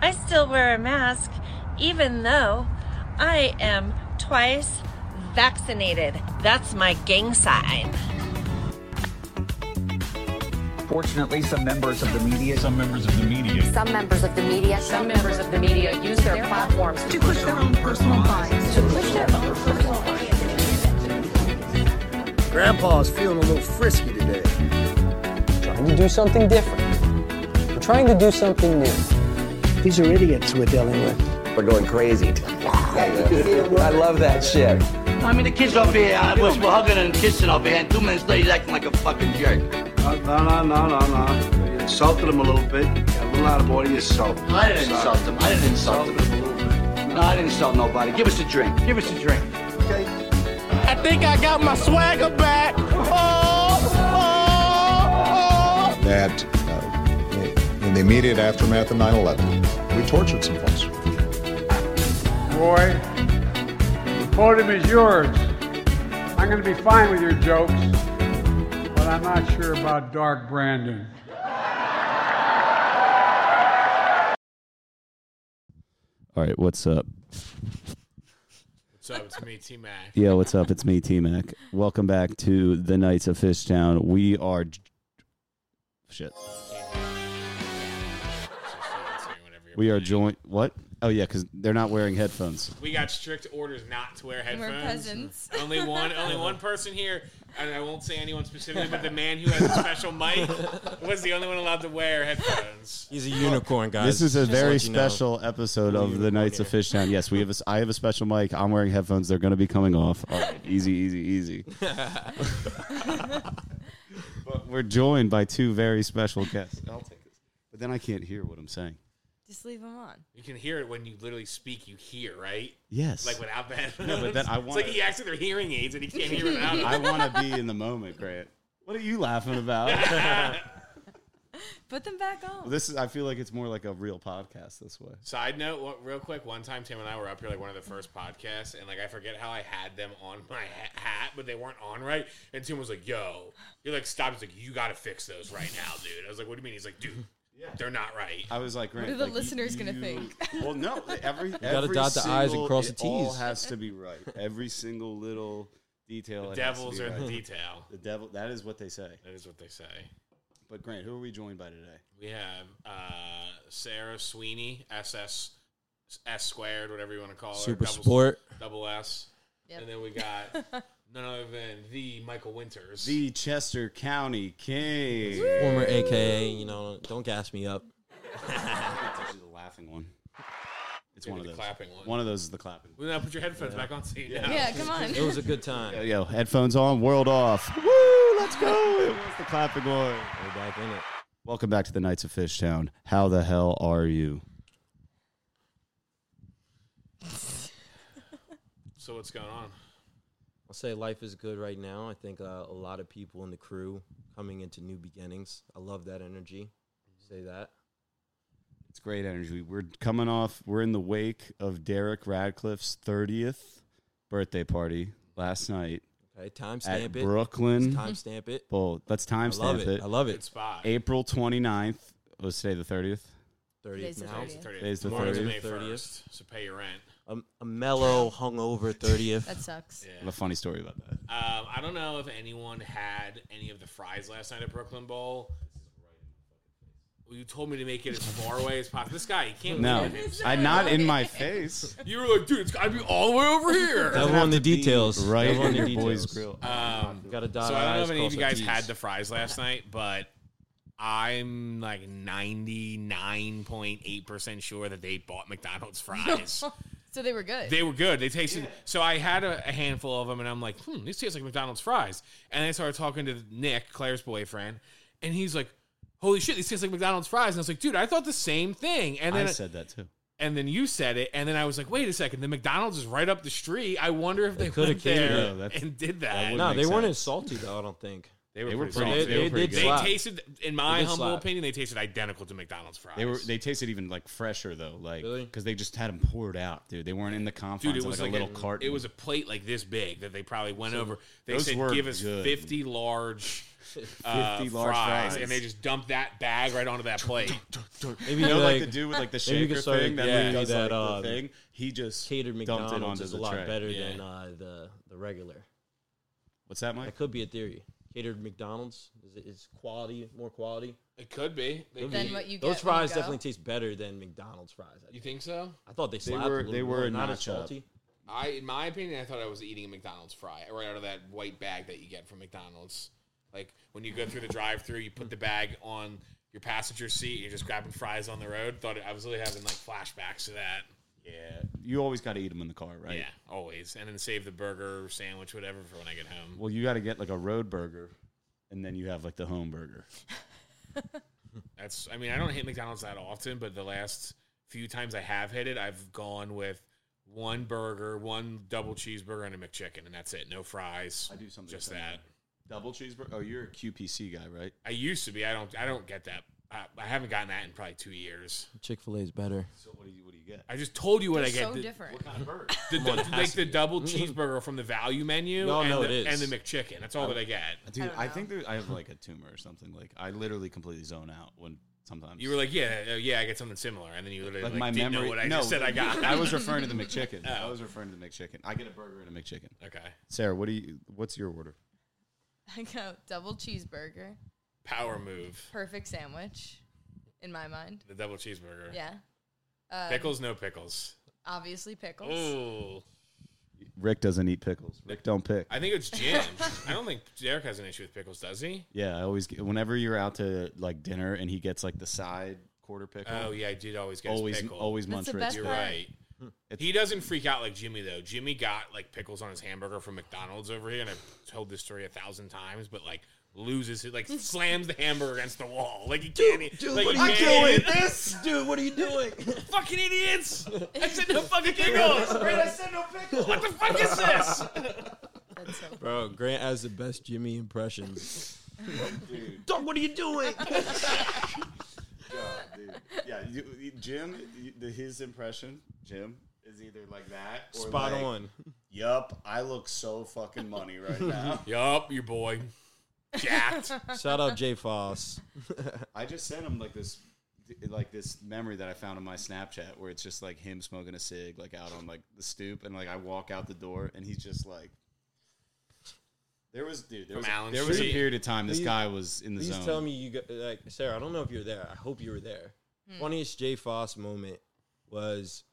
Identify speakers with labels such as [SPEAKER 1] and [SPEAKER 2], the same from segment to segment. [SPEAKER 1] I still wear a mask, even though I am twice vaccinated. That's my gang sign.
[SPEAKER 2] Fortunately, some members of the media
[SPEAKER 3] Some members of the media.
[SPEAKER 4] Some members of the media.
[SPEAKER 5] Some members of the media use their platforms to push their own personal lives. To push their own personal
[SPEAKER 6] Grandpa's feeling a little frisky today.
[SPEAKER 7] trying to do something different. We're trying to do something new.
[SPEAKER 8] These are idiots we're dealing with.
[SPEAKER 9] We're going crazy. I love that shit.
[SPEAKER 10] I mean, the kids up here, I was hugging and kissing up here, and two minutes later, he's acting like a fucking jerk.
[SPEAKER 11] No, Uh, no, no, no, no. You insulted him a little bit. You got a little out of order yourself.
[SPEAKER 10] I didn't insult him. I didn't insult him. No, I didn't insult nobody. Give us a drink. Give us a drink.
[SPEAKER 12] I think I got my swagger back. Oh, oh,
[SPEAKER 13] that uh, in the immediate aftermath of 9 11, we tortured some folks.
[SPEAKER 14] Roy, the podium is yours. I'm going to be fine with your jokes, but I'm not sure about Dark Brandon.
[SPEAKER 15] All right, what's up?
[SPEAKER 16] What's up? It's me, T Mac.
[SPEAKER 15] Yeah, what's up? It's me, T Mac. Welcome back to the Knights of Fishtown. We are. j- Shit. We are joint. What? Oh, yeah, because they're not wearing headphones.
[SPEAKER 16] We got strict orders not to wear headphones.
[SPEAKER 17] peasants.
[SPEAKER 16] Only one, only one person here. And I won't say anyone specifically, but the man who has a special mic was the only one allowed to wear headphones.
[SPEAKER 18] He's a unicorn, guys.
[SPEAKER 15] This is a
[SPEAKER 18] Just
[SPEAKER 15] very
[SPEAKER 18] let you know.
[SPEAKER 15] special episode of the
[SPEAKER 18] unicorn
[SPEAKER 15] Knights of
[SPEAKER 18] here.
[SPEAKER 15] Fishtown. Yes, we have. A, s- I have a special mic. I'm wearing headphones. They're going to be coming off. All right, easy, easy, easy. but we're joined by two very special guests. I'll take this. But then I can't hear what I'm saying.
[SPEAKER 17] Just leave them on.
[SPEAKER 16] You can hear it when you literally speak. You hear, right?
[SPEAKER 15] Yes.
[SPEAKER 16] Like without that.
[SPEAKER 15] No, but then I
[SPEAKER 16] It's like
[SPEAKER 15] wanna-
[SPEAKER 16] he acts with their hearing aids and he can't hear without
[SPEAKER 15] I
[SPEAKER 16] them.
[SPEAKER 15] want to be in the moment, Grant. What are you laughing about?
[SPEAKER 17] Put them back on.
[SPEAKER 15] this is. I feel like it's more like a real podcast this way.
[SPEAKER 16] Side note, what, real quick. One time, Tim and I were up here, like one of the first podcasts, and like I forget how I had them on my ha- hat, but they weren't on right. And Tim was like, "Yo," he like stopped. He's like, "You got to fix those right now, dude." I was like, "What do you mean?" He's like, "Dude, they're not right."
[SPEAKER 15] I was like, Grant,
[SPEAKER 17] are the
[SPEAKER 15] like,
[SPEAKER 17] listeners gonna think?
[SPEAKER 15] Well, no, every you
[SPEAKER 18] gotta dot the i's and cross the
[SPEAKER 15] it All
[SPEAKER 18] t's.
[SPEAKER 15] has to be right. Every single little detail.
[SPEAKER 16] The
[SPEAKER 15] it has to
[SPEAKER 16] devils
[SPEAKER 15] be
[SPEAKER 16] are in
[SPEAKER 15] right.
[SPEAKER 16] the detail.
[SPEAKER 15] The devil. That is what they say.
[SPEAKER 16] That is what they say.
[SPEAKER 15] But Grant, who are we joined by today?
[SPEAKER 16] We have uh, Sarah Sweeney, SS S squared, whatever you want to call her.
[SPEAKER 18] Super
[SPEAKER 16] double,
[SPEAKER 18] sport.
[SPEAKER 16] double S,
[SPEAKER 17] Yep.
[SPEAKER 16] and then we got none other than the Michael Winters.
[SPEAKER 15] The Chester County King.
[SPEAKER 18] Former AKA, you know, don't gas me up.
[SPEAKER 15] It's actually the laughing one. It's
[SPEAKER 16] Maybe
[SPEAKER 15] one of
[SPEAKER 16] the
[SPEAKER 15] those.
[SPEAKER 16] clapping one.
[SPEAKER 15] One of those is the clapping.
[SPEAKER 16] well, now put your headphones back on, so you know.
[SPEAKER 17] yeah, come on.
[SPEAKER 18] It was a good time.
[SPEAKER 15] Yo, yo, uh, headphones on, world off. Woo, let's go. It was the clapping one.
[SPEAKER 18] We're back in it.
[SPEAKER 15] Welcome back to the Knights of Fishtown. How the hell are you?
[SPEAKER 16] So what's going on?
[SPEAKER 18] I'll say life is good right now. I think uh, a lot of people in the crew coming into new beginnings. I love that energy. Say that.
[SPEAKER 15] It's great energy. We're coming off. We're in the wake of Derek Radcliffe's thirtieth birthday party last night
[SPEAKER 18] Okay, timestamp
[SPEAKER 15] at
[SPEAKER 18] it.
[SPEAKER 15] Brooklyn.
[SPEAKER 18] Let's timestamp it.
[SPEAKER 15] Well, let's
[SPEAKER 18] I
[SPEAKER 15] timestamp
[SPEAKER 18] love
[SPEAKER 15] it.
[SPEAKER 18] it. I love
[SPEAKER 16] Good
[SPEAKER 18] it.
[SPEAKER 16] spot.
[SPEAKER 15] April 29th. Was today the thirtieth?
[SPEAKER 18] 30th
[SPEAKER 17] Today's the
[SPEAKER 18] now.
[SPEAKER 17] 30th.
[SPEAKER 15] Today's the
[SPEAKER 16] Tomorrow's
[SPEAKER 15] 30th.
[SPEAKER 16] May
[SPEAKER 18] 30th.
[SPEAKER 16] 1st, so pay your rent.
[SPEAKER 18] A, a mellow, hungover 30th.
[SPEAKER 17] That sucks.
[SPEAKER 15] I have a funny story about that.
[SPEAKER 16] Um, I don't know if anyone had any of the fries last night at Brooklyn Bowl. Well, you told me to make it as far away as possible. This guy, he can't
[SPEAKER 15] No,
[SPEAKER 16] believe it.
[SPEAKER 15] I not in my face.
[SPEAKER 16] You were like, dude, it's got to be all the way over here.
[SPEAKER 18] Devil on the details.
[SPEAKER 15] Right
[SPEAKER 18] Devil on
[SPEAKER 15] in
[SPEAKER 18] the
[SPEAKER 15] your boys'
[SPEAKER 18] details.
[SPEAKER 15] grill.
[SPEAKER 16] Um,
[SPEAKER 18] Got to dot
[SPEAKER 16] so I don't know
[SPEAKER 18] I's,
[SPEAKER 16] if any of
[SPEAKER 18] cross
[SPEAKER 16] you guys
[SPEAKER 18] T's.
[SPEAKER 16] had the fries last night, but I'm like 99.8% sure that they bought McDonald's fries.
[SPEAKER 17] So they were good.
[SPEAKER 16] They were good. They tasted. So I had a, a handful of them, and I'm like, hmm, these taste like McDonald's fries. And I started talking to Nick, Claire's boyfriend, and he's like, holy shit, these taste like McDonald's fries. And I was like, dude, I thought the same thing. And
[SPEAKER 15] I
[SPEAKER 16] then
[SPEAKER 15] said that too.
[SPEAKER 16] and then you said it, and then I was like, wait a second, the McDonald's is right up the street. I wonder if they,
[SPEAKER 18] coulda
[SPEAKER 16] went
[SPEAKER 18] catered
[SPEAKER 16] there
[SPEAKER 15] it. That's-
[SPEAKER 16] and did
[SPEAKER 15] that
[SPEAKER 16] that.
[SPEAKER 15] would
[SPEAKER 18] No,
[SPEAKER 15] make
[SPEAKER 18] they weren't
[SPEAKER 15] sense.
[SPEAKER 18] as salty though. I don't think.
[SPEAKER 15] They were pretty
[SPEAKER 16] salty.
[SPEAKER 18] They- they did
[SPEAKER 16] They
[SPEAKER 18] slap.
[SPEAKER 16] tasted, in my
[SPEAKER 18] They did
[SPEAKER 16] humble
[SPEAKER 18] slap.
[SPEAKER 16] opinion, they tasted identical to McDonald's fries.
[SPEAKER 15] They were. They tasted even like fresher though, like
[SPEAKER 18] Really?
[SPEAKER 15] because they just had them poured out, dude. They weren't in the confines
[SPEAKER 16] Dude, it
[SPEAKER 15] of
[SPEAKER 16] was
[SPEAKER 15] like,
[SPEAKER 16] like,
[SPEAKER 15] a little
[SPEAKER 16] a,
[SPEAKER 15] carton.
[SPEAKER 16] It was a plate like this big that they probably went over. They
[SPEAKER 15] those
[SPEAKER 16] said,
[SPEAKER 15] were
[SPEAKER 16] "Give us
[SPEAKER 15] good.
[SPEAKER 16] fifty large uh,
[SPEAKER 15] 50 large
[SPEAKER 16] fries,
[SPEAKER 15] fries.
[SPEAKER 16] and they just dump that bag right onto that plate.
[SPEAKER 15] Maybe you know, like, the dude with like the
[SPEAKER 18] maybe you could
[SPEAKER 15] shaker
[SPEAKER 18] start
[SPEAKER 15] thing that
[SPEAKER 18] doing
[SPEAKER 15] like, does
[SPEAKER 18] that,
[SPEAKER 15] like,
[SPEAKER 18] uh,
[SPEAKER 15] the thing. He just
[SPEAKER 18] catered
[SPEAKER 15] dumped it
[SPEAKER 18] McDonald's
[SPEAKER 15] onto
[SPEAKER 18] is
[SPEAKER 15] the
[SPEAKER 18] a lot
[SPEAKER 15] tray.
[SPEAKER 18] better
[SPEAKER 15] Yeah.
[SPEAKER 18] than uh, the the regular.
[SPEAKER 15] What's that, Mike?
[SPEAKER 18] That could be a theory. Catered McDonald's is, is quality more quality.
[SPEAKER 16] It could be. They
[SPEAKER 18] Could
[SPEAKER 16] Then
[SPEAKER 18] be.
[SPEAKER 16] what you
[SPEAKER 18] those
[SPEAKER 16] get when you
[SPEAKER 18] fries
[SPEAKER 16] go?
[SPEAKER 18] definitely taste better than McDonald's fries.
[SPEAKER 16] You think so?
[SPEAKER 18] I thought they
[SPEAKER 15] They
[SPEAKER 18] slapped.
[SPEAKER 15] were-
[SPEAKER 18] a little
[SPEAKER 15] they were
[SPEAKER 18] more,
[SPEAKER 15] a
[SPEAKER 18] not as
[SPEAKER 15] notch up.
[SPEAKER 18] salty.
[SPEAKER 16] I, in my opinion, I thought I was eating a McDonald's fry right out of that white bag that you get from McDonald's. Like when you go through the drive-through, you put the bag on your passenger seat. You're just grabbing fries on the road. Thought it, I was really having like flashbacks to that.
[SPEAKER 15] Yeah, you always got to eat them in the car, right?
[SPEAKER 16] Yeah, always. And then save the burger, sandwich, whatever for when I get home.
[SPEAKER 15] Well, you got to get like a road burger, and then you have like the home burger.
[SPEAKER 16] That's. I mean, I don't hit McDonald's that often, but the last few times I have hit it, I've gone with one burger, one double cheeseburger, and a McChicken, and that's it. No fries. I do something just that.
[SPEAKER 15] Double cheeseburger. Oh, you're a QPC guy, right?
[SPEAKER 16] I used to be. I don't. I don't get that. I, I haven't gotten that in probably two years.
[SPEAKER 18] Chick Fil A is better.
[SPEAKER 15] So what do you what do you get?
[SPEAKER 16] I just told you what I
[SPEAKER 17] They're
[SPEAKER 16] get.
[SPEAKER 17] so
[SPEAKER 16] the,
[SPEAKER 17] different. What
[SPEAKER 15] kind of burger?
[SPEAKER 16] The,
[SPEAKER 15] Come on,
[SPEAKER 16] the-
[SPEAKER 15] it has
[SPEAKER 16] like
[SPEAKER 15] to
[SPEAKER 16] the
[SPEAKER 15] be.
[SPEAKER 16] double cheeseburger from the value menu
[SPEAKER 15] Y'all
[SPEAKER 16] and,
[SPEAKER 15] know
[SPEAKER 16] the,
[SPEAKER 15] it is.
[SPEAKER 16] and the McChicken. That's all that I get.
[SPEAKER 15] Dude, I, think there, I have like a tumor or something. Like I literally completely zone out when sometimes
[SPEAKER 16] You were like, yeah, uh, yeah, I get something similar, and then you literally
[SPEAKER 15] like,
[SPEAKER 16] like,
[SPEAKER 15] my
[SPEAKER 16] didn't
[SPEAKER 15] memory.
[SPEAKER 16] know what I
[SPEAKER 15] no,
[SPEAKER 16] just said I got.
[SPEAKER 15] I was referring to the McChicken.
[SPEAKER 16] Oh.
[SPEAKER 15] I was referring to the McChicken. I get a burger and a McChicken.
[SPEAKER 16] Okay.
[SPEAKER 15] Sarah, what do you? What's your order?
[SPEAKER 17] I go double cheeseburger,
[SPEAKER 16] Power move.
[SPEAKER 17] perfect sandwich, in my mind.
[SPEAKER 16] The double cheeseburger.
[SPEAKER 17] Yeah. Um,
[SPEAKER 16] Pickles, no pickles.
[SPEAKER 17] Obviously pickles.
[SPEAKER 16] Mm. Ooh.
[SPEAKER 15] Rick doesn't eat pickles. Rick don't pick.
[SPEAKER 16] I think it's Jim. I don't think Derek has an issue with pickles, does he?
[SPEAKER 15] Yeah, I always get, whenever you're out to like dinner and he gets like the side quarter pickle.
[SPEAKER 16] Oh yeah, I did always get his
[SPEAKER 15] always
[SPEAKER 16] pickle.
[SPEAKER 15] always munch Ritz.
[SPEAKER 16] You're right.
[SPEAKER 18] Hmm.
[SPEAKER 16] he doesn't freak out like Jimmy though. Jimmy got like pickles on his hamburger from McDonald's over here, and I've told this story a thousand times, but like loses it, like slams the hamburger against the wall, like he can't. eat- like, he
[SPEAKER 18] I'm
[SPEAKER 16] can't
[SPEAKER 18] doing
[SPEAKER 16] eat it.
[SPEAKER 18] this, dude. What are you doing?
[SPEAKER 16] Fucking idiots! I said no fucking pickles. Right? I said no pickles. What the fuck is this?
[SPEAKER 18] Bro, Grant has the best Jimmy impressions.
[SPEAKER 12] Doug, what are you doing?
[SPEAKER 15] Yeah, you, you- Jim, you- the- his impression, Jim, is either like that or
[SPEAKER 18] Spot
[SPEAKER 15] like,
[SPEAKER 18] on.
[SPEAKER 15] Yup, I look so fucking money right now.
[SPEAKER 16] yup, your boy. Jacked. Oh,
[SPEAKER 18] Shout out Jay Foss.
[SPEAKER 15] I just sent him like this, like this memory that I found on my Snapchat where it's just like him smoking a cig, like out on like the stoop, and like I walk out the door and he's just like. There was dude. There
[SPEAKER 16] From
[SPEAKER 15] was,
[SPEAKER 16] Allen
[SPEAKER 15] there was a
[SPEAKER 16] Street.
[SPEAKER 15] period of time this
[SPEAKER 18] Please-
[SPEAKER 15] guy was in the
[SPEAKER 18] please
[SPEAKER 15] zone.
[SPEAKER 18] tell me you got, like Sarah. I don't know if you're there. I hope you were there.
[SPEAKER 17] Hmm.
[SPEAKER 18] Funniest Jay Foss moment was,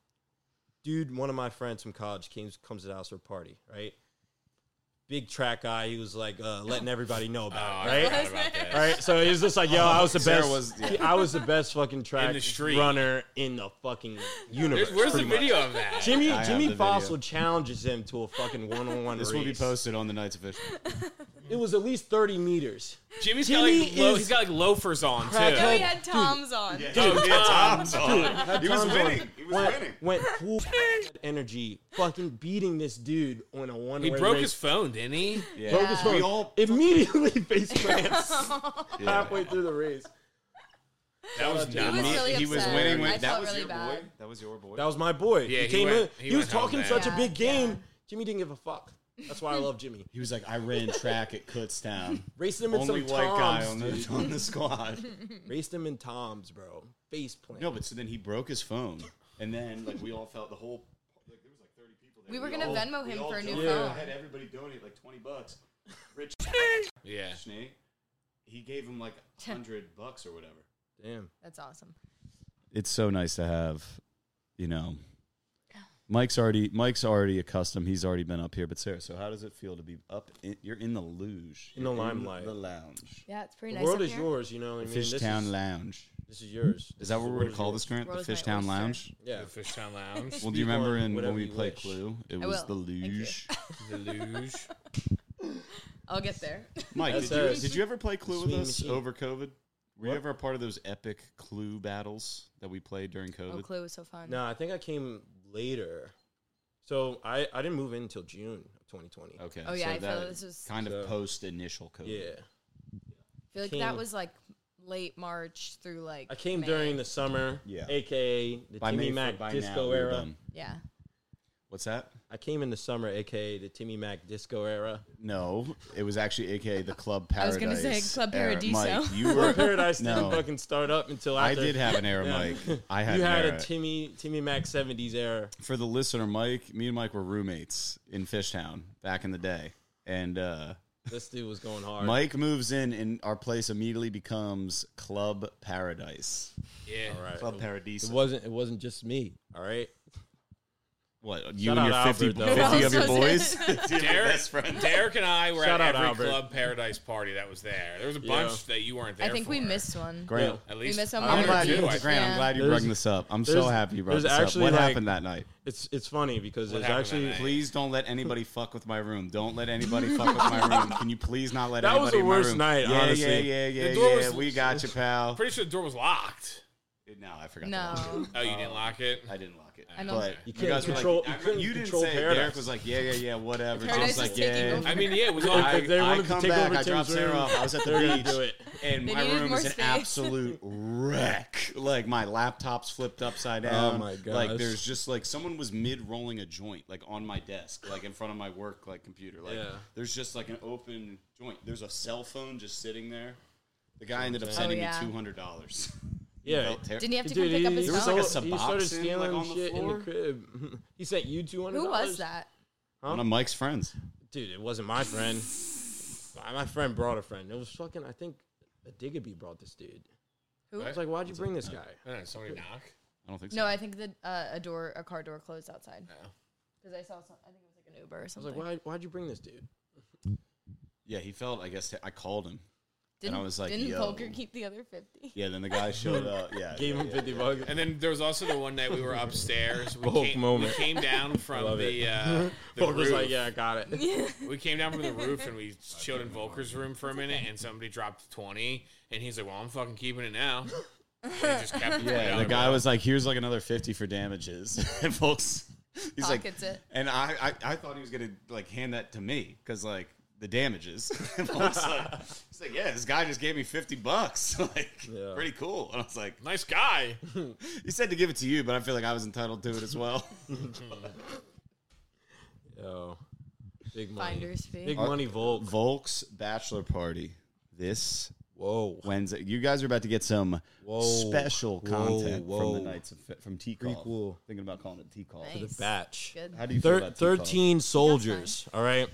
[SPEAKER 18] dude. One of my friends from college came comes to the house for a party. Right, big track guy. He was like uh, letting everybody know about
[SPEAKER 16] Oh, I
[SPEAKER 18] it.
[SPEAKER 16] forgot
[SPEAKER 18] Right,
[SPEAKER 16] about that.
[SPEAKER 18] right. So he was just like, yo, I was the
[SPEAKER 15] Sarah
[SPEAKER 18] best.
[SPEAKER 15] was- yeah.
[SPEAKER 18] I was the best fucking track
[SPEAKER 16] street.
[SPEAKER 18] runner in the fucking universe.
[SPEAKER 16] Where's the
[SPEAKER 18] pretty much.
[SPEAKER 16] video of that?
[SPEAKER 18] Jimmy
[SPEAKER 15] I have the
[SPEAKER 18] Jimmy
[SPEAKER 15] video.
[SPEAKER 18] Fossil challenges him to a fucking one on one.
[SPEAKER 15] This will be posted on the Knights official.
[SPEAKER 18] It was at least thirty meters.
[SPEAKER 16] Jimmy's
[SPEAKER 18] Jimmy
[SPEAKER 16] got like lo-
[SPEAKER 18] is-
[SPEAKER 16] he's got like loafers on too.
[SPEAKER 18] Crackhead.
[SPEAKER 17] No, he had Tom's on.
[SPEAKER 16] Oh, yeah, Tom's on.
[SPEAKER 18] Had
[SPEAKER 16] He was
[SPEAKER 18] Tom's
[SPEAKER 16] winning.
[SPEAKER 18] on.
[SPEAKER 16] He was
[SPEAKER 18] went,
[SPEAKER 16] winning.
[SPEAKER 18] Went full energy, fucking beating this dude on a one.
[SPEAKER 16] He broke his phone, didn't he?
[SPEAKER 18] Yeah. Broke his phone. immediately face plants halfway through the race.
[SPEAKER 16] That was
[SPEAKER 18] He
[SPEAKER 16] nuts.
[SPEAKER 18] was really
[SPEAKER 15] he was
[SPEAKER 18] upset.
[SPEAKER 15] winning. When,
[SPEAKER 18] I
[SPEAKER 15] that
[SPEAKER 18] felt
[SPEAKER 15] was
[SPEAKER 18] really
[SPEAKER 15] your
[SPEAKER 18] bad.
[SPEAKER 15] boy. That was your boy.
[SPEAKER 18] That was my boy.
[SPEAKER 15] Yeah,
[SPEAKER 18] he
[SPEAKER 15] he
[SPEAKER 18] came
[SPEAKER 15] went-
[SPEAKER 18] in.
[SPEAKER 15] he
[SPEAKER 18] He, was
[SPEAKER 15] went home
[SPEAKER 18] talking
[SPEAKER 15] bad.
[SPEAKER 18] such a
[SPEAKER 15] Yeah,
[SPEAKER 18] big game. Jimmy didn't give a fuck. That's why I love Jimmy.
[SPEAKER 15] He was like, I ran track at Kutztown.
[SPEAKER 18] Raced him in
[SPEAKER 15] Only
[SPEAKER 18] some
[SPEAKER 15] white guy
[SPEAKER 18] Toms,
[SPEAKER 15] on the,
[SPEAKER 18] dude.
[SPEAKER 15] on the squad.
[SPEAKER 18] Raced him in Tom's, bro. Face plant.
[SPEAKER 15] No, but so then he broke his phone, and then like we all felt the whole. Like, there was like thirty people there.
[SPEAKER 17] We were gonna
[SPEAKER 15] all-
[SPEAKER 17] Venmo
[SPEAKER 15] we
[SPEAKER 17] him
[SPEAKER 15] all
[SPEAKER 17] for a new
[SPEAKER 15] jumped in.
[SPEAKER 17] phone.
[SPEAKER 15] I had everybody donate like twenty bucks. Rich.
[SPEAKER 16] Yeah.
[SPEAKER 15] Schnee, He gave him like hundred bucks or whatever.
[SPEAKER 18] Damn.
[SPEAKER 17] That's awesome.
[SPEAKER 15] It's so nice to have, you know. Mike's already Mike's already accustomed. He's already been up here. But Sarah, so how does it feel to be up? In, you're in the luge,
[SPEAKER 18] In the
[SPEAKER 15] You're
[SPEAKER 18] limelight.
[SPEAKER 15] the lounge.
[SPEAKER 17] Yeah, it's pretty
[SPEAKER 18] The
[SPEAKER 17] nice.
[SPEAKER 18] world
[SPEAKER 17] up
[SPEAKER 18] is
[SPEAKER 17] here.
[SPEAKER 18] yours, you know. What I mean, This
[SPEAKER 15] Fishtown
[SPEAKER 18] is-
[SPEAKER 15] Lounge.
[SPEAKER 18] This is yours.
[SPEAKER 15] Is that what we're
[SPEAKER 18] world
[SPEAKER 15] gonna call this, Grant?
[SPEAKER 17] World
[SPEAKER 15] The
[SPEAKER 17] is my
[SPEAKER 15] Fishtown
[SPEAKER 17] oyster.
[SPEAKER 15] Lounge.
[SPEAKER 18] Yeah.
[SPEAKER 16] The Fishtown Lounge.
[SPEAKER 15] Well, do you
[SPEAKER 18] Speak
[SPEAKER 15] remember
[SPEAKER 18] on
[SPEAKER 15] in, when
[SPEAKER 18] whatever
[SPEAKER 15] we
[SPEAKER 18] you
[SPEAKER 15] played
[SPEAKER 18] wish.
[SPEAKER 15] Clue? It
[SPEAKER 17] I
[SPEAKER 15] was
[SPEAKER 17] will.
[SPEAKER 15] the
[SPEAKER 17] Thank you.
[SPEAKER 15] luge.
[SPEAKER 16] the luge.
[SPEAKER 17] I'll get there.
[SPEAKER 15] Mike,
[SPEAKER 18] That's
[SPEAKER 15] did you,
[SPEAKER 18] us.
[SPEAKER 15] did you ever play Clue with
[SPEAKER 18] Swing
[SPEAKER 15] us
[SPEAKER 18] machine.
[SPEAKER 15] over COVID? Were
[SPEAKER 18] What?
[SPEAKER 15] you ever a part of those epic Clue battles that we played during
[SPEAKER 17] Oh,
[SPEAKER 15] COVID?
[SPEAKER 17] Clue was so fun.
[SPEAKER 18] No, I think I came later. So I, I didn't move in until June of 2020.
[SPEAKER 15] Okay.
[SPEAKER 17] Oh, yeah,
[SPEAKER 15] so
[SPEAKER 17] I feel
[SPEAKER 15] that
[SPEAKER 17] this was-
[SPEAKER 15] kind of
[SPEAKER 18] So-
[SPEAKER 15] post initial COVID.
[SPEAKER 18] Yeah.
[SPEAKER 17] I feel like
[SPEAKER 18] came-
[SPEAKER 17] that was like late March through like.
[SPEAKER 18] I came
[SPEAKER 17] May.
[SPEAKER 18] during the summer,
[SPEAKER 15] Yeah.
[SPEAKER 18] aka the
[SPEAKER 15] By
[SPEAKER 18] Timmy
[SPEAKER 15] May-
[SPEAKER 18] Mac
[SPEAKER 15] by now,
[SPEAKER 18] disco
[SPEAKER 15] we were
[SPEAKER 18] era.
[SPEAKER 15] done.
[SPEAKER 17] Yeah.
[SPEAKER 15] What's that?
[SPEAKER 18] I came in the summer, aka the Timmy Mac disco era.
[SPEAKER 15] No, it was actually aka the Club
[SPEAKER 17] I
[SPEAKER 15] Paradise.
[SPEAKER 17] was gonna say Club
[SPEAKER 15] era.
[SPEAKER 17] Paradiso.
[SPEAKER 15] Mike, you were
[SPEAKER 18] Club Paradise
[SPEAKER 15] No,
[SPEAKER 18] didn't fucking start up until
[SPEAKER 15] I
[SPEAKER 18] after.
[SPEAKER 15] did have an era,
[SPEAKER 18] Yeah.
[SPEAKER 15] Mike. I had
[SPEAKER 18] you
[SPEAKER 15] an
[SPEAKER 18] had
[SPEAKER 15] era.
[SPEAKER 18] a Timmy Timmy Mac '70s era.
[SPEAKER 15] for the listener, Mike, me and Mike were roommates in Fishtown back in the day, and uh,
[SPEAKER 18] This dude was going hard.
[SPEAKER 15] Mike moves in, and our place immediately becomes Club Paradise.
[SPEAKER 16] Yeah.
[SPEAKER 18] All right.
[SPEAKER 15] Club Paradiso.
[SPEAKER 18] It wasn't. It wasn't just me. All right.
[SPEAKER 15] What you
[SPEAKER 18] Shout
[SPEAKER 15] and
[SPEAKER 18] out
[SPEAKER 15] your 50,
[SPEAKER 18] Albert, though.
[SPEAKER 15] 50 of your boys?
[SPEAKER 16] Derek, Derek and I were
[SPEAKER 18] Shout out
[SPEAKER 16] at every
[SPEAKER 18] Albert.
[SPEAKER 16] Club Paradise party that was there. There was a
[SPEAKER 18] Yeah.
[SPEAKER 16] bunch that you weren't there.
[SPEAKER 17] I think
[SPEAKER 16] for.
[SPEAKER 17] we missed one.
[SPEAKER 15] Grant,
[SPEAKER 16] At least
[SPEAKER 17] we missed one.
[SPEAKER 16] I'm
[SPEAKER 17] or
[SPEAKER 15] glad
[SPEAKER 16] you-
[SPEAKER 17] two, I
[SPEAKER 16] Grant,
[SPEAKER 17] think.
[SPEAKER 15] I'm glad you
[SPEAKER 18] There's-
[SPEAKER 15] brought this up. I'm so
[SPEAKER 18] there's-
[SPEAKER 15] happy you brought
[SPEAKER 18] there's
[SPEAKER 15] this up.
[SPEAKER 18] actually,
[SPEAKER 15] What
[SPEAKER 18] like-
[SPEAKER 15] happened that night?
[SPEAKER 18] It's it's funny because
[SPEAKER 16] What
[SPEAKER 18] there's
[SPEAKER 16] happened
[SPEAKER 18] actually
[SPEAKER 16] that night?
[SPEAKER 15] Please don't let anybody fuck with my room. Don't let anybody fuck with my room. Can you please not let
[SPEAKER 18] That
[SPEAKER 15] anybody
[SPEAKER 18] was
[SPEAKER 15] in
[SPEAKER 18] the worst
[SPEAKER 15] my room?
[SPEAKER 18] night,
[SPEAKER 15] yeah,
[SPEAKER 18] honestly.
[SPEAKER 15] Yeah, yeah,
[SPEAKER 16] The
[SPEAKER 15] yeah,
[SPEAKER 16] door
[SPEAKER 15] yeah.
[SPEAKER 16] was-
[SPEAKER 15] We got you, pal.
[SPEAKER 16] Pretty sure the door was locked.
[SPEAKER 15] No, I forgot.
[SPEAKER 17] No.
[SPEAKER 15] to lock it.
[SPEAKER 16] Oh, you didn't lock it?
[SPEAKER 15] I didn't lock it.
[SPEAKER 17] I know.
[SPEAKER 15] But
[SPEAKER 18] You
[SPEAKER 15] you,
[SPEAKER 18] couldn't
[SPEAKER 15] guys were
[SPEAKER 18] control-
[SPEAKER 15] like,
[SPEAKER 18] you
[SPEAKER 15] I-
[SPEAKER 18] couldn't
[SPEAKER 15] you didn't
[SPEAKER 18] control
[SPEAKER 15] say.
[SPEAKER 18] Paradise.
[SPEAKER 15] Derek was like, yeah, yeah, yeah, whatever.
[SPEAKER 17] Paradise
[SPEAKER 15] Jim's
[SPEAKER 17] is
[SPEAKER 15] like,
[SPEAKER 17] taking
[SPEAKER 15] yeah.
[SPEAKER 17] over.
[SPEAKER 16] I mean, yeah, it was all.
[SPEAKER 15] I,
[SPEAKER 18] If they
[SPEAKER 15] I
[SPEAKER 18] wanted to
[SPEAKER 15] come
[SPEAKER 18] take
[SPEAKER 15] back.
[SPEAKER 18] over
[SPEAKER 15] I dropped
[SPEAKER 18] Tim's
[SPEAKER 15] Sarah
[SPEAKER 18] room,
[SPEAKER 15] off. I was at the
[SPEAKER 18] they're gonna
[SPEAKER 15] beach,
[SPEAKER 18] do it.
[SPEAKER 15] and
[SPEAKER 17] They
[SPEAKER 15] my
[SPEAKER 17] needed
[SPEAKER 15] room
[SPEAKER 17] more
[SPEAKER 15] is an
[SPEAKER 17] space.
[SPEAKER 15] absolute wreck. Like my laptop's flipped upside down.
[SPEAKER 18] Oh my
[SPEAKER 15] Like
[SPEAKER 18] gosh.
[SPEAKER 15] there's just like someone was mid rolling a joint like on my desk, like in front of my work like computer. Like
[SPEAKER 18] Yeah.
[SPEAKER 15] there's just like an open joint. There's a cell phone just sitting there. The guy
[SPEAKER 18] Oh,
[SPEAKER 15] ended up sending
[SPEAKER 17] yeah.
[SPEAKER 15] me two hundred dollars.
[SPEAKER 18] Yeah.
[SPEAKER 17] Didn't he have to come pick up his
[SPEAKER 15] there
[SPEAKER 17] phone?
[SPEAKER 15] was like a
[SPEAKER 18] he started
[SPEAKER 15] Suboxone, like,
[SPEAKER 18] stealing
[SPEAKER 15] on the
[SPEAKER 18] shit in
[SPEAKER 15] floor?
[SPEAKER 18] the crib. he sent you two hundred.
[SPEAKER 17] Who was that?
[SPEAKER 15] One of Mike's friends.
[SPEAKER 18] Dude, it wasn't my friend. My- my friend brought a friend. It was fucking. I think a Diggaby brought this dude.
[SPEAKER 17] Who?
[SPEAKER 18] I was like, why'd you bring this guy?
[SPEAKER 16] I don't know, somebody knock.
[SPEAKER 15] I don't think so.
[SPEAKER 17] No, I think the uh, a door, a car door closed outside. Because I saw some. I think it was like an Uber or
[SPEAKER 18] I
[SPEAKER 17] something.
[SPEAKER 18] was like, why? Why'd you bring this dude?
[SPEAKER 15] Yeah, he felt. I guess I called him.
[SPEAKER 17] Didn't,
[SPEAKER 15] I was like,
[SPEAKER 17] didn't
[SPEAKER 15] yo.
[SPEAKER 17] Poker keep the other fifty?
[SPEAKER 15] Yeah, then the guy showed up. Yeah,
[SPEAKER 18] Gave
[SPEAKER 15] yeah,
[SPEAKER 18] him
[SPEAKER 15] yeah.
[SPEAKER 18] fifty bucks.
[SPEAKER 16] And then there was also the one night we were upstairs. We
[SPEAKER 18] Bulk
[SPEAKER 16] came,
[SPEAKER 18] moment.
[SPEAKER 16] We came down from
[SPEAKER 18] Love
[SPEAKER 16] the,
[SPEAKER 18] it.
[SPEAKER 16] uh, the
[SPEAKER 18] Folk was
[SPEAKER 16] roof.
[SPEAKER 18] like, yeah, I got it.
[SPEAKER 16] We came down from the roof and we chilled in Volker's room for a minute, and somebody dropped twenty, and he's like, "Well, I'm fucking keeping it now." And he just kept the
[SPEAKER 15] Yeah,
[SPEAKER 16] $20
[SPEAKER 15] the guy
[SPEAKER 16] bill.
[SPEAKER 15] was like, "Here's like another fifty for damages, and folks." He's like,
[SPEAKER 17] Pockets it.
[SPEAKER 15] and I, I, I thought he was gonna like hand that to me because like the damages. And folks like, he's like, "Yeah, this guy just gave me fifty bucks, like
[SPEAKER 18] Yeah.
[SPEAKER 15] pretty cool." And I was like,
[SPEAKER 16] nice guy.
[SPEAKER 15] "He said to give it to you, but I feel like I was entitled to it as well."
[SPEAKER 18] Yo, big money.
[SPEAKER 17] Finder's fee.
[SPEAKER 18] Big money. Volk.
[SPEAKER 15] Volk's bachelor party this
[SPEAKER 18] Whoa.
[SPEAKER 15] Wednesday. You guys are about to get some
[SPEAKER 18] Whoa.
[SPEAKER 15] special
[SPEAKER 18] Whoa,
[SPEAKER 15] content from
[SPEAKER 18] whoa.
[SPEAKER 15] the nights of, from T Call.
[SPEAKER 18] Prequel.
[SPEAKER 15] Thinking about calling it T Call.
[SPEAKER 18] The batch.
[SPEAKER 17] Good.
[SPEAKER 15] How do you feel
[SPEAKER 18] Thir-
[SPEAKER 15] about T-Call?
[SPEAKER 18] 13 soldiers, all right?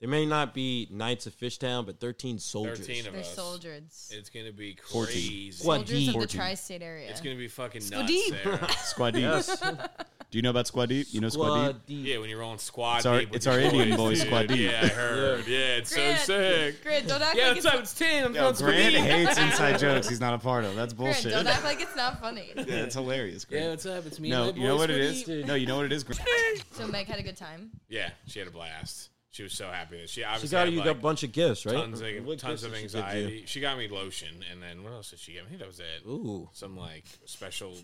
[SPEAKER 18] They may not be Knights of Fishtown, but 13 soldiers.
[SPEAKER 16] Thirteen of
[SPEAKER 17] They're
[SPEAKER 16] us.
[SPEAKER 17] soldiers.
[SPEAKER 16] It's gonna be crazy.
[SPEAKER 15] Fourteen.
[SPEAKER 17] Soldiers of the
[SPEAKER 15] 14.
[SPEAKER 17] tri-state area.
[SPEAKER 16] It's gonna be fucking
[SPEAKER 17] Squad
[SPEAKER 16] nuts.
[SPEAKER 17] deep.
[SPEAKER 16] Sarah.
[SPEAKER 15] Squad Deep.
[SPEAKER 18] Yes.
[SPEAKER 15] Do you know about Squad Deep? You know Squad Deep?
[SPEAKER 16] Yeah, when you're rolling squad
[SPEAKER 15] It's our-
[SPEAKER 16] deep with
[SPEAKER 15] it's
[SPEAKER 16] your
[SPEAKER 15] our Indian boys,
[SPEAKER 16] dude.
[SPEAKER 15] squad deep.
[SPEAKER 16] Yeah, I heard. Yeah, it's
[SPEAKER 17] Grant,
[SPEAKER 16] so sick.
[SPEAKER 17] Grant, don't act
[SPEAKER 16] Yeah,
[SPEAKER 17] like
[SPEAKER 16] what's
[SPEAKER 17] it's
[SPEAKER 16] up? It's Tim. I'm
[SPEAKER 15] Yo,
[SPEAKER 16] going squad
[SPEAKER 15] Grant
[SPEAKER 16] deep.
[SPEAKER 15] hates inside jokes. He's not a part of. That's
[SPEAKER 17] Grant,
[SPEAKER 15] bullshit.
[SPEAKER 17] don't
[SPEAKER 15] Yeah,
[SPEAKER 17] act like it's not funny.
[SPEAKER 15] it's hilarious. Grant.
[SPEAKER 16] Yeah, what's up? It's me.
[SPEAKER 15] no,
[SPEAKER 16] and my
[SPEAKER 15] you know
[SPEAKER 16] boys,
[SPEAKER 15] what it
[SPEAKER 16] squad
[SPEAKER 15] is.
[SPEAKER 16] deep.
[SPEAKER 15] No, you know what it is. Grant.
[SPEAKER 17] So Meg had a good time.
[SPEAKER 16] Yeah, she had a blast. She was so happy that she
[SPEAKER 18] She
[SPEAKER 16] obviously
[SPEAKER 18] got
[SPEAKER 16] had,
[SPEAKER 18] you
[SPEAKER 16] like,
[SPEAKER 18] a bunch of gifts, right?
[SPEAKER 16] tons of
[SPEAKER 18] What gifts
[SPEAKER 16] tons of
[SPEAKER 18] did she give you?
[SPEAKER 16] anxiety. She got me lotion, and then what else did she get me? I think that was it.
[SPEAKER 18] Ooh.
[SPEAKER 16] Some like special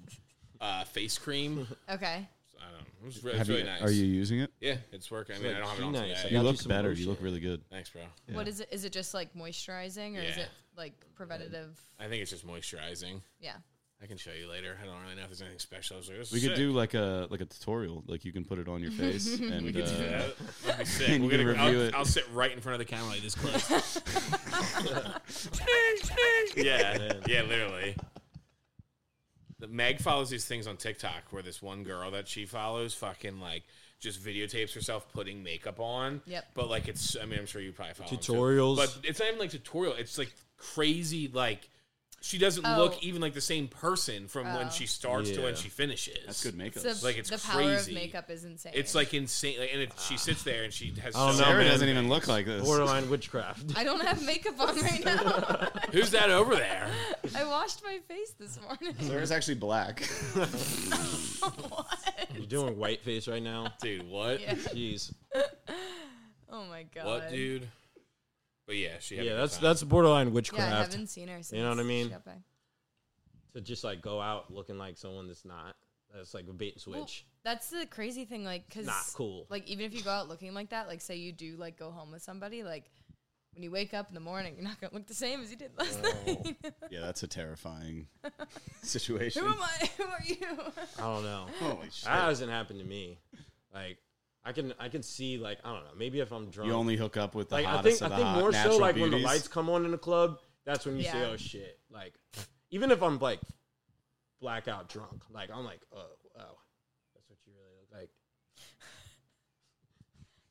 [SPEAKER 16] uh, face cream.
[SPEAKER 17] Okay.
[SPEAKER 16] I don't know. It was re- it's
[SPEAKER 15] Have you-
[SPEAKER 16] really nice.
[SPEAKER 15] Are you using it?
[SPEAKER 16] Yeah, it's working. I mean, I don't have it on
[SPEAKER 18] Nice.
[SPEAKER 16] today.
[SPEAKER 18] Yeah,
[SPEAKER 15] You
[SPEAKER 18] I'll do
[SPEAKER 15] look
[SPEAKER 18] some
[SPEAKER 15] better.
[SPEAKER 18] more
[SPEAKER 15] You look
[SPEAKER 18] shit.
[SPEAKER 15] really good.
[SPEAKER 16] Thanks, bro.
[SPEAKER 17] What is it? Is it just like moisturizing, or is
[SPEAKER 16] Yeah.
[SPEAKER 17] it like preventative?
[SPEAKER 16] I think it's just moisturizing.
[SPEAKER 17] Yeah.
[SPEAKER 16] I can show you later. I don't really know if there's anything special. I was like, this is
[SPEAKER 15] We could
[SPEAKER 16] sick.
[SPEAKER 15] do like a like a tutorial. Like you can put it on your face and
[SPEAKER 16] We could do
[SPEAKER 15] uh,
[SPEAKER 16] that. That'd be sick.
[SPEAKER 15] and
[SPEAKER 16] We're
[SPEAKER 15] you can
[SPEAKER 16] gonna, I'll,
[SPEAKER 15] review it.
[SPEAKER 16] I'll sit right in front of the camera like this close. yeah, yeah, literally. The Meg follows these things on TikTok where this one girl that she follows fucking like just videotapes herself putting makeup on.
[SPEAKER 17] Yep.
[SPEAKER 16] But like it's, I mean, I'm sure you probably follow them, too.
[SPEAKER 18] Tutorials.
[SPEAKER 16] But it's not even like tutorial. It's like crazy. Like she doesn't
[SPEAKER 17] Oh.
[SPEAKER 16] look even like the same person from when
[SPEAKER 17] Oh.
[SPEAKER 16] she starts to when
[SPEAKER 18] Yeah.
[SPEAKER 16] she finishes.
[SPEAKER 15] that's good makeup.
[SPEAKER 17] So
[SPEAKER 16] Like, it's
[SPEAKER 17] the power of
[SPEAKER 16] crazy.
[SPEAKER 17] makeup is insane.
[SPEAKER 16] It's like insane, like, and it, she sits there and she has.
[SPEAKER 18] I don't
[SPEAKER 16] so
[SPEAKER 18] know,
[SPEAKER 15] Sarah
[SPEAKER 16] many
[SPEAKER 15] doesn't
[SPEAKER 16] things.
[SPEAKER 15] even look like this.
[SPEAKER 18] Borderline witchcraft.
[SPEAKER 17] I don't have makeup on right now.
[SPEAKER 16] Who's that
[SPEAKER 17] Oh
[SPEAKER 16] over there?
[SPEAKER 17] I washed my face this morning.
[SPEAKER 15] Sarah's actually black.
[SPEAKER 17] what?
[SPEAKER 18] You're doing whiteface right now?
[SPEAKER 16] Dude, what?
[SPEAKER 17] Yeah.
[SPEAKER 18] Jeez.
[SPEAKER 17] Oh my god.
[SPEAKER 16] What, dude? But yeah, she. Had a
[SPEAKER 18] Yeah,
[SPEAKER 16] good
[SPEAKER 18] that's
[SPEAKER 16] time.
[SPEAKER 18] that's borderline
[SPEAKER 17] Yeah, I
[SPEAKER 18] witchcraft
[SPEAKER 17] haven't seen her. Since
[SPEAKER 18] You know what I
[SPEAKER 17] she
[SPEAKER 18] mean?
[SPEAKER 17] got back.
[SPEAKER 18] to just like go out looking like someone that's not. That's like a bait and
[SPEAKER 17] Well,
[SPEAKER 18] switch.
[SPEAKER 17] that's the crazy thing, like, because
[SPEAKER 18] Not cool.
[SPEAKER 17] Like, even if you go out looking like that, like, say you do like go home with somebody, like, when you wake up in the morning, you're not gonna look the same as you did last night.
[SPEAKER 15] Yeah, that's a terrifying situation.
[SPEAKER 17] Who am I? Who are you?
[SPEAKER 18] I don't know.
[SPEAKER 15] Holy shit!
[SPEAKER 18] That hasn't happened to me. Like I can I can see like I don't know maybe if I'm drunk
[SPEAKER 15] You only hook up with the
[SPEAKER 18] like, I
[SPEAKER 15] hottest
[SPEAKER 18] think
[SPEAKER 15] of the
[SPEAKER 18] I think
[SPEAKER 15] hot
[SPEAKER 18] more so
[SPEAKER 15] natural
[SPEAKER 18] like when the
[SPEAKER 15] beauties.
[SPEAKER 18] lights come on in the club that's when you say
[SPEAKER 15] Yeah.
[SPEAKER 18] oh shit like even if I'm like blackout drunk like I'm like oh wow that's what you really look like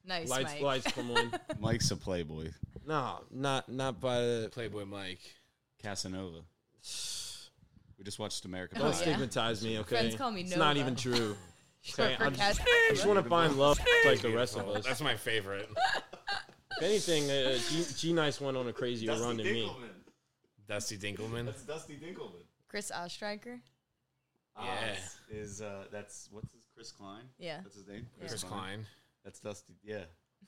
[SPEAKER 17] Nice,
[SPEAKER 18] lights
[SPEAKER 17] Mike.
[SPEAKER 18] lights come on
[SPEAKER 15] Mike's a playboy.
[SPEAKER 18] No, not not by the
[SPEAKER 16] Playboy Mike.
[SPEAKER 15] Casanova. We just watched America.
[SPEAKER 16] Oh,
[SPEAKER 18] Don't
[SPEAKER 15] Pie.
[SPEAKER 18] stigmatize me, okay?
[SPEAKER 17] Oh, Friends call me
[SPEAKER 18] It's not
[SPEAKER 17] Nova.
[SPEAKER 18] even true.
[SPEAKER 17] Short
[SPEAKER 18] Okay,
[SPEAKER 17] for
[SPEAKER 18] I'm just,
[SPEAKER 17] Cas-
[SPEAKER 18] I just want to find love like the rest of
[SPEAKER 16] Beautiful.
[SPEAKER 18] us.
[SPEAKER 16] That's my favorite.
[SPEAKER 18] If anything, uh, G, G Nice went on a crazier run than me.
[SPEAKER 16] Dusty Dinkelman.
[SPEAKER 15] That's Dusty Dinkelman.
[SPEAKER 17] Chris Ostriker.
[SPEAKER 16] Yeah.
[SPEAKER 15] Oz is uh, that's what's his Chris Klein?
[SPEAKER 17] Yeah.
[SPEAKER 15] that's his name.
[SPEAKER 17] Yeah.
[SPEAKER 16] Chris Klein.
[SPEAKER 15] That's Dusty. Yeah,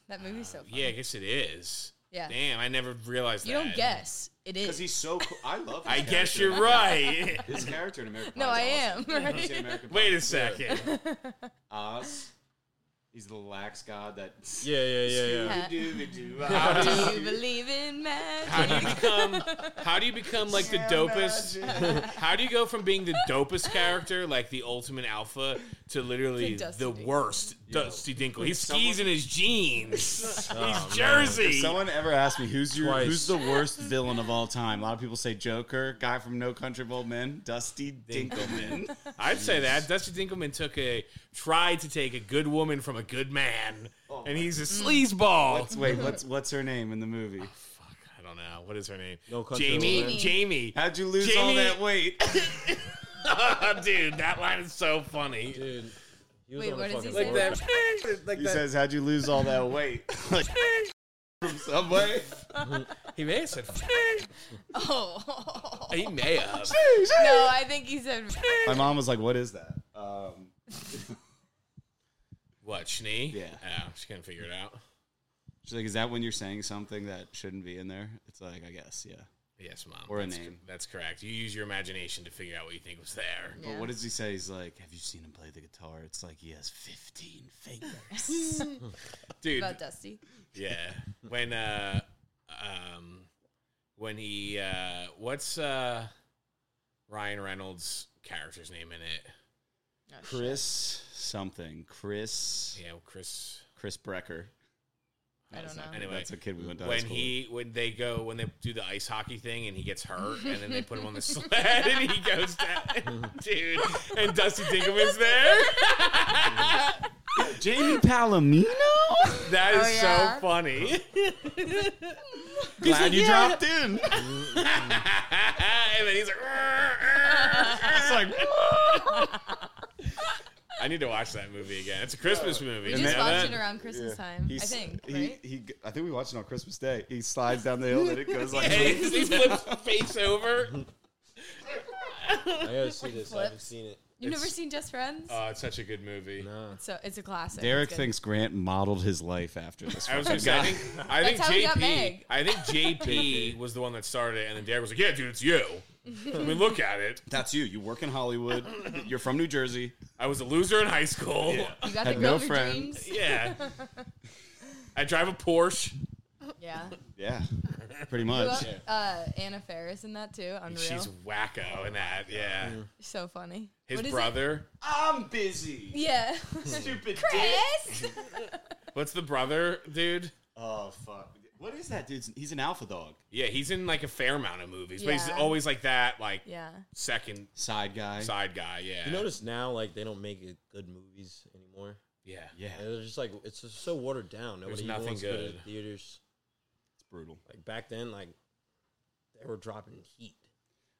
[SPEAKER 17] That movie's so funny.
[SPEAKER 16] Yeah, I guess it is.
[SPEAKER 17] Yeah.
[SPEAKER 16] Damn, I never realized
[SPEAKER 17] You
[SPEAKER 16] that.
[SPEAKER 17] don't guess. It is.
[SPEAKER 15] because he's so. Cool. I love.
[SPEAKER 16] I
[SPEAKER 15] his
[SPEAKER 16] guess
[SPEAKER 15] character.
[SPEAKER 16] you're right.
[SPEAKER 15] His character in American
[SPEAKER 17] No,
[SPEAKER 15] Pie
[SPEAKER 17] I
[SPEAKER 15] is
[SPEAKER 17] am.
[SPEAKER 15] awesome. Have you seen
[SPEAKER 17] Right?
[SPEAKER 15] American Pie?
[SPEAKER 16] Wait a second.
[SPEAKER 15] Oz. He's the lax god that.
[SPEAKER 18] Yeah, yeah, yeah,
[SPEAKER 17] yeah.
[SPEAKER 15] Scooby-Dooby-Doo.
[SPEAKER 16] How do
[SPEAKER 17] Do
[SPEAKER 16] you-
[SPEAKER 17] you believe in
[SPEAKER 16] How do you
[SPEAKER 17] magic?
[SPEAKER 16] become? Um, How do you become like the dopest? How do you go from being the dopest character, like the ultimate alpha, to literally
[SPEAKER 17] To Dusty
[SPEAKER 16] the
[SPEAKER 17] Dinkle.
[SPEAKER 16] worst
[SPEAKER 15] Yo.
[SPEAKER 16] Dusty Dinkle? He
[SPEAKER 15] If
[SPEAKER 16] skis in his jeans.
[SPEAKER 15] Oh, man.
[SPEAKER 16] He's Jersey.
[SPEAKER 15] If someone ever asked me who's your
[SPEAKER 18] Twice.
[SPEAKER 15] who's the worst villain of all time, a lot of people say Joker, guy from No Country for Old Men, Dusty Dinkelman.
[SPEAKER 16] I'd say that Dusty Dinkelman took a tried to take a good woman from a good man,
[SPEAKER 15] Oh
[SPEAKER 16] and he's a
[SPEAKER 15] Mm.
[SPEAKER 16] sleazeball.
[SPEAKER 15] What's, wait, what's what's her name in the movie?
[SPEAKER 16] I don't know what is her name.
[SPEAKER 18] No country over
[SPEAKER 16] Jamie.
[SPEAKER 18] there.
[SPEAKER 16] Jamie.
[SPEAKER 15] How'd you lose all
[SPEAKER 16] Jamie-
[SPEAKER 15] that weight?
[SPEAKER 16] Dude, that line is so funny.
[SPEAKER 18] Dude, he was
[SPEAKER 17] Wait,
[SPEAKER 18] on
[SPEAKER 17] what
[SPEAKER 18] a
[SPEAKER 17] does he
[SPEAKER 18] fucking
[SPEAKER 17] say?
[SPEAKER 18] roll.
[SPEAKER 16] like
[SPEAKER 15] he says, "How'd you lose all that weight?" Like, from Subway.
[SPEAKER 16] He may have said.
[SPEAKER 17] Oh.
[SPEAKER 16] He may have.
[SPEAKER 17] No, I think he said.
[SPEAKER 15] My mom was like, "What is that?" Um,
[SPEAKER 16] What, Schnee?
[SPEAKER 15] Yeah.
[SPEAKER 16] Oh, she couldn't figure it out.
[SPEAKER 15] she's like, "Is that when you're saying something that shouldn't be in there?" It's like, I guess, yeah.
[SPEAKER 16] Yes, mom.
[SPEAKER 15] Or a
[SPEAKER 16] that's,
[SPEAKER 15] name.
[SPEAKER 16] That's correct. You use your imagination to figure out what you think was there.
[SPEAKER 15] But what does he say? He's like, "Have you seen him play the guitar?" It's like he has 15 fingers.
[SPEAKER 16] Dude,
[SPEAKER 17] Mm, About Dusty.
[SPEAKER 16] yeah. When, uh, um, when he, uh, what's, uh, Ryan Reynolds' character's name in it?
[SPEAKER 15] Chris something. Chris
[SPEAKER 16] Yeah, Chris.
[SPEAKER 15] Chris Brecker.
[SPEAKER 17] I don't know.
[SPEAKER 16] Anyway,
[SPEAKER 15] That's a kid we went to high
[SPEAKER 16] when
[SPEAKER 15] school
[SPEAKER 16] he when they go when they do the ice hockey thing and he gets hurt and then they put him on the sled and he goes down, dude, and Dusty Dinkelman's there.
[SPEAKER 15] with. Jamie Palomino?
[SPEAKER 16] That is
[SPEAKER 17] Oh, yeah.
[SPEAKER 16] so funny.
[SPEAKER 15] Glad you
[SPEAKER 16] yeah.
[SPEAKER 15] dropped in.
[SPEAKER 16] and then he's like, it's like. I need to watch that movie again. It's a Christmas movie.
[SPEAKER 17] We
[SPEAKER 16] you
[SPEAKER 17] just
[SPEAKER 16] know
[SPEAKER 17] watched it
[SPEAKER 16] that?
[SPEAKER 17] around Christmas time. I think.
[SPEAKER 15] He,
[SPEAKER 17] right?
[SPEAKER 15] he, I think we watched it on Christmas Day. He slides down the hill and it goes like.
[SPEAKER 16] Hey, he flips face over.
[SPEAKER 18] I gotta see this. I haven't
[SPEAKER 17] Flips.
[SPEAKER 18] seen it.
[SPEAKER 17] You've never
[SPEAKER 16] it's-
[SPEAKER 17] seen Just Friends?
[SPEAKER 16] Oh, it's such a good movie.
[SPEAKER 18] No.
[SPEAKER 17] so it's a classic.
[SPEAKER 15] Uh, Derek
[SPEAKER 17] It's good.
[SPEAKER 15] thinks Grant modeled his life after this.
[SPEAKER 16] I was
[SPEAKER 15] fucking
[SPEAKER 16] gonna say, I
[SPEAKER 15] guy.
[SPEAKER 16] think, I think
[SPEAKER 17] That's how we got
[SPEAKER 16] JP,
[SPEAKER 17] Meg.
[SPEAKER 16] I think JP was the one that started it, and then Derek was like, "Yeah, dude, it's you." I mean, look at it.
[SPEAKER 15] That's you. You work in Hollywood. You're from New Jersey.
[SPEAKER 16] I was a loser in high school.
[SPEAKER 17] You got
[SPEAKER 15] had
[SPEAKER 17] the
[SPEAKER 15] no
[SPEAKER 17] girl of your
[SPEAKER 15] friends.
[SPEAKER 17] dreams.
[SPEAKER 16] Yeah. I drive a Porsche.
[SPEAKER 17] Yeah.
[SPEAKER 15] Yeah, pretty
[SPEAKER 17] Well,
[SPEAKER 15] much.
[SPEAKER 17] uh, Anna Faris in that too. Unreal.
[SPEAKER 16] She's wacko in that. Yeah.
[SPEAKER 17] so funny.
[SPEAKER 16] His
[SPEAKER 17] What is it?
[SPEAKER 16] brother.
[SPEAKER 15] I'm busy.
[SPEAKER 17] Yeah.
[SPEAKER 15] Stupid
[SPEAKER 17] Chris.
[SPEAKER 16] What's the brother, dude?
[SPEAKER 15] Oh fuck! What is that dude? He's an alpha dog.
[SPEAKER 16] Yeah, he's in like a fair amount of movies, but he's
[SPEAKER 17] Yeah.
[SPEAKER 16] always like that, like
[SPEAKER 17] yeah.
[SPEAKER 16] second
[SPEAKER 15] Side guy.
[SPEAKER 16] side guy. Yeah.
[SPEAKER 18] You notice now, like they don't make it good movies anymore.
[SPEAKER 16] Yeah.
[SPEAKER 15] Yeah, it's
[SPEAKER 18] They're just like it's just so watered down.
[SPEAKER 16] There's
[SPEAKER 18] Nobody
[SPEAKER 16] nothing
[SPEAKER 18] wants to go to
[SPEAKER 16] good.
[SPEAKER 18] the theaters.
[SPEAKER 15] brutal.
[SPEAKER 18] Like back then, like they were dropping heat,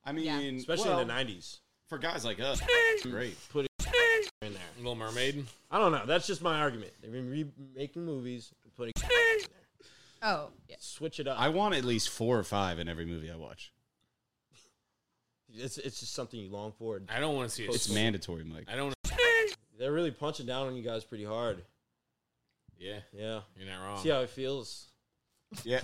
[SPEAKER 16] Mm,
[SPEAKER 15] I mean,
[SPEAKER 18] especially
[SPEAKER 15] well,
[SPEAKER 18] in the '90s.
[SPEAKER 15] for guys like us, great.
[SPEAKER 18] Put it in there.
[SPEAKER 16] Little Mermaid.
[SPEAKER 18] I don't know. That's just my argument. They've been remaking movies, and putting
[SPEAKER 17] Oh. Yeah.
[SPEAKER 18] switch it up.
[SPEAKER 15] I want at least four or five in every movie I watch.
[SPEAKER 18] it's it's just something you long for.
[SPEAKER 16] I don't want to see it.
[SPEAKER 15] It's mandatory, Mike.
[SPEAKER 16] I don't.
[SPEAKER 18] They're really punching down on you guys pretty hard.
[SPEAKER 16] Yeah.
[SPEAKER 18] Yeah.
[SPEAKER 16] You're not wrong.
[SPEAKER 18] See how it feels.
[SPEAKER 15] Yeah,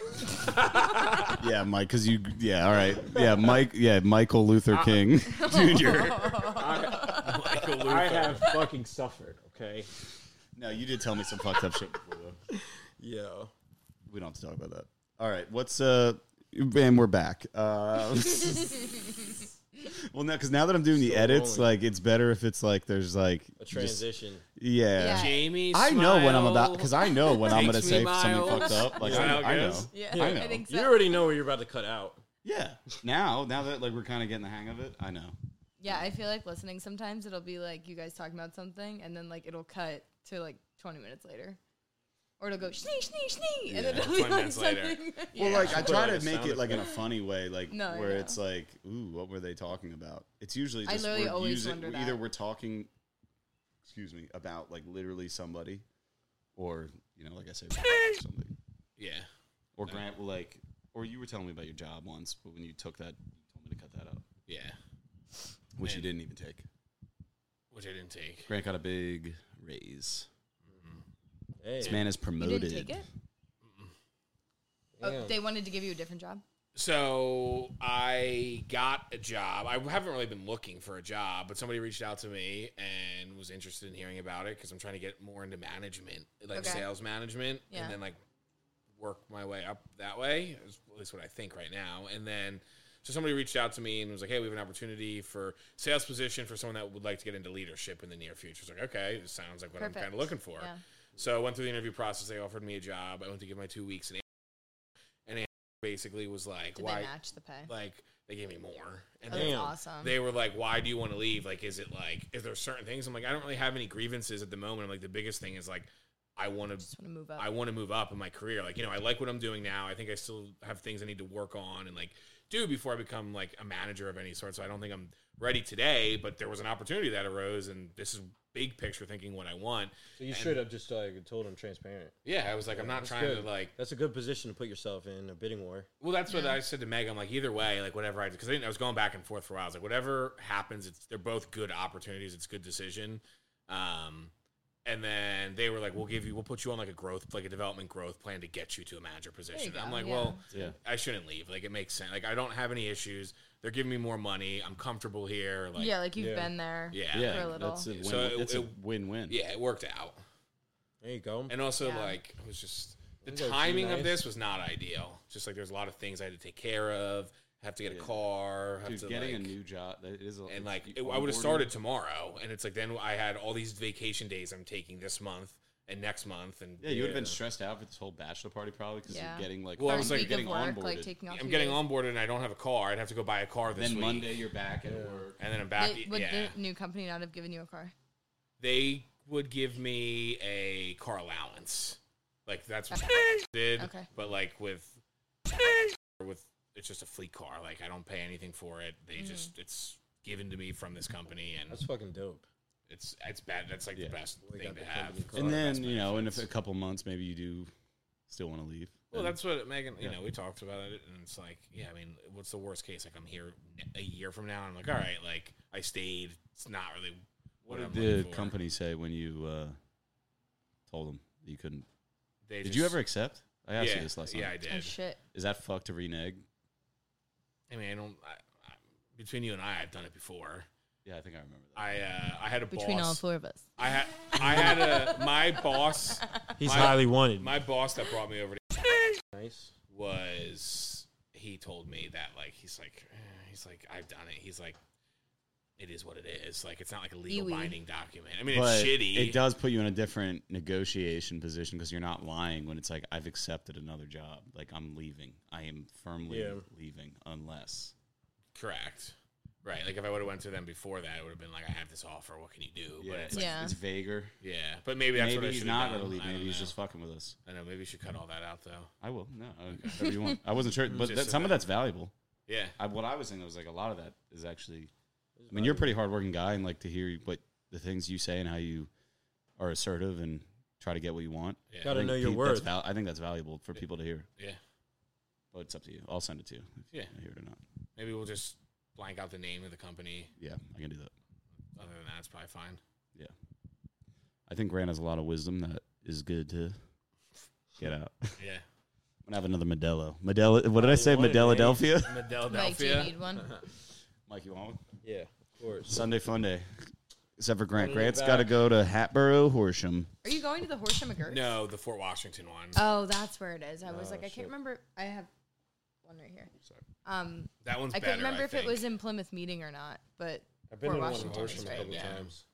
[SPEAKER 15] yeah, Mike. Because you, yeah, all right, yeah, Mike, yeah, Michael Luther
[SPEAKER 16] Uh-uh.
[SPEAKER 15] King Jr.
[SPEAKER 16] Michael Luther.
[SPEAKER 18] I have fucking suffered. Okay.
[SPEAKER 15] No, you did tell me some fucked up shit before, though.
[SPEAKER 18] Yeah.
[SPEAKER 15] We don't have to talk about that. All right, what's uh, and we're back. Uh, Well, no, because now that I'm doing the
[SPEAKER 18] Still
[SPEAKER 15] edits,
[SPEAKER 18] rolling.
[SPEAKER 15] like it's better if it's like there's like
[SPEAKER 18] A
[SPEAKER 15] just-
[SPEAKER 18] transition.
[SPEAKER 15] yeah.
[SPEAKER 18] Yeah.
[SPEAKER 16] Jamie,
[SPEAKER 15] I know when I'm about
[SPEAKER 16] smile.
[SPEAKER 15] because I know when I'm
[SPEAKER 16] Takes
[SPEAKER 15] gonna
[SPEAKER 16] me
[SPEAKER 15] say something
[SPEAKER 16] miles.
[SPEAKER 15] fucked up. Like
[SPEAKER 16] Is that how it
[SPEAKER 15] I, I know.
[SPEAKER 16] goes?
[SPEAKER 17] Yeah,
[SPEAKER 15] I
[SPEAKER 17] I
[SPEAKER 15] know.
[SPEAKER 17] think so.
[SPEAKER 18] You already know what you're about to cut out.
[SPEAKER 15] Yeah. Now, now that like we're kind of getting the hang of it, I know.
[SPEAKER 17] Yeah, I feel like listening sometimes it'll be like you guys talking about something and then like it'll cut to like 20 minutes later. Or it'll go sneeze, sneeze, sneeze. And then
[SPEAKER 15] Yeah.
[SPEAKER 17] it'll be
[SPEAKER 15] 20
[SPEAKER 17] like
[SPEAKER 15] minutes later.
[SPEAKER 17] something.
[SPEAKER 15] Well, like I
[SPEAKER 18] Put
[SPEAKER 15] try
[SPEAKER 18] it
[SPEAKER 15] to
[SPEAKER 18] in a
[SPEAKER 15] make
[SPEAKER 18] sound
[SPEAKER 15] it like in a
[SPEAKER 18] effect.
[SPEAKER 15] funny way, like
[SPEAKER 17] No, I
[SPEAKER 15] where
[SPEAKER 17] know.
[SPEAKER 15] it's like, ooh, what were they talking about? It's usually
[SPEAKER 17] I
[SPEAKER 15] just
[SPEAKER 17] literally
[SPEAKER 15] we're
[SPEAKER 17] always
[SPEAKER 15] using,
[SPEAKER 17] wonder
[SPEAKER 15] either
[SPEAKER 17] that.
[SPEAKER 15] we're talking, excuse me, about like literally somebody, or you know, like I said, something.
[SPEAKER 16] Yeah.
[SPEAKER 15] Or Grant will like, or you were telling me about your job once, but when you took that, you told me to cut that out,
[SPEAKER 16] Yeah.
[SPEAKER 15] which you
[SPEAKER 16] Man.
[SPEAKER 15] didn't even take.
[SPEAKER 16] Which I didn't take.
[SPEAKER 15] Grant got a big raise. This
[SPEAKER 16] Mm-hmm.
[SPEAKER 18] Hey.
[SPEAKER 15] man is
[SPEAKER 17] You
[SPEAKER 15] promoted.
[SPEAKER 17] didn't take it? Oh,
[SPEAKER 18] Damn.
[SPEAKER 17] they wanted to give you a different job?
[SPEAKER 16] So I got a job. I haven't really been looking for a job, but somebody reached out to me and was interested in hearing about it because I'm trying to get more into management, like
[SPEAKER 17] Okay.
[SPEAKER 16] sales management,
[SPEAKER 17] Yeah.
[SPEAKER 16] and then like work my way up that way. Is at least what I think right now. And then so somebody reached out to me and was like, "Hey, we have an opportunity for sales position for someone that would like to get into leadership in the near future." It's like, okay, it sounds like what I'm kind
[SPEAKER 17] Perfect.
[SPEAKER 16] of looking for.
[SPEAKER 17] Yeah.
[SPEAKER 16] So I went through the interview process. They offered me a job. I went to give my two weeks, and and basically was like,
[SPEAKER 17] Did
[SPEAKER 16] "Why?"
[SPEAKER 17] they match the pay?
[SPEAKER 16] like they gave me more and
[SPEAKER 17] Oh,
[SPEAKER 16] they,
[SPEAKER 17] that's awesome.
[SPEAKER 16] they were like why do you want to leave like is it like is there certain things i'm like i don't really have any grievances at the moment i'm like the biggest thing is like i want to
[SPEAKER 17] just want to move up.
[SPEAKER 16] i want to move up in my career like you know i like what i'm doing now i think i still have things i need to work on and like do before i become like a manager of any sort so i don't think i'm ready today but there was an opportunity that arose and this is big picture thinking what i want
[SPEAKER 18] So you
[SPEAKER 16] And-
[SPEAKER 18] straight up just like told him transparent.
[SPEAKER 16] yeah i was like i'm not
[SPEAKER 18] That's
[SPEAKER 16] trying to
[SPEAKER 18] good.
[SPEAKER 16] like
[SPEAKER 18] That's a good position to put yourself in a bidding war.
[SPEAKER 16] Well, that's what I said to Meg. I'm like, either way, like whatever I because I, didn't- I was going back and forth for a while. I was like, whatever happens, it's they're both good opportunities. It's a good decision. Um, and then they were like, we'll give you, we'll put you on like a growth, like a development growth plan to get you to a manager position.
[SPEAKER 17] go,
[SPEAKER 16] I'm like,
[SPEAKER 17] yeah.
[SPEAKER 16] well,
[SPEAKER 15] Yeah.
[SPEAKER 16] I shouldn't leave. Like it makes sense. Like I don't have any issues. They're giving me more money. I'm comfortable here. Like
[SPEAKER 17] yeah, like you've
[SPEAKER 18] Yeah.
[SPEAKER 17] been there
[SPEAKER 16] Yeah.
[SPEAKER 17] for
[SPEAKER 15] yeah,
[SPEAKER 17] a little.
[SPEAKER 15] that's a win.
[SPEAKER 16] So it-
[SPEAKER 15] it's a
[SPEAKER 16] it-
[SPEAKER 15] win-win.
[SPEAKER 16] yeah, it worked out.
[SPEAKER 18] There you go.
[SPEAKER 16] And also,
[SPEAKER 17] Yeah.
[SPEAKER 16] like, it was just the
[SPEAKER 18] Those are
[SPEAKER 16] timing
[SPEAKER 18] nice.
[SPEAKER 16] of this was not ideal. Just like there's a lot of things I had to take care of. Have to get a car. Have
[SPEAKER 15] Dude,
[SPEAKER 16] to,
[SPEAKER 15] getting
[SPEAKER 16] like-
[SPEAKER 15] a new job that is a,
[SPEAKER 16] and like it, I would have started tomorrow, and it's like then I had all these vacation days I'm taking this month and next month, and
[SPEAKER 15] Yeah, you would have been
[SPEAKER 18] Yeah.
[SPEAKER 15] stressed out for this whole bachelor party probably because
[SPEAKER 17] Yeah.
[SPEAKER 15] you're getting like
[SPEAKER 16] Well, I
[SPEAKER 15] I'm
[SPEAKER 16] was,
[SPEAKER 17] First
[SPEAKER 16] like,
[SPEAKER 17] week
[SPEAKER 15] getting
[SPEAKER 17] of work,
[SPEAKER 15] onboarded.
[SPEAKER 17] like taking off.
[SPEAKER 16] I'm
[SPEAKER 17] two
[SPEAKER 16] getting
[SPEAKER 17] days.
[SPEAKER 16] onboarded, and I don't have a car. I'd have to go buy a car this
[SPEAKER 15] then
[SPEAKER 16] week,
[SPEAKER 15] Monday you're back at work.
[SPEAKER 16] and then I'm back.
[SPEAKER 17] They- would
[SPEAKER 16] yeah,
[SPEAKER 17] the new company not have given you a car?
[SPEAKER 16] they would give me a car allowance. Like that's what did,
[SPEAKER 17] Okay.
[SPEAKER 16] but like with with it's just a fleet car. Like I don't pay anything for it.
[SPEAKER 17] Mm-hmm.
[SPEAKER 16] They just it's given to me from this company, and
[SPEAKER 18] That's fucking dope.
[SPEAKER 16] it's it's bad. That's like
[SPEAKER 15] Yeah.
[SPEAKER 16] the best
[SPEAKER 18] We
[SPEAKER 16] thing
[SPEAKER 18] got
[SPEAKER 16] to
[SPEAKER 18] the
[SPEAKER 16] have.
[SPEAKER 18] company car.
[SPEAKER 15] And
[SPEAKER 18] Well,
[SPEAKER 15] then
[SPEAKER 16] Best
[SPEAKER 15] you know, and if
[SPEAKER 16] benefits.
[SPEAKER 15] a couple months maybe you do still want to leave.
[SPEAKER 16] Well,
[SPEAKER 15] then-
[SPEAKER 16] that's what Megan. You
[SPEAKER 15] Yeah.
[SPEAKER 16] know, we talked about it, and it's like, yeah, I mean, what's the worst case? Like, I'm here a year from now, and I'm like, all right, like I stayed. It's not really what,
[SPEAKER 15] what
[SPEAKER 16] I'm
[SPEAKER 15] did
[SPEAKER 16] looking
[SPEAKER 15] the
[SPEAKER 16] for.
[SPEAKER 15] company say when you uh, told them you couldn't?
[SPEAKER 16] They
[SPEAKER 15] Did
[SPEAKER 16] just-
[SPEAKER 15] you ever accept? I asked
[SPEAKER 16] yeah,
[SPEAKER 15] you this last time.
[SPEAKER 16] Yeah, I did.
[SPEAKER 17] Oh shit!
[SPEAKER 15] Is that fuck to renege?
[SPEAKER 16] I mean, I don't. I, I, between you and I, I've done it before.
[SPEAKER 15] Yeah, I think I remember that.
[SPEAKER 16] I uh, I had a
[SPEAKER 17] Between
[SPEAKER 16] boss.
[SPEAKER 17] all four of us,
[SPEAKER 16] I had I had a my boss.
[SPEAKER 18] He's
[SPEAKER 16] my-
[SPEAKER 18] highly wanted.
[SPEAKER 16] My boss that brought me over to
[SPEAKER 18] nice.
[SPEAKER 16] was he told me that like he's like eh, he's like I've done it. He's like it is what it is. Like it's not like a legal
[SPEAKER 17] Iwi.
[SPEAKER 16] binding document. I mean,
[SPEAKER 15] But
[SPEAKER 16] it's shitty.
[SPEAKER 15] It does put you in a different negotiation position because you're not lying when it's like I've accepted another job. Like I'm leaving. I am firmly
[SPEAKER 18] Yeah.
[SPEAKER 15] leaving unless.
[SPEAKER 16] Correct. Right. Like if I would have went to them before that, it would have been like, I have this offer. What can you do?
[SPEAKER 15] Yeah,
[SPEAKER 16] But
[SPEAKER 15] it's,
[SPEAKER 16] it's
[SPEAKER 15] like,
[SPEAKER 16] like,
[SPEAKER 17] Yeah.
[SPEAKER 15] it's vaguer.
[SPEAKER 16] yeah. But maybe that's what
[SPEAKER 15] maybe
[SPEAKER 16] I
[SPEAKER 15] he's
[SPEAKER 16] should've
[SPEAKER 15] not
[SPEAKER 16] done.
[SPEAKER 15] gonna leave.
[SPEAKER 16] I don't
[SPEAKER 15] Maybe he's
[SPEAKER 16] know.
[SPEAKER 15] just fucking with us.
[SPEAKER 16] I know. Maybe we should cut all that out though.
[SPEAKER 15] I will. No, uh, whatever you want. I wasn't sure, but
[SPEAKER 16] Just
[SPEAKER 15] that,
[SPEAKER 16] so
[SPEAKER 15] some of
[SPEAKER 16] that-
[SPEAKER 15] that's valuable.
[SPEAKER 16] Yeah.
[SPEAKER 15] I, what I was thinking was like a lot of that is actually. I mean, you're a pretty hardworking guy, and like to hear what the things you say and how you are assertive and try to get what you want.
[SPEAKER 16] Yeah.
[SPEAKER 18] Gotta
[SPEAKER 15] I think
[SPEAKER 18] know your
[SPEAKER 15] pe- that's
[SPEAKER 18] worth.
[SPEAKER 15] val- I think that's valuable for people to hear.
[SPEAKER 16] Yeah.
[SPEAKER 15] But it's up to you. I'll send it to you. If
[SPEAKER 16] Yeah.
[SPEAKER 15] I hear it or not.
[SPEAKER 16] Maybe we'll just blank out the name of the company.
[SPEAKER 15] Yeah, I can do that.
[SPEAKER 16] Other than that, it's probably fine.
[SPEAKER 15] Yeah. I think Grant has a lot of wisdom that is good to get out. I'm
[SPEAKER 16] Yeah.
[SPEAKER 15] gonna have another Modelo. Modelo. What did I
[SPEAKER 18] I
[SPEAKER 15] say?
[SPEAKER 18] wanted an
[SPEAKER 15] Modelladelphia.
[SPEAKER 17] Mike, do you
[SPEAKER 16] Modelladelphia.
[SPEAKER 17] need one?
[SPEAKER 15] Mike, you want one?
[SPEAKER 18] Yeah, of course.
[SPEAKER 15] Sunday fun day. Except for Grant.
[SPEAKER 18] Put it
[SPEAKER 15] Grant's
[SPEAKER 18] back.
[SPEAKER 15] got to go to Hatboro, Horsham.
[SPEAKER 17] Are you going to the Horsham McGirt?
[SPEAKER 16] No, the Fort Washington one.
[SPEAKER 17] Oh, that's where it is. I was
[SPEAKER 18] Oh,
[SPEAKER 17] like, I
[SPEAKER 18] shit.
[SPEAKER 17] can't remember. I have. one right here.
[SPEAKER 16] Sorry.
[SPEAKER 17] Um,
[SPEAKER 16] That one's
[SPEAKER 17] I
[SPEAKER 16] better,
[SPEAKER 17] couldn't remember
[SPEAKER 16] I
[SPEAKER 17] if it was
[SPEAKER 16] think.
[SPEAKER 17] in Plymouth meeting or not, but
[SPEAKER 18] I've been
[SPEAKER 17] Fort
[SPEAKER 18] to one in
[SPEAKER 17] Washington is
[SPEAKER 18] Horsham a
[SPEAKER 17] right,
[SPEAKER 18] couple
[SPEAKER 17] yeah.
[SPEAKER 18] times.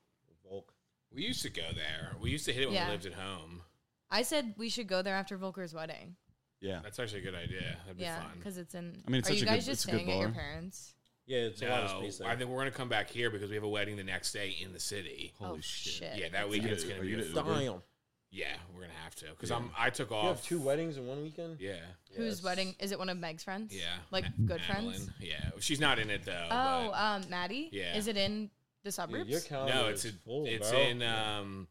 [SPEAKER 18] Volk.
[SPEAKER 16] We used to go there. We used to hit it when
[SPEAKER 17] Yeah.
[SPEAKER 16] we lived at home.
[SPEAKER 17] I said we should go there after Volker's wedding.
[SPEAKER 15] Yeah,
[SPEAKER 16] that's actually a good idea. That'd be
[SPEAKER 17] Yeah,
[SPEAKER 16] fun.
[SPEAKER 17] because it's in.
[SPEAKER 15] I mean, it's
[SPEAKER 17] are
[SPEAKER 15] such
[SPEAKER 17] you
[SPEAKER 15] a good-
[SPEAKER 17] guys just
[SPEAKER 15] it's a good
[SPEAKER 17] staying at your
[SPEAKER 15] bar.
[SPEAKER 17] parents?
[SPEAKER 18] Yeah, it's a
[SPEAKER 16] no,
[SPEAKER 18] lot of space there.
[SPEAKER 16] I think we're gonna come back here because we have a wedding the next day in the city.
[SPEAKER 17] Holy Oh, shit. shit.
[SPEAKER 16] Yeah, that
[SPEAKER 17] Are
[SPEAKER 16] weekend's
[SPEAKER 15] you
[SPEAKER 18] oh,
[SPEAKER 15] gonna- are
[SPEAKER 16] gonna be a
[SPEAKER 15] you gonna Uber?
[SPEAKER 16] full-
[SPEAKER 18] Damn.
[SPEAKER 16] Yeah, we're gonna have to because
[SPEAKER 18] Yeah.
[SPEAKER 16] I'm I took
[SPEAKER 18] You
[SPEAKER 16] off.
[SPEAKER 18] have two weddings in one weekend.
[SPEAKER 16] Yeah.
[SPEAKER 17] Whose wedding is it? One of Meg's friends?
[SPEAKER 16] Yeah.
[SPEAKER 17] like
[SPEAKER 16] Ma-
[SPEAKER 17] good friends.
[SPEAKER 16] Madeline. Yeah, she's not in it though.
[SPEAKER 17] Oh,
[SPEAKER 16] but-
[SPEAKER 17] um, Maddie.
[SPEAKER 16] Yeah.
[SPEAKER 17] Is it in the suburbs?
[SPEAKER 18] your calendar
[SPEAKER 16] no, it's
[SPEAKER 18] is
[SPEAKER 16] a-
[SPEAKER 18] full,
[SPEAKER 16] it's
[SPEAKER 18] bro.
[SPEAKER 16] in um,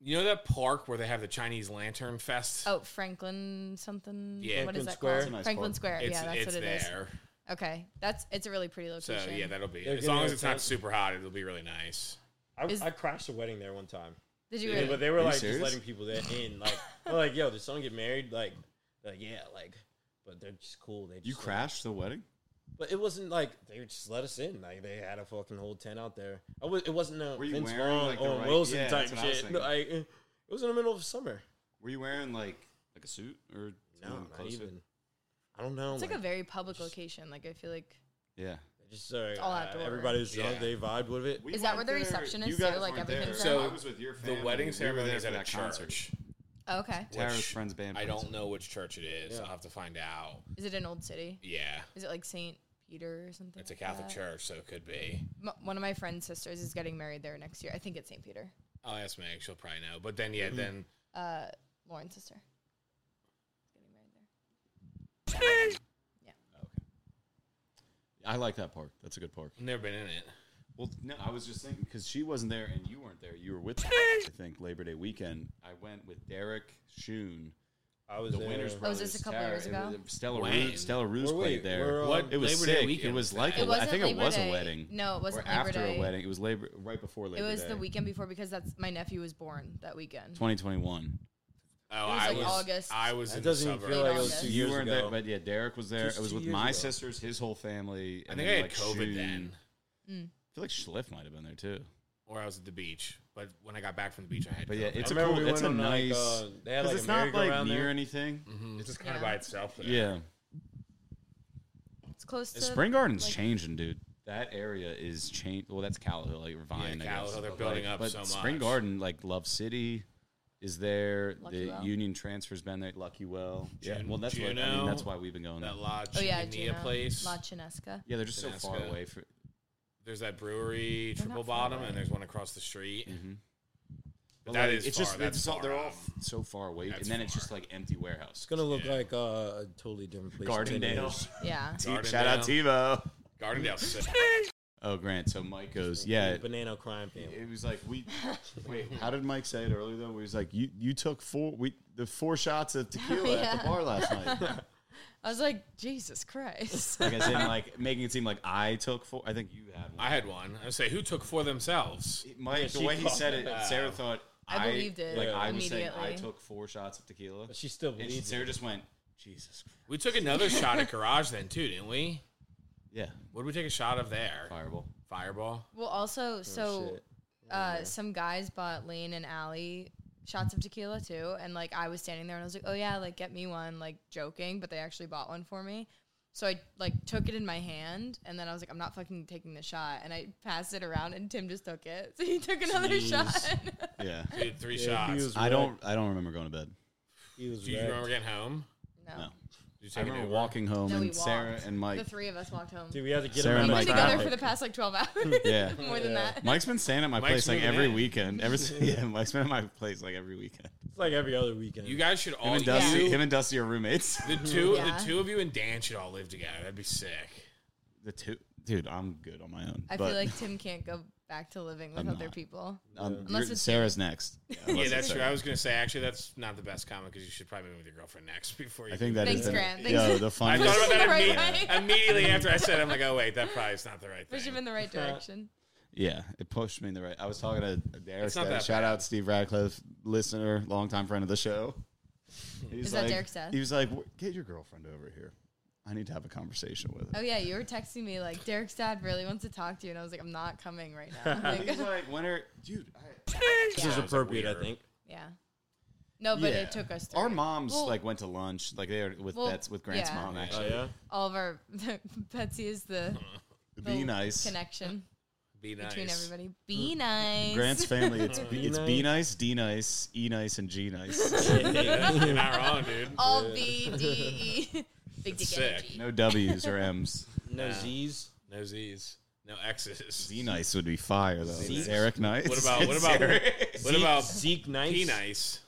[SPEAKER 16] you know that park where they have the Chinese Lantern Fest.
[SPEAKER 17] Oh, Franklin something.
[SPEAKER 16] Yeah.
[SPEAKER 17] what is
[SPEAKER 16] Franklin
[SPEAKER 17] that
[SPEAKER 16] Square. It's a
[SPEAKER 17] called?
[SPEAKER 16] nice
[SPEAKER 17] Franklin
[SPEAKER 16] park.
[SPEAKER 17] Square.
[SPEAKER 16] It's-
[SPEAKER 17] yeah, that's
[SPEAKER 16] it's
[SPEAKER 17] what it is.
[SPEAKER 16] there.
[SPEAKER 17] Okay, that's it's a really pretty
[SPEAKER 16] so
[SPEAKER 17] location.
[SPEAKER 16] yeah, that'll be
[SPEAKER 18] They're
[SPEAKER 16] as long
[SPEAKER 18] getting
[SPEAKER 16] as it's not
[SPEAKER 18] excited.
[SPEAKER 16] super hot, it'll be really nice.
[SPEAKER 18] I,
[SPEAKER 17] Is-
[SPEAKER 18] I crashed a wedding there one time.
[SPEAKER 17] Did you
[SPEAKER 18] Yeah,
[SPEAKER 17] really?
[SPEAKER 18] But they were
[SPEAKER 16] Are you
[SPEAKER 18] like just
[SPEAKER 16] serious?
[SPEAKER 18] letting people that in. Like, they're like, yo, did someone get married? Like, they're like yeah, like, but they're just cool. They just
[SPEAKER 15] You
[SPEAKER 18] like-
[SPEAKER 15] crashed the wedding?
[SPEAKER 18] But it wasn't like they just let us in. Like they had a fucking whole tent out there. I was, it wasn't a
[SPEAKER 15] Were you
[SPEAKER 18] Vince
[SPEAKER 15] wearing,
[SPEAKER 18] Vaughn
[SPEAKER 15] like, the
[SPEAKER 18] or
[SPEAKER 15] right-
[SPEAKER 18] Wilson
[SPEAKER 15] yeah,
[SPEAKER 18] type
[SPEAKER 15] that's what I was
[SPEAKER 18] shit.
[SPEAKER 15] thinking.
[SPEAKER 18] Like, eh, it was in the middle of summer.
[SPEAKER 15] Were you wearing like like a suit or
[SPEAKER 18] No,
[SPEAKER 15] something
[SPEAKER 18] not
[SPEAKER 15] close to it?
[SPEAKER 18] even. I don't know.
[SPEAKER 17] It's like a very public location. Like I feel like
[SPEAKER 15] Yeah.
[SPEAKER 18] just uh,
[SPEAKER 17] all outdoor.
[SPEAKER 18] Everybody was drunk.
[SPEAKER 16] Yeah.
[SPEAKER 18] They vibed with it.
[SPEAKER 15] We
[SPEAKER 17] Is that where
[SPEAKER 15] weren't
[SPEAKER 17] the
[SPEAKER 15] there.
[SPEAKER 17] reception
[SPEAKER 15] You
[SPEAKER 17] is? So
[SPEAKER 15] guys
[SPEAKER 17] like
[SPEAKER 15] weren't there.
[SPEAKER 17] everything's
[SPEAKER 15] So-
[SPEAKER 17] there?
[SPEAKER 15] I was with your
[SPEAKER 16] the
[SPEAKER 15] family.
[SPEAKER 16] wedding
[SPEAKER 15] We
[SPEAKER 16] ceremony
[SPEAKER 15] were there
[SPEAKER 16] is
[SPEAKER 15] for
[SPEAKER 16] at a
[SPEAKER 15] that
[SPEAKER 16] church.
[SPEAKER 15] concert.
[SPEAKER 17] Oh, okay.
[SPEAKER 15] Tara's
[SPEAKER 16] which
[SPEAKER 15] friend's band
[SPEAKER 16] I
[SPEAKER 15] plays
[SPEAKER 16] don't
[SPEAKER 15] it.
[SPEAKER 16] know which church it is.
[SPEAKER 18] Yeah.
[SPEAKER 16] I'll have to find out.
[SPEAKER 17] Is it an old city?
[SPEAKER 16] Yeah.
[SPEAKER 17] Is it like Saint Peter or something?
[SPEAKER 16] It's a
[SPEAKER 17] like
[SPEAKER 16] Catholic
[SPEAKER 17] that?
[SPEAKER 16] church, so it could be.
[SPEAKER 17] M- one of my friend's sisters is getting married there next year. I think it's Saint Peter.
[SPEAKER 16] I'll ask Meg; she'll probably know. But then,
[SPEAKER 18] Mm-hmm.
[SPEAKER 16] yeah, then
[SPEAKER 17] Uh, Lauren's sister.
[SPEAKER 15] I like that park. That's a good park.
[SPEAKER 16] never been in it.
[SPEAKER 15] Well, no, I was just thinking because she wasn't there and you weren't there. You were with. I think Labor Day weekend. I went with Derek Shoon.
[SPEAKER 18] I was
[SPEAKER 15] the
[SPEAKER 18] there.
[SPEAKER 15] Winners
[SPEAKER 17] Oh, was
[SPEAKER 15] Brothers.
[SPEAKER 17] this a couple
[SPEAKER 15] Tower.
[SPEAKER 17] years
[SPEAKER 15] It
[SPEAKER 17] ago?
[SPEAKER 15] was- Stella
[SPEAKER 16] When?
[SPEAKER 15] Roos. Stella Roos
[SPEAKER 18] Well,
[SPEAKER 15] played
[SPEAKER 18] wait, we're,
[SPEAKER 15] there.
[SPEAKER 18] uh,
[SPEAKER 15] It was
[SPEAKER 16] Labor Day
[SPEAKER 15] sick. It
[SPEAKER 16] weekend
[SPEAKER 15] was
[SPEAKER 16] was
[SPEAKER 15] like
[SPEAKER 16] that?
[SPEAKER 15] a
[SPEAKER 17] It
[SPEAKER 15] we- I
[SPEAKER 17] wasn't
[SPEAKER 15] think it
[SPEAKER 17] Labor
[SPEAKER 15] was
[SPEAKER 17] Day.
[SPEAKER 15] a wedding.
[SPEAKER 17] No, it wasn't
[SPEAKER 15] or
[SPEAKER 17] Labor
[SPEAKER 15] after
[SPEAKER 17] Day.
[SPEAKER 15] a wedding. It was labor right before Labor
[SPEAKER 17] it
[SPEAKER 15] Day.
[SPEAKER 17] was the weekend before because that's my nephew was born that weekend.
[SPEAKER 15] 2021.
[SPEAKER 16] Oh,
[SPEAKER 17] was,
[SPEAKER 16] I
[SPEAKER 17] like,
[SPEAKER 16] was.
[SPEAKER 17] August.
[SPEAKER 16] I was
[SPEAKER 18] That
[SPEAKER 16] in
[SPEAKER 18] doesn't
[SPEAKER 16] the
[SPEAKER 18] even
[SPEAKER 16] suburbs.
[SPEAKER 18] feel like
[SPEAKER 17] Late
[SPEAKER 18] it was two
[SPEAKER 17] August.
[SPEAKER 15] You
[SPEAKER 18] years
[SPEAKER 15] weren't
[SPEAKER 18] ago.
[SPEAKER 15] there, but yeah, Derek was there.
[SPEAKER 18] Just
[SPEAKER 15] it was
[SPEAKER 18] two
[SPEAKER 15] with
[SPEAKER 18] years
[SPEAKER 15] my
[SPEAKER 18] ago.
[SPEAKER 15] sisters, his whole family.
[SPEAKER 16] I
[SPEAKER 15] and
[SPEAKER 16] think I
[SPEAKER 15] then,
[SPEAKER 16] had
[SPEAKER 15] like,
[SPEAKER 16] COVID
[SPEAKER 15] Shoon.
[SPEAKER 16] then,
[SPEAKER 15] I feel like Schliff might have been there too.
[SPEAKER 16] or I was at the beach. But when I got back from the beach, I had.
[SPEAKER 15] But yeah,
[SPEAKER 16] COVID.
[SPEAKER 15] it's
[SPEAKER 18] I
[SPEAKER 15] a
[SPEAKER 18] remember
[SPEAKER 15] cool.
[SPEAKER 18] we
[SPEAKER 15] it's a
[SPEAKER 18] went on, like,
[SPEAKER 15] nice.
[SPEAKER 18] uh, they had,
[SPEAKER 15] 'cause
[SPEAKER 18] like,
[SPEAKER 15] it's
[SPEAKER 18] a
[SPEAKER 15] not like
[SPEAKER 18] merry-go-round
[SPEAKER 15] near
[SPEAKER 18] there. Mm-hmm.
[SPEAKER 15] anything.
[SPEAKER 16] Mhm, it's just kind of
[SPEAKER 17] Yeah.
[SPEAKER 16] by itself. There.
[SPEAKER 15] Yeah,
[SPEAKER 17] It's close to
[SPEAKER 15] Spring Garden's
[SPEAKER 17] like-
[SPEAKER 15] changing, dude. That area is changed. Well, that's Cal Hill, like Vine.
[SPEAKER 16] Cal
[SPEAKER 15] I guess.
[SPEAKER 16] Hill, they're
[SPEAKER 15] But,
[SPEAKER 16] building
[SPEAKER 15] like,
[SPEAKER 16] up
[SPEAKER 15] but
[SPEAKER 16] so
[SPEAKER 15] Spring
[SPEAKER 16] much.
[SPEAKER 15] Garden, like Love City, is there.
[SPEAKER 17] Lucky
[SPEAKER 15] the
[SPEAKER 17] Well.
[SPEAKER 15] Union Transfer's been there. Lucky Well. Yeah.
[SPEAKER 16] Jun-
[SPEAKER 15] Well, that's what, I
[SPEAKER 16] Juno,
[SPEAKER 15] mean, that's why we've been going there.
[SPEAKER 16] That La
[SPEAKER 17] Oh yeah,
[SPEAKER 16] Chimenea
[SPEAKER 17] Gina.
[SPEAKER 16] place.
[SPEAKER 17] La Chinesca.
[SPEAKER 15] Yeah, they're just so far
[SPEAKER 16] Vinasco.
[SPEAKER 15] away. For,
[SPEAKER 16] there's that brewery
[SPEAKER 17] They're
[SPEAKER 16] Triple
[SPEAKER 17] not far
[SPEAKER 16] Bottom,
[SPEAKER 17] away.
[SPEAKER 16] and there's one across the street. But
[SPEAKER 15] But, Mm-hmm.
[SPEAKER 16] that
[SPEAKER 15] like,
[SPEAKER 16] is
[SPEAKER 15] it's
[SPEAKER 16] far.
[SPEAKER 15] just
[SPEAKER 16] That's
[SPEAKER 15] it's all,
[SPEAKER 16] far
[SPEAKER 15] they're all
[SPEAKER 16] out.
[SPEAKER 15] f- so far away,
[SPEAKER 16] That's
[SPEAKER 15] and then it's
[SPEAKER 16] far.
[SPEAKER 15] just like empty warehouse.
[SPEAKER 18] It's gonna look
[SPEAKER 16] Yeah.
[SPEAKER 18] like uh, a totally different place. than it
[SPEAKER 15] Gardendale.
[SPEAKER 18] is.
[SPEAKER 17] Yeah.
[SPEAKER 15] T- shout out TiVo.
[SPEAKER 16] Gardendale. Sick.
[SPEAKER 15] Oh, Grant. So Mike goes, yeah.
[SPEAKER 18] Banana crime family.
[SPEAKER 15] It was like we. wait, how did Mike say it earlier though? He was like, you you took four we the four shots of tequila at
[SPEAKER 17] Yeah.
[SPEAKER 15] the bar last night.
[SPEAKER 17] I was like, Jesus Christ.
[SPEAKER 15] like I said, like making it seem like I took four. I think you had one.
[SPEAKER 16] I had one. I say, who took for themselves?
[SPEAKER 15] It- Mike, the
[SPEAKER 18] she
[SPEAKER 15] way he
[SPEAKER 18] called
[SPEAKER 15] said
[SPEAKER 18] it
[SPEAKER 15] it,
[SPEAKER 18] out.
[SPEAKER 15] Sarah thought
[SPEAKER 17] I believed it
[SPEAKER 15] Like I was saying, I
[SPEAKER 17] immediately.
[SPEAKER 15] took four shots of tequila.
[SPEAKER 18] But she still
[SPEAKER 15] and
[SPEAKER 18] believes
[SPEAKER 15] Sarah just went, Jesus. Christ.
[SPEAKER 16] We took another shot at Garage then too, didn't we?
[SPEAKER 15] Yeah,
[SPEAKER 16] What did we take a shot of there?
[SPEAKER 15] fireball.
[SPEAKER 16] Fireball.
[SPEAKER 17] Well, also, so
[SPEAKER 18] Oh, shit.
[SPEAKER 17] uh, some guys bought Lane and Allie shots of tequila too, and like I was standing there and I was like, "Oh yeah, like get me one," like joking, but they actually bought one for me. So I like took it in my hand, and then I was like, "I'm not fucking taking the shot," and I passed it around, and Tim just took it, so he took another
[SPEAKER 18] Jeez.
[SPEAKER 17] shot.
[SPEAKER 15] Yeah,
[SPEAKER 16] Dude, three
[SPEAKER 18] Yeah, he
[SPEAKER 16] shots.
[SPEAKER 18] was
[SPEAKER 15] I don't.
[SPEAKER 18] wrecked.
[SPEAKER 15] I don't remember going to bed.
[SPEAKER 18] He was
[SPEAKER 16] Do you
[SPEAKER 18] wrecked.
[SPEAKER 16] remember getting home?
[SPEAKER 17] no,
[SPEAKER 15] No.
[SPEAKER 16] Did you
[SPEAKER 15] I
[SPEAKER 16] an
[SPEAKER 15] remember
[SPEAKER 16] Uber?
[SPEAKER 15] walking home
[SPEAKER 17] No, we
[SPEAKER 15] and Sarah
[SPEAKER 17] walked.
[SPEAKER 15] and
[SPEAKER 17] the
[SPEAKER 15] Mike.
[SPEAKER 17] three of us walked home.
[SPEAKER 18] Dude, we had to get
[SPEAKER 15] Sarah
[SPEAKER 18] him
[SPEAKER 15] and
[SPEAKER 18] out
[SPEAKER 17] We've
[SPEAKER 18] of
[SPEAKER 17] been
[SPEAKER 15] Mike
[SPEAKER 17] together
[SPEAKER 15] traffic.
[SPEAKER 17] for the past like 12 hours.
[SPEAKER 15] Yeah.
[SPEAKER 17] More than
[SPEAKER 18] Yeah.
[SPEAKER 17] that.
[SPEAKER 15] Mike's been staying at my
[SPEAKER 16] Mike's
[SPEAKER 15] place like
[SPEAKER 16] moving
[SPEAKER 15] every
[SPEAKER 16] in.
[SPEAKER 15] weekend. Ever since, yeah, Mike's been at my place like every weekend.
[SPEAKER 18] It's like every other weekend.
[SPEAKER 16] You guys should
[SPEAKER 15] Him
[SPEAKER 16] all.
[SPEAKER 15] and
[SPEAKER 17] Yeah.
[SPEAKER 15] Dusty,
[SPEAKER 16] you-
[SPEAKER 15] him and Dusty are roommates.
[SPEAKER 16] the two,
[SPEAKER 17] Yeah.
[SPEAKER 16] the two of you and Dan should all live together. That'd be sick.
[SPEAKER 15] The two, dude, I'm good on my own.
[SPEAKER 17] I
[SPEAKER 15] but
[SPEAKER 17] feel like Tim can't go back to living with
[SPEAKER 15] I'm
[SPEAKER 17] other
[SPEAKER 15] not.
[SPEAKER 17] people.
[SPEAKER 15] um,
[SPEAKER 17] Unless
[SPEAKER 15] you're-
[SPEAKER 17] it's-
[SPEAKER 15] Sarah's next.
[SPEAKER 16] yeah,
[SPEAKER 15] unless
[SPEAKER 16] that's
[SPEAKER 15] it's
[SPEAKER 16] true.
[SPEAKER 15] Sarah.
[SPEAKER 16] I was gonna say actually, that's not the best comment because you should probably move with your girlfriend next before you.
[SPEAKER 15] I think that is
[SPEAKER 17] Thanks,
[SPEAKER 15] the-
[SPEAKER 17] Grant. Thanks.
[SPEAKER 15] Yo, the
[SPEAKER 16] I
[SPEAKER 15] fun.
[SPEAKER 16] thought about that
[SPEAKER 17] Right,
[SPEAKER 16] imme-
[SPEAKER 17] right.
[SPEAKER 16] immediately after I said. it. I'm like, oh wait, that probably is not the right
[SPEAKER 17] Push him
[SPEAKER 16] thing.
[SPEAKER 17] in the right direction.
[SPEAKER 15] Yeah, it pushed me in the right. I was talking to Derek.
[SPEAKER 16] It's not
[SPEAKER 15] Stead.
[SPEAKER 16] that
[SPEAKER 15] Shout
[SPEAKER 16] bad.
[SPEAKER 15] out Steve Radcliffe, listener, longtime friend of the show. He was
[SPEAKER 17] that
[SPEAKER 15] like-
[SPEAKER 17] Derek Stead?
[SPEAKER 15] He was like, "W- "Get your girlfriend over here. I need to have a conversation with her."
[SPEAKER 17] Oh yeah, you were texting me like Derek's dad really wants to talk to you, and I was like, I'm not coming right now. Like,
[SPEAKER 15] He's like, "When are, dude? I,
[SPEAKER 18] This is
[SPEAKER 16] Yeah.
[SPEAKER 18] appropriate, I think.
[SPEAKER 17] yeah, No, but
[SPEAKER 15] Yeah.
[SPEAKER 17] it took us. Three.
[SPEAKER 15] Our moms
[SPEAKER 17] Well,
[SPEAKER 15] like went to lunch, like they were with
[SPEAKER 17] well,
[SPEAKER 15] that's with Grant's
[SPEAKER 17] yeah.
[SPEAKER 15] mom
[SPEAKER 18] Oh,
[SPEAKER 15] actually.
[SPEAKER 17] All of our Betsy is the,
[SPEAKER 15] Uh-huh. Be nice.
[SPEAKER 17] connection
[SPEAKER 16] Be
[SPEAKER 17] between
[SPEAKER 16] nice.
[SPEAKER 17] everybody. Be nice.
[SPEAKER 15] Grant's family, it's B, it's B nice, D nice, E nice, and G nice.
[SPEAKER 16] You're not wrong, dude.
[SPEAKER 17] All B D E. Big dick
[SPEAKER 16] Sick.
[SPEAKER 17] energy.
[SPEAKER 15] No W's or M's.
[SPEAKER 18] No
[SPEAKER 16] Nah.
[SPEAKER 18] Z's.
[SPEAKER 16] No Z's. No X's.
[SPEAKER 15] D nice would be fire though.
[SPEAKER 16] Zeke.
[SPEAKER 15] Is Eric nice.
[SPEAKER 16] What about what about what
[SPEAKER 18] Zeke-
[SPEAKER 16] about
[SPEAKER 18] Zeke Nice?
[SPEAKER 16] P nice.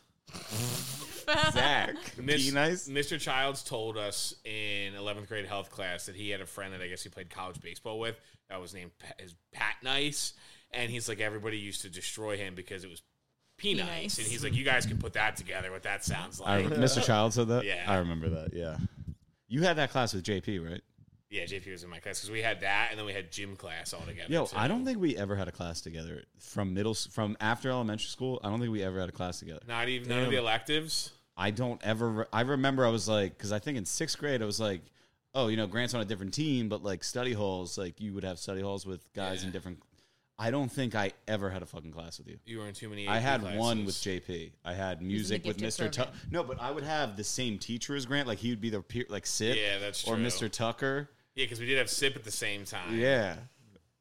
[SPEAKER 15] Zach?
[SPEAKER 16] Miss-
[SPEAKER 15] P nice.
[SPEAKER 16] Mr. Childs told us in 11th grade health class that he had a friend that I guess he played college baseball with that was named Pat, is Pat Nice, and he's like everybody used to destroy him because it was P
[SPEAKER 17] P.
[SPEAKER 16] nice,
[SPEAKER 17] Nice.
[SPEAKER 16] and he's like you guys can put that together what that sounds
[SPEAKER 15] I,
[SPEAKER 16] like.
[SPEAKER 15] Mr. Child said that.
[SPEAKER 16] Yeah.
[SPEAKER 15] I remember that. Yeah, you had that class with JP, right?
[SPEAKER 16] Yeah, JP was in my class because we had that, and then we had gym class all together.
[SPEAKER 15] Yo,
[SPEAKER 16] too.
[SPEAKER 15] I don't think we ever had a class together from middle s- from after elementary school. I don't think we ever had a class together.
[SPEAKER 16] not even none of
[SPEAKER 15] Damn.
[SPEAKER 16] the electives.
[SPEAKER 15] I don't ever. Re- I remember I was like, because I think in sixth grade I was like, oh, you know, Grant's on a different team, but like study halls, like you would have study halls with guys in different. I don't think I ever had a fucking class with you.
[SPEAKER 16] You were in too many.
[SPEAKER 15] I
[SPEAKER 16] AP
[SPEAKER 15] had one
[SPEAKER 16] classes.
[SPEAKER 15] with JP. I had music with Mr.
[SPEAKER 16] gifted
[SPEAKER 15] Tuck.
[SPEAKER 16] program.
[SPEAKER 15] No, but I would have the same teacher as Grant. Like he would be the peer, like Sid,
[SPEAKER 16] Yeah, that's
[SPEAKER 15] or
[SPEAKER 16] true.
[SPEAKER 15] Mr. Tucker.
[SPEAKER 16] Yeah, because we did have SIP at the same time.
[SPEAKER 15] Yeah,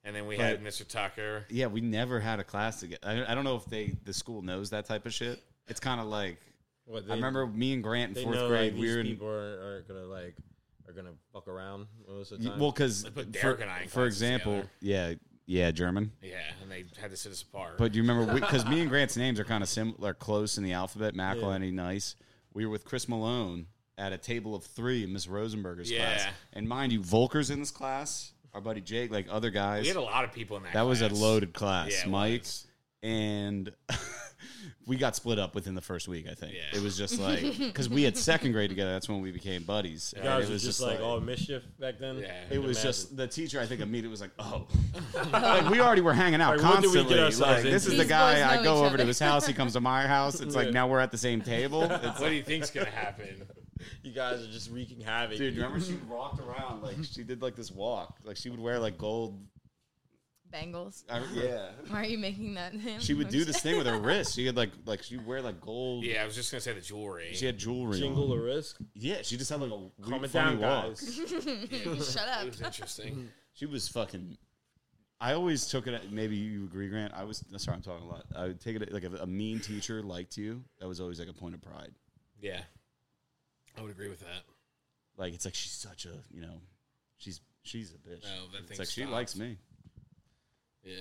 [SPEAKER 16] and then we
[SPEAKER 15] But-
[SPEAKER 16] had Mr. Tucker.
[SPEAKER 15] yeah. We never had a class together. I, I don't know if they the school knows that type of shit. It's kind of like
[SPEAKER 18] What,
[SPEAKER 15] I
[SPEAKER 18] they-
[SPEAKER 15] remember me and Grant in
[SPEAKER 18] They
[SPEAKER 15] fourth
[SPEAKER 18] know,
[SPEAKER 15] grade.
[SPEAKER 18] like,
[SPEAKER 15] we
[SPEAKER 18] these
[SPEAKER 15] were in,
[SPEAKER 18] people are, are gonna like are gonna fuck around most of the
[SPEAKER 15] Y-
[SPEAKER 18] time.
[SPEAKER 15] Well, because
[SPEAKER 16] They put
[SPEAKER 15] for,
[SPEAKER 16] Derek and I in
[SPEAKER 15] for
[SPEAKER 16] classes
[SPEAKER 15] example,
[SPEAKER 16] together.
[SPEAKER 15] yeah, yeah, German.
[SPEAKER 16] Yeah, and they had to sit us apart.
[SPEAKER 15] But you remember because me and Grant's names are kind of similar, close in the alphabet.
[SPEAKER 16] Yeah.
[SPEAKER 15] McElhenney, nice. We were with Chris Malone at a table of three in Miss Rosenberger's class,
[SPEAKER 16] Yeah.
[SPEAKER 15] and mind you, Volker's in this class. Our buddy Jake, like other guys,
[SPEAKER 16] We had a lot of people in that
[SPEAKER 15] That was a
[SPEAKER 16] class.
[SPEAKER 15] loaded class,
[SPEAKER 16] Yeah, it
[SPEAKER 15] Mike, and we got split up within the first week. I think it was just like because we had second grade together. That's when we became buddies.
[SPEAKER 18] You
[SPEAKER 15] and
[SPEAKER 18] guys
[SPEAKER 15] it
[SPEAKER 18] were just, like all mischief back then.
[SPEAKER 16] Yeah,
[SPEAKER 15] it was just the teacher. I think immediately was like, "Oh, like we already were hanging out
[SPEAKER 18] Like, what did we get
[SPEAKER 15] constantly.
[SPEAKER 18] ourselves
[SPEAKER 15] Like, this
[SPEAKER 18] into?
[SPEAKER 15] is the
[SPEAKER 18] These
[SPEAKER 15] guy
[SPEAKER 18] boys
[SPEAKER 15] I
[SPEAKER 18] know
[SPEAKER 15] go
[SPEAKER 18] each
[SPEAKER 15] over to
[SPEAKER 18] other.
[SPEAKER 15] his house. He comes to my house. It's like
[SPEAKER 18] Yeah.
[SPEAKER 15] now we're at the same table. It's
[SPEAKER 16] what do you think's gonna happen?
[SPEAKER 18] you guys are just wreaking havoc,
[SPEAKER 15] dude. Remember she walked around like she did like this walk. Like she would wear like gold.
[SPEAKER 17] Bangles.
[SPEAKER 15] I, yeah,
[SPEAKER 17] Why are you making that? him?
[SPEAKER 15] she would do this thing with her wrist. She had like like she would wear like gold.
[SPEAKER 16] Yeah, I was just gonna say the jewelry.
[SPEAKER 15] She had jewelry.
[SPEAKER 18] jingle
[SPEAKER 15] on.
[SPEAKER 18] a risk.
[SPEAKER 15] Yeah, she just had like a weird,
[SPEAKER 18] Calm it
[SPEAKER 15] funny
[SPEAKER 18] down,
[SPEAKER 15] walk.
[SPEAKER 18] guys.
[SPEAKER 17] Shut up.
[SPEAKER 16] It was interesting.
[SPEAKER 15] She was fucking. I always took it. Maybe you agree, Grant. I was sorry. I'm talking a lot. I would take it like if a mean teacher liked you. That was always like a point of pride.
[SPEAKER 16] yeah, I would agree with that.
[SPEAKER 15] Like it's like she's such a you know, she's she's a bitch.
[SPEAKER 16] Oh, that
[SPEAKER 15] it's
[SPEAKER 16] thing
[SPEAKER 15] like she
[SPEAKER 16] stopped.
[SPEAKER 15] likes me.
[SPEAKER 16] Yeah,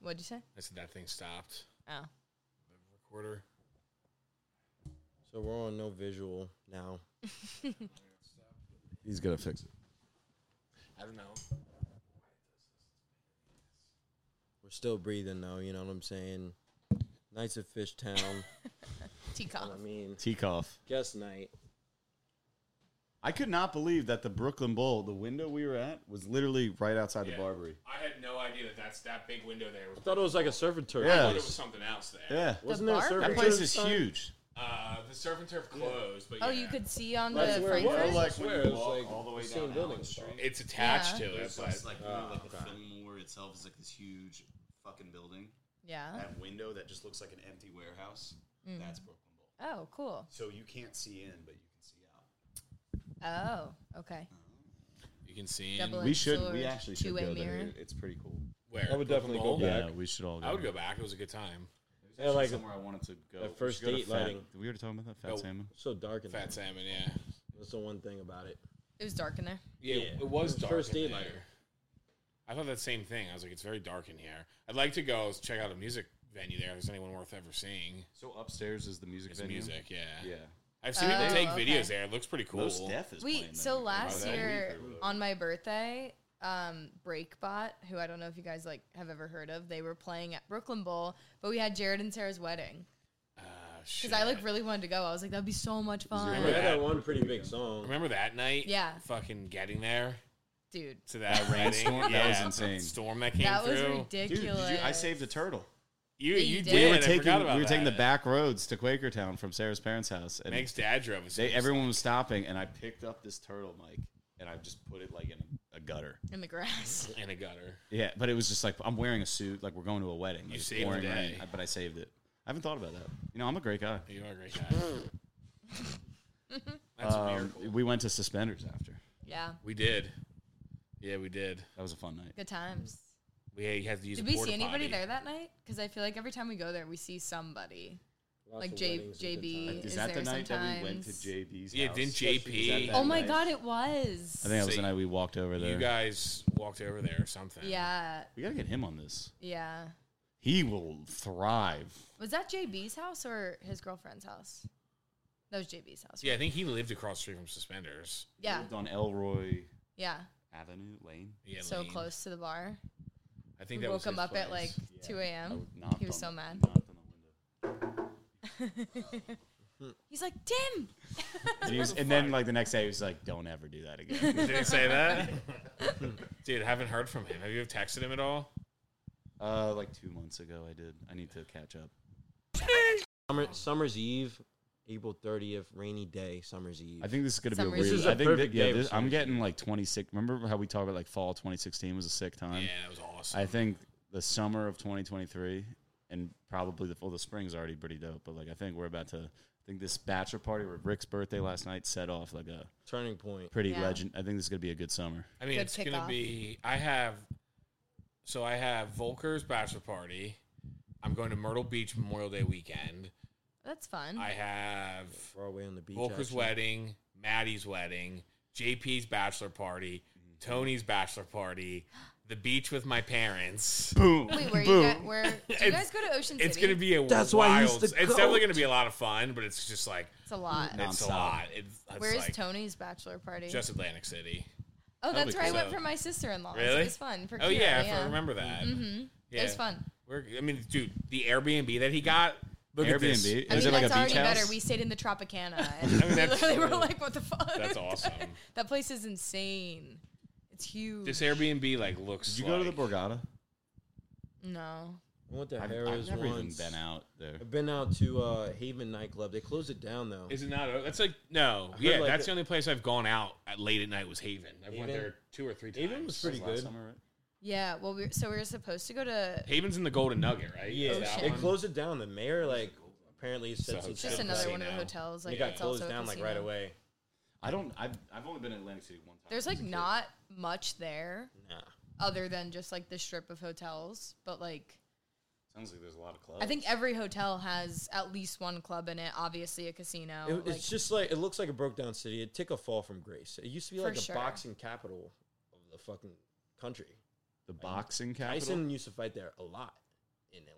[SPEAKER 17] What'd you say?
[SPEAKER 16] I said that thing stopped.
[SPEAKER 17] Oh.
[SPEAKER 16] Recorder.
[SPEAKER 18] So we're on no visual now.
[SPEAKER 15] He's gonna fix it.
[SPEAKER 16] I don't know.
[SPEAKER 18] We're still breathing though. You know what I'm saying? Nights of Fish Town.
[SPEAKER 17] Teacup.
[SPEAKER 18] I mean,
[SPEAKER 15] Teakoff.
[SPEAKER 18] guest night.
[SPEAKER 15] I could not believe that the Brooklyn Bowl, the window we were at, was literally right outside the Barbary.
[SPEAKER 16] I had no idea that that's that big window there. Was
[SPEAKER 18] I thought it was like a surf and turf.
[SPEAKER 15] Yeah.
[SPEAKER 16] I thought it was something else there.
[SPEAKER 15] Yeah,
[SPEAKER 18] Wasn't there a surf
[SPEAKER 15] that
[SPEAKER 18] and
[SPEAKER 15] place
[SPEAKER 18] turf
[SPEAKER 15] is
[SPEAKER 18] sign?
[SPEAKER 15] huge.
[SPEAKER 16] Uh, the surf and turf closed, but
[SPEAKER 17] Oh,
[SPEAKER 16] yeah.
[SPEAKER 17] you could see on
[SPEAKER 18] That's
[SPEAKER 17] the
[SPEAKER 18] where it was.
[SPEAKER 17] Frankfurt.
[SPEAKER 18] Like,
[SPEAKER 15] When
[SPEAKER 18] where
[SPEAKER 15] you
[SPEAKER 18] it was
[SPEAKER 15] walk
[SPEAKER 18] like
[SPEAKER 15] all the way
[SPEAKER 18] same
[SPEAKER 15] down
[SPEAKER 18] building.
[SPEAKER 15] Allen Street.
[SPEAKER 16] It's attached
[SPEAKER 17] Yeah.
[SPEAKER 16] to it,
[SPEAKER 15] There's
[SPEAKER 16] but
[SPEAKER 15] this, like, you know, like the Fillmore itself is like this huge fucking building.
[SPEAKER 17] Yeah.
[SPEAKER 15] That window that just looks like an empty warehouse.
[SPEAKER 17] Mm.
[SPEAKER 15] That's Brooklyn Bowl.
[SPEAKER 17] Oh, cool.
[SPEAKER 15] So you can't see in, but you can see out.
[SPEAKER 17] Oh, okay.
[SPEAKER 16] you can see.
[SPEAKER 17] Double-
[SPEAKER 16] In
[SPEAKER 15] we should.
[SPEAKER 17] sword,
[SPEAKER 15] we actually should
[SPEAKER 17] two-way
[SPEAKER 15] go
[SPEAKER 17] mirror.
[SPEAKER 15] there. It's pretty cool.
[SPEAKER 16] where
[SPEAKER 18] I would
[SPEAKER 16] Brooklyn
[SPEAKER 18] definitely go
[SPEAKER 16] Bowl?
[SPEAKER 18] back.
[SPEAKER 15] Yeah, we should all. Go
[SPEAKER 16] I would
[SPEAKER 15] there.
[SPEAKER 16] go back. It was a good time.
[SPEAKER 18] Yeah, like
[SPEAKER 15] somewhere I wanted to go.
[SPEAKER 18] that first
[SPEAKER 15] We should go to
[SPEAKER 18] date
[SPEAKER 15] Fat-
[SPEAKER 18] lighting.
[SPEAKER 15] We already talking about that fat
[SPEAKER 16] Oh.
[SPEAKER 15] salmon.
[SPEAKER 18] so dark in
[SPEAKER 16] Fat
[SPEAKER 18] there.
[SPEAKER 16] salmon. Yeah.
[SPEAKER 18] That's the one thing about it.
[SPEAKER 17] It was dark in there.
[SPEAKER 16] Yeah,
[SPEAKER 18] Yeah.
[SPEAKER 16] it was
[SPEAKER 18] It was
[SPEAKER 16] dark.
[SPEAKER 18] first
[SPEAKER 16] in
[SPEAKER 18] day
[SPEAKER 16] there.
[SPEAKER 18] lighter.
[SPEAKER 16] I thought that same thing. I was like, it's very dark in here. I'd like to go check out a music venue there. If there's anyone worth ever seeing,
[SPEAKER 15] So upstairs is the music
[SPEAKER 16] it's
[SPEAKER 15] venue.
[SPEAKER 16] music. Yeah.
[SPEAKER 15] Yeah.
[SPEAKER 16] I've seen
[SPEAKER 17] Oh,
[SPEAKER 16] people take
[SPEAKER 17] okay.
[SPEAKER 16] videos there. It looks pretty cool.
[SPEAKER 15] Most Def is
[SPEAKER 17] We
[SPEAKER 15] playing
[SPEAKER 17] so
[SPEAKER 15] there.
[SPEAKER 17] last
[SPEAKER 16] Probably that
[SPEAKER 17] year
[SPEAKER 15] week or-
[SPEAKER 17] on my birthday, um, Breakbot, who I don't know if you guys like have ever heard of, they were playing at Brooklyn Bowl, but we had Jared and Sarah's wedding
[SPEAKER 16] Uh,
[SPEAKER 17] because I like really wanted to go. I was like, that'd be so much fun,
[SPEAKER 18] They had that one pretty big song.
[SPEAKER 16] Remember that night?
[SPEAKER 17] Yeah.
[SPEAKER 16] Fucking getting there
[SPEAKER 17] dude.
[SPEAKER 16] to that,
[SPEAKER 15] That rainstorm?
[SPEAKER 16] wedding.
[SPEAKER 15] That was
[SPEAKER 16] Yeah,
[SPEAKER 15] insane.
[SPEAKER 16] Storm that came
[SPEAKER 17] That was
[SPEAKER 16] through.
[SPEAKER 15] Dude, did you,
[SPEAKER 17] ridiculous.
[SPEAKER 15] I saved a turtle.
[SPEAKER 16] you
[SPEAKER 17] Yeah,
[SPEAKER 16] you,
[SPEAKER 17] you
[SPEAKER 16] did.
[SPEAKER 17] did.
[SPEAKER 15] We were
[SPEAKER 16] I
[SPEAKER 15] taking
[SPEAKER 16] forgot about
[SPEAKER 15] we were taking the
[SPEAKER 16] that.
[SPEAKER 15] back roads to Quakertown from Sarah's parents' house, and
[SPEAKER 16] Meg's dad drove us.
[SPEAKER 15] they, everyone was stopping, and I picked up this turtle, Mike, and I just put it like in a gutter.
[SPEAKER 17] in the grass.
[SPEAKER 16] in a gutter.
[SPEAKER 15] Yeah, but it was just like I'm wearing a suit, like we're going to a wedding. You
[SPEAKER 16] saved the day.
[SPEAKER 15] but I saved it. I haven't thought about that. You know, I'm a great guy.
[SPEAKER 16] You are a great guy. That's a
[SPEAKER 15] Um,
[SPEAKER 16] miracle.
[SPEAKER 15] We went to suspenders after.
[SPEAKER 17] Yeah.
[SPEAKER 16] We did. Yeah, we did.
[SPEAKER 15] That was a fun night.
[SPEAKER 17] Good times.
[SPEAKER 16] We had, you had to use
[SPEAKER 17] Did
[SPEAKER 16] a
[SPEAKER 17] we
[SPEAKER 16] porta
[SPEAKER 17] see anybody
[SPEAKER 16] potty.
[SPEAKER 17] there that night? Because I feel like every time we go there, we see somebody.
[SPEAKER 18] Lots
[SPEAKER 17] like
[SPEAKER 18] of
[SPEAKER 17] J-
[SPEAKER 18] weddings and good
[SPEAKER 17] JB
[SPEAKER 18] times.
[SPEAKER 17] is,
[SPEAKER 15] Is that
[SPEAKER 17] there
[SPEAKER 15] the night
[SPEAKER 17] sometimes.
[SPEAKER 15] that we went to JB's?
[SPEAKER 16] Yeah,
[SPEAKER 15] house?
[SPEAKER 16] didn't JP?
[SPEAKER 15] Was that that
[SPEAKER 17] oh my
[SPEAKER 15] night?
[SPEAKER 17] god, it was.
[SPEAKER 15] I think that was
[SPEAKER 16] So
[SPEAKER 15] the night we walked over there.
[SPEAKER 16] You guys walked over there or something.
[SPEAKER 17] Yeah.
[SPEAKER 15] we gotta get him on this.
[SPEAKER 17] Yeah.
[SPEAKER 15] He will thrive.
[SPEAKER 17] Was that JB's house or his girlfriend's house? That was JB's house.
[SPEAKER 16] Yeah, I think he lived across the street from Suspenders.
[SPEAKER 17] Yeah.
[SPEAKER 15] Lived on Elroy
[SPEAKER 17] Yeah.
[SPEAKER 15] Avenue Lane.
[SPEAKER 16] Yeah,
[SPEAKER 17] so
[SPEAKER 16] Lane.
[SPEAKER 17] close to the bar.
[SPEAKER 16] I think
[SPEAKER 17] we
[SPEAKER 16] that
[SPEAKER 17] woke
[SPEAKER 16] was
[SPEAKER 17] him
[SPEAKER 16] his
[SPEAKER 17] up at like
[SPEAKER 16] place. Yeah.
[SPEAKER 17] 2 a.m.
[SPEAKER 15] I knocked
[SPEAKER 17] He was
[SPEAKER 15] on
[SPEAKER 17] so
[SPEAKER 15] the-
[SPEAKER 17] mad.
[SPEAKER 15] knocked on
[SPEAKER 17] He's like, Tim.
[SPEAKER 15] And, he was- and then like the next day, he was like, "Don't ever do that again."
[SPEAKER 16] Did he say that? Dude, haven't heard from him. Have you texted him at all?
[SPEAKER 15] Uh, like two months ago, I did. I need to catch up.
[SPEAKER 18] Summer, summer's Eve, April 30th, rainy day, summer's Eve.
[SPEAKER 15] I think this is gonna
[SPEAKER 18] Summer's
[SPEAKER 15] be weird.
[SPEAKER 18] Eve. This is a
[SPEAKER 15] I think that,
[SPEAKER 18] perfect
[SPEAKER 15] yeah,
[SPEAKER 18] day
[SPEAKER 15] this,
[SPEAKER 18] for
[SPEAKER 15] I'm
[SPEAKER 18] summer's
[SPEAKER 15] getting like 26. Remember how we talked about like fall 2016 was a sick time?
[SPEAKER 16] Yeah, that was awesome.
[SPEAKER 15] I think the summer of 2023 and probably the well, the spring's already pretty dope. But like, I think we're about to. I think this bachelor party where Rick's birthday last night set off like a
[SPEAKER 18] turning point.
[SPEAKER 15] Pretty
[SPEAKER 18] Yeah.
[SPEAKER 15] legend. I think this is gonna be a good summer.
[SPEAKER 16] I mean,
[SPEAKER 18] Good
[SPEAKER 16] it's going to
[SPEAKER 18] kickoff.
[SPEAKER 16] be. I have. So I have Volker's bachelor party. I'm going to Myrtle Beach Memorial Day weekend.
[SPEAKER 17] That's fun.
[SPEAKER 16] I have
[SPEAKER 18] We're away on the beach.
[SPEAKER 16] Volker's
[SPEAKER 18] actually.
[SPEAKER 16] wedding, Maddie's wedding, JP's bachelor party, Tony's bachelor party, the beach with my parents.
[SPEAKER 15] Boom.
[SPEAKER 17] Wait, where you guys, where do you
[SPEAKER 16] It's-
[SPEAKER 17] guys go to Ocean City?
[SPEAKER 16] It's going to be a
[SPEAKER 18] That's
[SPEAKER 16] wild.
[SPEAKER 18] why he's the
[SPEAKER 16] it's definitely
[SPEAKER 18] goat.
[SPEAKER 16] going to be a lot of fun, but it's just like
[SPEAKER 17] It's a lot.
[SPEAKER 16] It's a
[SPEAKER 17] Nonstop.
[SPEAKER 16] lot. It's, it's
[SPEAKER 17] Where is
[SPEAKER 16] like
[SPEAKER 17] Tony's bachelor party?
[SPEAKER 16] just Atlantic City.
[SPEAKER 17] oh, that's where I went
[SPEAKER 16] So-
[SPEAKER 17] for my sister-in-law.
[SPEAKER 16] Really?
[SPEAKER 17] It was fun. For
[SPEAKER 16] oh
[SPEAKER 17] Kira,
[SPEAKER 16] yeah,
[SPEAKER 17] yeah,
[SPEAKER 16] if I remember that.
[SPEAKER 17] Mm-hmm. It was fun.
[SPEAKER 16] We're, I mean, dude, the Airbnb that he got. Look at this.
[SPEAKER 15] Airbnb?
[SPEAKER 17] I mean, that's already better. We stayed in the Tropicana, and
[SPEAKER 16] I mean,
[SPEAKER 17] we
[SPEAKER 16] that's-
[SPEAKER 17] literally were like, "What the fuck?"
[SPEAKER 16] That's awesome.
[SPEAKER 17] that place is insane. It's huge.
[SPEAKER 16] This Airbnb like looks.
[SPEAKER 15] Did you go to the Borgata?
[SPEAKER 17] no,
[SPEAKER 18] I went to
[SPEAKER 15] I've- I've
[SPEAKER 18] Harrah's
[SPEAKER 15] never even
[SPEAKER 18] once.
[SPEAKER 15] been out there.
[SPEAKER 18] I've been out to uh, Haven nightclub. They closed it down though.
[SPEAKER 16] Is it not? o- That's like no.
[SPEAKER 18] I heard,
[SPEAKER 16] Yeah,
[SPEAKER 18] like,
[SPEAKER 16] that's
[SPEAKER 18] it-
[SPEAKER 16] the only place I've gone out at late at night was Haven. I went
[SPEAKER 18] Haven?
[SPEAKER 16] there two or three times.
[SPEAKER 18] Haven was pretty good.
[SPEAKER 17] Yeah, well, we were, so we were supposed to go to
[SPEAKER 16] Haven's in the Golden Nugget, right?
[SPEAKER 18] Yeah,
[SPEAKER 15] Oh,
[SPEAKER 16] Is that
[SPEAKER 18] they
[SPEAKER 16] one?
[SPEAKER 18] closed it down. The mayor like apparently said some
[SPEAKER 17] It's
[SPEAKER 18] shit
[SPEAKER 17] just
[SPEAKER 18] about
[SPEAKER 17] another
[SPEAKER 18] it.
[SPEAKER 17] one of the hotels,
[SPEAKER 18] And
[SPEAKER 17] like,
[SPEAKER 18] it got
[SPEAKER 17] that's also
[SPEAKER 18] closed
[SPEAKER 17] a
[SPEAKER 18] down like
[SPEAKER 17] casino.
[SPEAKER 18] right away.
[SPEAKER 15] I don't. I've, I've only been in Atlantic City one time.
[SPEAKER 17] there's like not much there
[SPEAKER 18] Nah.
[SPEAKER 17] other than just like the strip of hotels, but like
[SPEAKER 15] Sounds like there's a lot of
[SPEAKER 18] Oh.
[SPEAKER 15] clubs.
[SPEAKER 17] I think every hotel has at least one club in it. Obviously, a casino.
[SPEAKER 18] It- it's
[SPEAKER 17] Oh, like,
[SPEAKER 18] just like it looks like a broke down city. It took a fall from grace. It used to be
[SPEAKER 17] For
[SPEAKER 18] like a
[SPEAKER 17] sure.
[SPEAKER 18] boxing capital of the fucking country.
[SPEAKER 15] the boxing capital.
[SPEAKER 18] Tyson used to fight there a lot.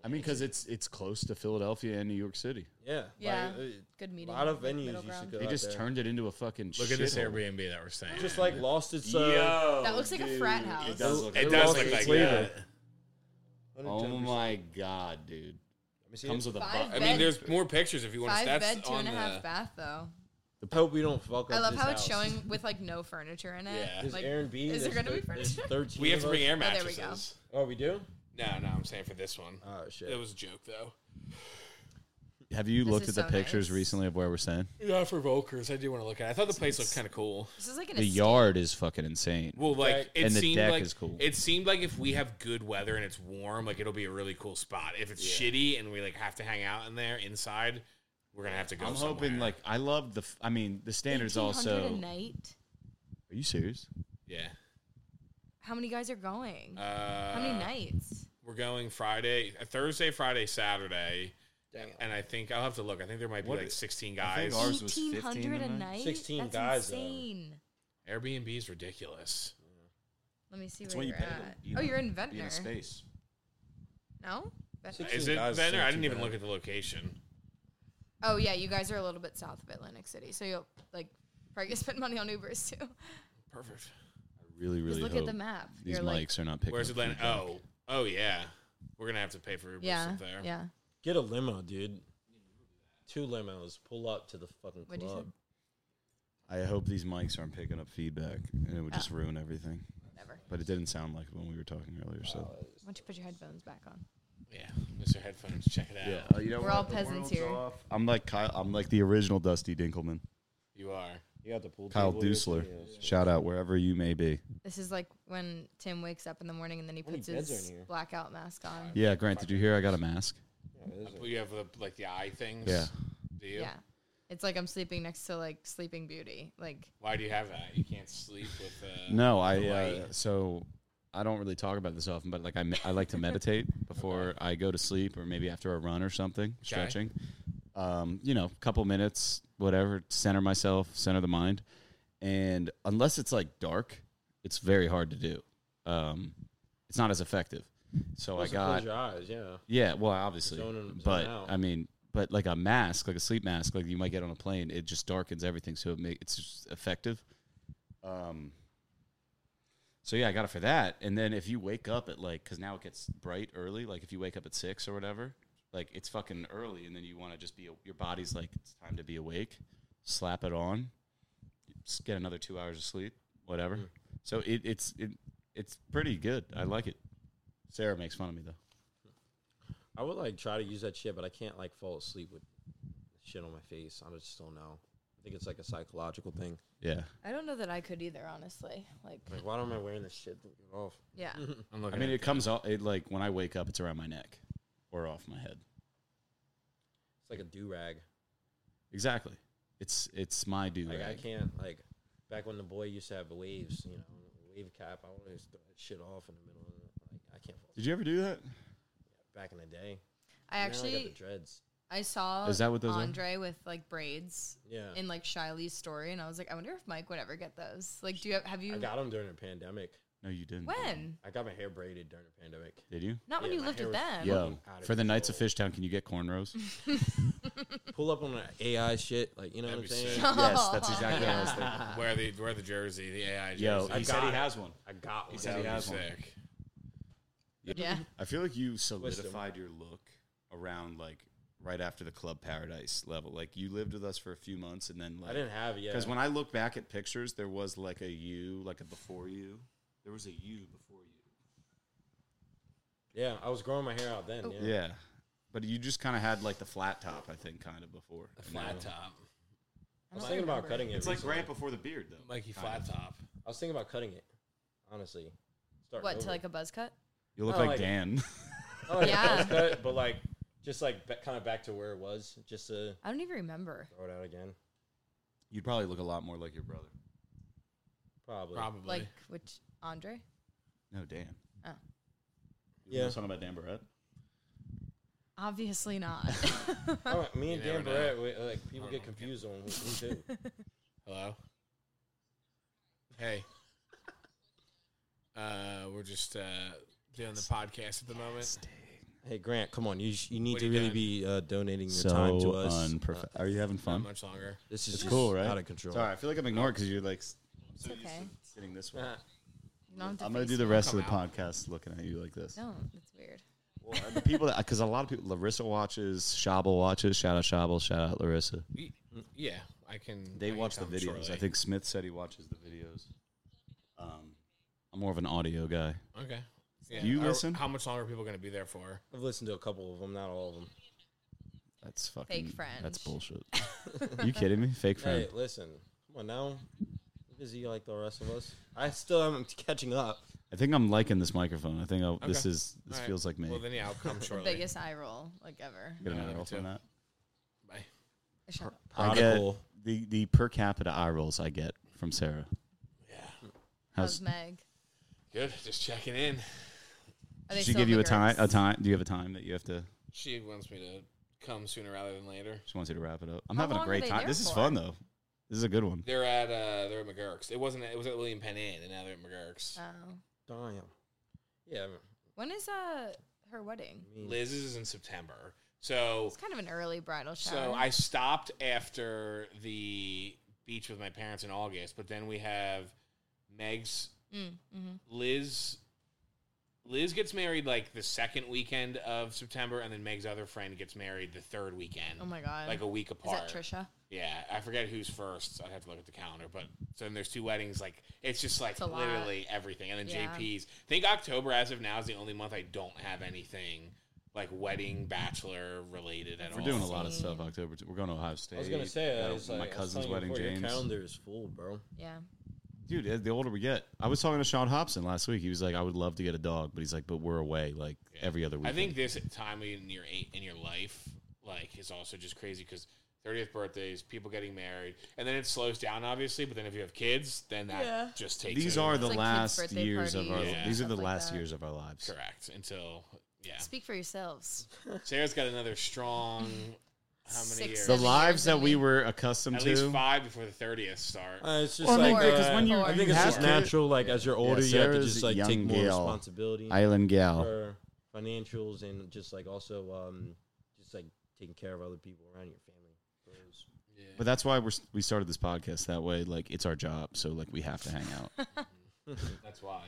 [SPEAKER 15] I mean, because it's it's close to Philadelphia and New York City.
[SPEAKER 18] Yeah,
[SPEAKER 17] Yeah,
[SPEAKER 18] uh,
[SPEAKER 17] good meeting,
[SPEAKER 18] A lot of
[SPEAKER 17] like,
[SPEAKER 18] venues
[SPEAKER 17] middle
[SPEAKER 18] used to
[SPEAKER 17] ground.
[SPEAKER 18] go.
[SPEAKER 15] They
[SPEAKER 18] out
[SPEAKER 15] just
[SPEAKER 18] there.
[SPEAKER 15] turned it into a fucking.
[SPEAKER 16] Look at this
[SPEAKER 15] shithole.
[SPEAKER 16] Airbnb that we're staying.
[SPEAKER 18] Just like lost its. Uh,
[SPEAKER 16] Yo,
[SPEAKER 17] That looks like a frat house.
[SPEAKER 15] It does look.
[SPEAKER 16] It
[SPEAKER 15] like
[SPEAKER 16] does
[SPEAKER 15] lost
[SPEAKER 16] look
[SPEAKER 15] its
[SPEAKER 16] like
[SPEAKER 15] flavor.
[SPEAKER 16] that.
[SPEAKER 15] Oh
[SPEAKER 18] 110%.
[SPEAKER 15] my god, dude!
[SPEAKER 18] Let me see
[SPEAKER 15] Comes
[SPEAKER 18] it.
[SPEAKER 15] with a. Bu-
[SPEAKER 17] Five
[SPEAKER 15] I
[SPEAKER 16] I mean,
[SPEAKER 15] mean,
[SPEAKER 17] bed-
[SPEAKER 16] there's more pictures if you want. to
[SPEAKER 17] five
[SPEAKER 16] That's
[SPEAKER 17] bed, two
[SPEAKER 16] on
[SPEAKER 17] and a
[SPEAKER 16] the,
[SPEAKER 17] half bath though.
[SPEAKER 18] I hope we don't fuck up.
[SPEAKER 17] I love
[SPEAKER 18] this
[SPEAKER 17] how
[SPEAKER 18] house.
[SPEAKER 17] it's showing with like no furniture in it.
[SPEAKER 16] Yeah.
[SPEAKER 18] There's
[SPEAKER 17] Like,
[SPEAKER 18] Aaron B.
[SPEAKER 17] Is there
[SPEAKER 18] there's
[SPEAKER 17] gonna be
[SPEAKER 18] thir- there's
[SPEAKER 17] furniture?
[SPEAKER 18] 13
[SPEAKER 16] We have to
[SPEAKER 18] of
[SPEAKER 16] bring
[SPEAKER 18] us.
[SPEAKER 16] air
[SPEAKER 17] Oh, there we
[SPEAKER 16] mattresses.
[SPEAKER 17] go.
[SPEAKER 18] Oh, we do.
[SPEAKER 16] No, no, I'm saying for this one.
[SPEAKER 18] Oh shit!
[SPEAKER 16] It was a joke though.
[SPEAKER 15] have you
[SPEAKER 17] This
[SPEAKER 15] looked
[SPEAKER 17] is
[SPEAKER 15] at the
[SPEAKER 17] so
[SPEAKER 15] pictures
[SPEAKER 17] nice.
[SPEAKER 15] recently of where we're staying?
[SPEAKER 16] Yeah, for Volkers, I do want to look at. it. I thought the place looked kind of cool.
[SPEAKER 17] This is like an
[SPEAKER 15] The
[SPEAKER 17] escape.
[SPEAKER 15] yard is fucking insane.
[SPEAKER 16] Well, like
[SPEAKER 15] Right.
[SPEAKER 16] it
[SPEAKER 15] And the
[SPEAKER 16] seemed
[SPEAKER 15] deck
[SPEAKER 16] like
[SPEAKER 15] is cool.
[SPEAKER 16] it seemed like if we have good weather and it's warm, like it'll be a really cool spot. If it's shitty and we like have to hang out in there inside, we're gonna have to go.
[SPEAKER 15] I'm hoping like I love the. f- I mean, the standards
[SPEAKER 17] 1,800
[SPEAKER 15] also.
[SPEAKER 17] a night.
[SPEAKER 15] Are you serious?
[SPEAKER 16] yeah.
[SPEAKER 17] How many guys are going?
[SPEAKER 16] Uh,
[SPEAKER 17] How many nights?
[SPEAKER 16] We're going Friday, uh, Thursday, Friday, Saturday, and I think I'll have to look. I think there might be
[SPEAKER 15] What-
[SPEAKER 16] like 16
[SPEAKER 15] I think
[SPEAKER 16] guys.
[SPEAKER 15] ours- was
[SPEAKER 17] 1,800
[SPEAKER 15] a
[SPEAKER 17] a
[SPEAKER 15] night?
[SPEAKER 17] night.
[SPEAKER 18] 16
[SPEAKER 17] That's
[SPEAKER 18] guys, though.
[SPEAKER 17] Insane.
[SPEAKER 16] Airbnb is ridiculous.
[SPEAKER 17] Let me see
[SPEAKER 15] That's
[SPEAKER 17] where
[SPEAKER 15] why you
[SPEAKER 17] you're
[SPEAKER 15] pay
[SPEAKER 17] at.
[SPEAKER 15] them.
[SPEAKER 17] oh,
[SPEAKER 15] You know,
[SPEAKER 17] you're in
[SPEAKER 15] be in
[SPEAKER 17] Ventnor.
[SPEAKER 15] a space.
[SPEAKER 17] No. Ventnor.
[SPEAKER 16] Is
[SPEAKER 18] 16
[SPEAKER 16] it
[SPEAKER 18] guys
[SPEAKER 16] Venner?
[SPEAKER 18] seem
[SPEAKER 16] I
[SPEAKER 18] too
[SPEAKER 16] didn't even
[SPEAKER 18] bad.
[SPEAKER 16] look at the location.
[SPEAKER 17] Oh yeah, you guys are a little bit south of Atlantic City, so you'll like probably gonna spend money on Ubers too.
[SPEAKER 16] Perfect.
[SPEAKER 15] Really, really.
[SPEAKER 17] look at
[SPEAKER 15] hope
[SPEAKER 17] the map.
[SPEAKER 15] These
[SPEAKER 17] You're
[SPEAKER 15] mics
[SPEAKER 17] like-
[SPEAKER 15] are not picking.
[SPEAKER 16] Where's
[SPEAKER 15] up
[SPEAKER 16] Atlanta?
[SPEAKER 15] feedback.
[SPEAKER 16] Oh, oh yeah. We're gonna have to pay for Uber
[SPEAKER 17] yeah.
[SPEAKER 16] there.
[SPEAKER 17] Yeah.
[SPEAKER 18] Get a limo, dude. Two limos. Pull up to the fucking
[SPEAKER 17] What'd you say?
[SPEAKER 18] club.
[SPEAKER 15] I hope these mics aren't picking up feedback, and it would just ruin everything.
[SPEAKER 17] Never.
[SPEAKER 15] But it didn't sound like it when we were talking earlier. So
[SPEAKER 17] Why don't you put your headphones back on?
[SPEAKER 16] Yeah. Mr. Headphones, check it out.
[SPEAKER 15] Uh, you know
[SPEAKER 17] We're
[SPEAKER 15] what?
[SPEAKER 17] all
[SPEAKER 15] The
[SPEAKER 17] peasants
[SPEAKER 15] world's
[SPEAKER 17] here.
[SPEAKER 15] off. I'm like Kyle. I'm like the original Dusty Dinkelman,
[SPEAKER 16] You are.
[SPEAKER 18] You got the pool
[SPEAKER 15] Kyle
[SPEAKER 18] table, you got
[SPEAKER 15] Dusler.
[SPEAKER 18] the- yeah.
[SPEAKER 15] Shout out wherever you may be.
[SPEAKER 17] This is like when Tim wakes up in the morning and then he
[SPEAKER 18] many
[SPEAKER 17] puts
[SPEAKER 18] beds are
[SPEAKER 17] his
[SPEAKER 18] in here?
[SPEAKER 17] blackout mask on.
[SPEAKER 15] Yeah, Grant. Did you hear? I got a mask.
[SPEAKER 18] Yeah,
[SPEAKER 16] You have the, like the eye things.
[SPEAKER 15] Yeah.
[SPEAKER 16] Do you?
[SPEAKER 17] Yeah. It's like I'm sleeping next to like Sleeping Beauty. Like
[SPEAKER 16] Why do you have that? You can't sleep with. Uh,
[SPEAKER 15] No,
[SPEAKER 16] the
[SPEAKER 15] I
[SPEAKER 16] light?
[SPEAKER 15] uh, so I don't really talk about this often, but like I, me- I like to meditate before I go to sleep or maybe after a run or something, stretching. Um, you know, couple minutes, whatever, center myself, center the mind. And unless it's like dark, it's very hard to do. Um, it's not as effective. So I
[SPEAKER 18] Also
[SPEAKER 15] got
[SPEAKER 18] close your eyes, yeah.
[SPEAKER 15] yeah, well, obviously,
[SPEAKER 18] Zone in- zone
[SPEAKER 15] but
[SPEAKER 18] out.
[SPEAKER 15] I mean, but like a mask, like a sleep mask, like you might get on a plane, it just darkens everything, so it make it's just effective. Um. So yeah, I got it for that, and then if you wake up at like, because now it gets bright early. Like if you wake up at six or whatever, like it's fucking early, and then you want to just be your body's like it's time to be awake. Slap it on, s- get another two hours of sleep, whatever. So it, it's it, it's pretty good. I like it. Sarah makes fun of me though.
[SPEAKER 18] I would like try to use that shit, but I can't like fall asleep with shit on my face. I just don't know. I think it's like a psychological thing.
[SPEAKER 15] Yeah.
[SPEAKER 17] I don't know that I could either, honestly. Like
[SPEAKER 18] Like, why am I wearing this shit? Get it off.
[SPEAKER 17] Yeah.
[SPEAKER 16] I'm looking
[SPEAKER 15] I mean,
[SPEAKER 16] at
[SPEAKER 15] it comes off. It like when I wake up, it's around my neck or off my head.
[SPEAKER 18] It's like a do rag.
[SPEAKER 15] Exactly. It's it's my do
[SPEAKER 18] Like I
[SPEAKER 15] rag.
[SPEAKER 18] can't like back when the boy used to have the waves, you know, wave cap. I always throw that shit off in the middle of the like I can't. fall
[SPEAKER 15] Did you ever do that?
[SPEAKER 18] asleep Back in the day,
[SPEAKER 17] I
[SPEAKER 18] Now
[SPEAKER 17] actually
[SPEAKER 18] got the dreads.
[SPEAKER 17] I saw
[SPEAKER 15] Is that what those are?
[SPEAKER 17] Andre with like braids.
[SPEAKER 18] Yeah.
[SPEAKER 17] In like Shiley's story, and I was like, I wonder if Mike would ever get those. Like, do you have, have you?
[SPEAKER 18] I got them during the pandemic.
[SPEAKER 15] No, you didn't.
[SPEAKER 17] When?
[SPEAKER 18] I got my hair braided during the pandemic.
[SPEAKER 15] Did you?
[SPEAKER 17] Not when you
[SPEAKER 18] my
[SPEAKER 17] lived
[SPEAKER 18] hair
[SPEAKER 17] with
[SPEAKER 18] was
[SPEAKER 17] them.
[SPEAKER 15] Yo,
[SPEAKER 18] fucking out of
[SPEAKER 15] for the Knights of Fishtown, can you get cornrows?
[SPEAKER 18] pull up on an AI shit, like you know
[SPEAKER 16] That'd
[SPEAKER 18] what I'm
[SPEAKER 16] be
[SPEAKER 18] saying?
[SPEAKER 16] sick.
[SPEAKER 15] Yes, that's exactly what I was thinking.
[SPEAKER 16] Wear the wear the jersey, the AI jersey.
[SPEAKER 15] Yo, he said he
[SPEAKER 18] it.
[SPEAKER 15] has one.
[SPEAKER 18] I got
[SPEAKER 16] He
[SPEAKER 18] one.
[SPEAKER 16] said he
[SPEAKER 15] That would
[SPEAKER 16] has
[SPEAKER 15] be
[SPEAKER 16] one.
[SPEAKER 15] sick.
[SPEAKER 17] Yeah.
[SPEAKER 15] I feel like you solidified your look around like right after the club paradise level. Like you lived with us for a few months and then like
[SPEAKER 18] didn't have it, yeah.
[SPEAKER 15] Because when I look back at pictures, there was like a you, like a before you. There was a you before you.
[SPEAKER 18] Yeah, I was growing my hair out then.
[SPEAKER 15] Yeah.
[SPEAKER 18] Yeah.
[SPEAKER 15] But you just kind of had like the flat top, I think, kind of before.
[SPEAKER 16] A
[SPEAKER 15] And
[SPEAKER 16] flat
[SPEAKER 15] now-
[SPEAKER 16] top.
[SPEAKER 18] I was thinking about cutting it.
[SPEAKER 15] It's like
[SPEAKER 18] recently.
[SPEAKER 15] right before the beard, though.
[SPEAKER 16] Mikey
[SPEAKER 15] kind
[SPEAKER 16] flat
[SPEAKER 15] of.
[SPEAKER 16] top.
[SPEAKER 18] I was thinking about cutting it. Honestly, Starting
[SPEAKER 17] What to
[SPEAKER 18] over.
[SPEAKER 17] like a buzz cut?
[SPEAKER 15] You look
[SPEAKER 18] No,
[SPEAKER 15] like,
[SPEAKER 18] oh, like-
[SPEAKER 15] Dan.
[SPEAKER 18] Not like a
[SPEAKER 17] Yeah.
[SPEAKER 18] buzz cut, but like just like ba- kind of back to where it was, just to
[SPEAKER 17] I don't even remember.
[SPEAKER 18] throw it out again.
[SPEAKER 15] You'd probably look a lot more like your brother.
[SPEAKER 18] Probably.
[SPEAKER 16] Probably.
[SPEAKER 17] Like which Andre?
[SPEAKER 15] No, Dan.
[SPEAKER 17] Oh,
[SPEAKER 15] You yeah.
[SPEAKER 18] Yeah.
[SPEAKER 15] Something about Dan Barrett.
[SPEAKER 17] obviously not.
[SPEAKER 18] Oh, me and
[SPEAKER 16] You
[SPEAKER 18] Dan
[SPEAKER 16] never
[SPEAKER 18] Barrett, we, like people
[SPEAKER 16] don't
[SPEAKER 18] get
[SPEAKER 16] know.
[SPEAKER 18] confused on who, who do.
[SPEAKER 16] Hello. Hey. Uh, we're just uh, doing the podcast at the moment.
[SPEAKER 18] hey Grant, come on, you sh- you need
[SPEAKER 16] What
[SPEAKER 18] to
[SPEAKER 16] are you
[SPEAKER 18] really
[SPEAKER 16] doing?
[SPEAKER 18] be uh, donating your time to us. Uh,
[SPEAKER 15] unprof- Are you having
[SPEAKER 16] Not
[SPEAKER 15] fun?
[SPEAKER 16] much longer.
[SPEAKER 18] This is
[SPEAKER 15] It's
[SPEAKER 18] just
[SPEAKER 15] cool, right?
[SPEAKER 18] Out of control.
[SPEAKER 15] Sorry, I feel like I'm ignored because you're like s-
[SPEAKER 17] it's okay.
[SPEAKER 15] sitting this way.
[SPEAKER 18] Uh,
[SPEAKER 17] You don't have to
[SPEAKER 15] I'm gonna
[SPEAKER 17] face
[SPEAKER 15] do the
[SPEAKER 17] me.
[SPEAKER 15] rest of
[SPEAKER 16] come
[SPEAKER 15] the
[SPEAKER 16] out.
[SPEAKER 15] podcast looking at you like this.
[SPEAKER 17] No, that's weird.
[SPEAKER 15] Well, the people that because a lot of people, Larissa watches, Shabble watches. Shout out Shabble, shout out Larissa.
[SPEAKER 16] Y- Yeah, I can. I
[SPEAKER 15] They
[SPEAKER 16] can
[SPEAKER 15] watch the
[SPEAKER 16] come
[SPEAKER 15] videos.
[SPEAKER 16] shortly.
[SPEAKER 15] I think Smith said he watches the videos. Um, I'm more of an audio guy.
[SPEAKER 16] Okay. Yeah.
[SPEAKER 15] Do you
[SPEAKER 16] Are-
[SPEAKER 15] listen?
[SPEAKER 16] How much longer are people going to be there for?
[SPEAKER 18] I've listened to a couple of them, not all of them.
[SPEAKER 15] That's fucking
[SPEAKER 17] friend.
[SPEAKER 15] That's bullshit. you kidding me? Fake friend.
[SPEAKER 18] Hey, listen, come on now. You're busy like the rest of us. I still am catching up.
[SPEAKER 15] I think I'm liking this microphone. I think I'll, this
[SPEAKER 16] Okay.
[SPEAKER 15] is this
[SPEAKER 16] All right.
[SPEAKER 15] feels like me.
[SPEAKER 16] Well, then yeah, I'll come shortly.
[SPEAKER 17] Biggest eye roll like ever.
[SPEAKER 15] Get another
[SPEAKER 16] Yeah, me
[SPEAKER 15] roll from
[SPEAKER 16] too.
[SPEAKER 15] that.
[SPEAKER 16] Bye.
[SPEAKER 17] Shut up.
[SPEAKER 15] I get
[SPEAKER 18] Prodigal.
[SPEAKER 15] the the per capita eye rolls I get from Sarah.
[SPEAKER 16] Yeah.
[SPEAKER 17] How's
[SPEAKER 15] How's
[SPEAKER 17] Meg?
[SPEAKER 16] Good. Just checking
[SPEAKER 17] Are
[SPEAKER 16] in.
[SPEAKER 17] they
[SPEAKER 15] did she
[SPEAKER 17] still
[SPEAKER 15] give you a
[SPEAKER 17] bigger?
[SPEAKER 15] time? A time? Do you have a time that you have to?
[SPEAKER 16] She wants me to come sooner rather than later.
[SPEAKER 15] She wants you to wrap it up. I'm
[SPEAKER 17] How
[SPEAKER 15] having a
[SPEAKER 17] long are
[SPEAKER 15] great
[SPEAKER 17] they
[SPEAKER 15] time.
[SPEAKER 17] there
[SPEAKER 15] This is
[SPEAKER 17] for?
[SPEAKER 15] fun though. This is a good one.
[SPEAKER 16] They're at uh, they're at McGurk's. It wasn't. It was at William Penn Inn, and now they're at McGurk's.
[SPEAKER 17] Oh.
[SPEAKER 18] Damn. Yeah, I mean,
[SPEAKER 17] When is uh her wedding?
[SPEAKER 16] Liz's is in September. So
[SPEAKER 17] It's kind of an early bridal shower.
[SPEAKER 16] So I stopped after the beach with my parents in August, but then we have Meg's
[SPEAKER 17] Mm, mhm.
[SPEAKER 16] Liz. Liz gets married like the second weekend of September, and then Meg's other friend gets married the third weekend.
[SPEAKER 17] Oh my god.
[SPEAKER 16] Like a week
[SPEAKER 17] Is
[SPEAKER 16] apart.
[SPEAKER 17] that Trisha?
[SPEAKER 16] Yeah, I forget who's first. I'd have to look at the calendar, but so then there's two weddings. Like it's just like
[SPEAKER 17] It's a lot.
[SPEAKER 16] literally everything, and then
[SPEAKER 17] Yeah.
[SPEAKER 16] JP's. I think October as of now is the only month I don't have anything like wedding bachelor related at all.
[SPEAKER 15] We're doing a lot of stuff
[SPEAKER 17] Insane.
[SPEAKER 15] October. too. We're going to Ohio State.
[SPEAKER 18] I was gonna say,
[SPEAKER 15] Got
[SPEAKER 18] I was
[SPEAKER 15] my
[SPEAKER 18] like, I was
[SPEAKER 15] cousin's
[SPEAKER 18] telling you
[SPEAKER 15] wedding,
[SPEAKER 18] before,
[SPEAKER 15] James.
[SPEAKER 18] Your calendar is full, bro.
[SPEAKER 17] Yeah.
[SPEAKER 15] dude, as- the older we get, I was talking to Sean Hobson last week. He was like, I would love to get a dog, but he's like, but we're away like every other week.
[SPEAKER 16] I think this time in your in your life, like, is also just crazy because thirtieth birthdays, people getting married, and then it slows down, obviously. But then if you have kids, then that
[SPEAKER 15] Yeah.
[SPEAKER 16] just takes.
[SPEAKER 15] these
[SPEAKER 16] over.
[SPEAKER 15] are the last years of our. These are the last years of our lives.
[SPEAKER 16] Correct. Until yeah,
[SPEAKER 17] Speak for yourselves.
[SPEAKER 16] Sarah's got another strong. How many
[SPEAKER 17] Six,
[SPEAKER 16] years?
[SPEAKER 15] The lives that we were accustomed
[SPEAKER 16] At
[SPEAKER 15] to.
[SPEAKER 16] least five before the thirtieth start.
[SPEAKER 18] Uh, it's just like because when you, I think it's just natural. Like as you're older, you have to
[SPEAKER 15] Sarah's
[SPEAKER 18] just like
[SPEAKER 15] young
[SPEAKER 18] take more
[SPEAKER 15] gal.
[SPEAKER 18] responsibility.
[SPEAKER 15] Island gal.
[SPEAKER 18] for financials and just like also um, just like taking care of other people around your family. Those-
[SPEAKER 15] But that's why we're s- we started this podcast that way. Like it's our job, so like we have to hang out.
[SPEAKER 16] That's why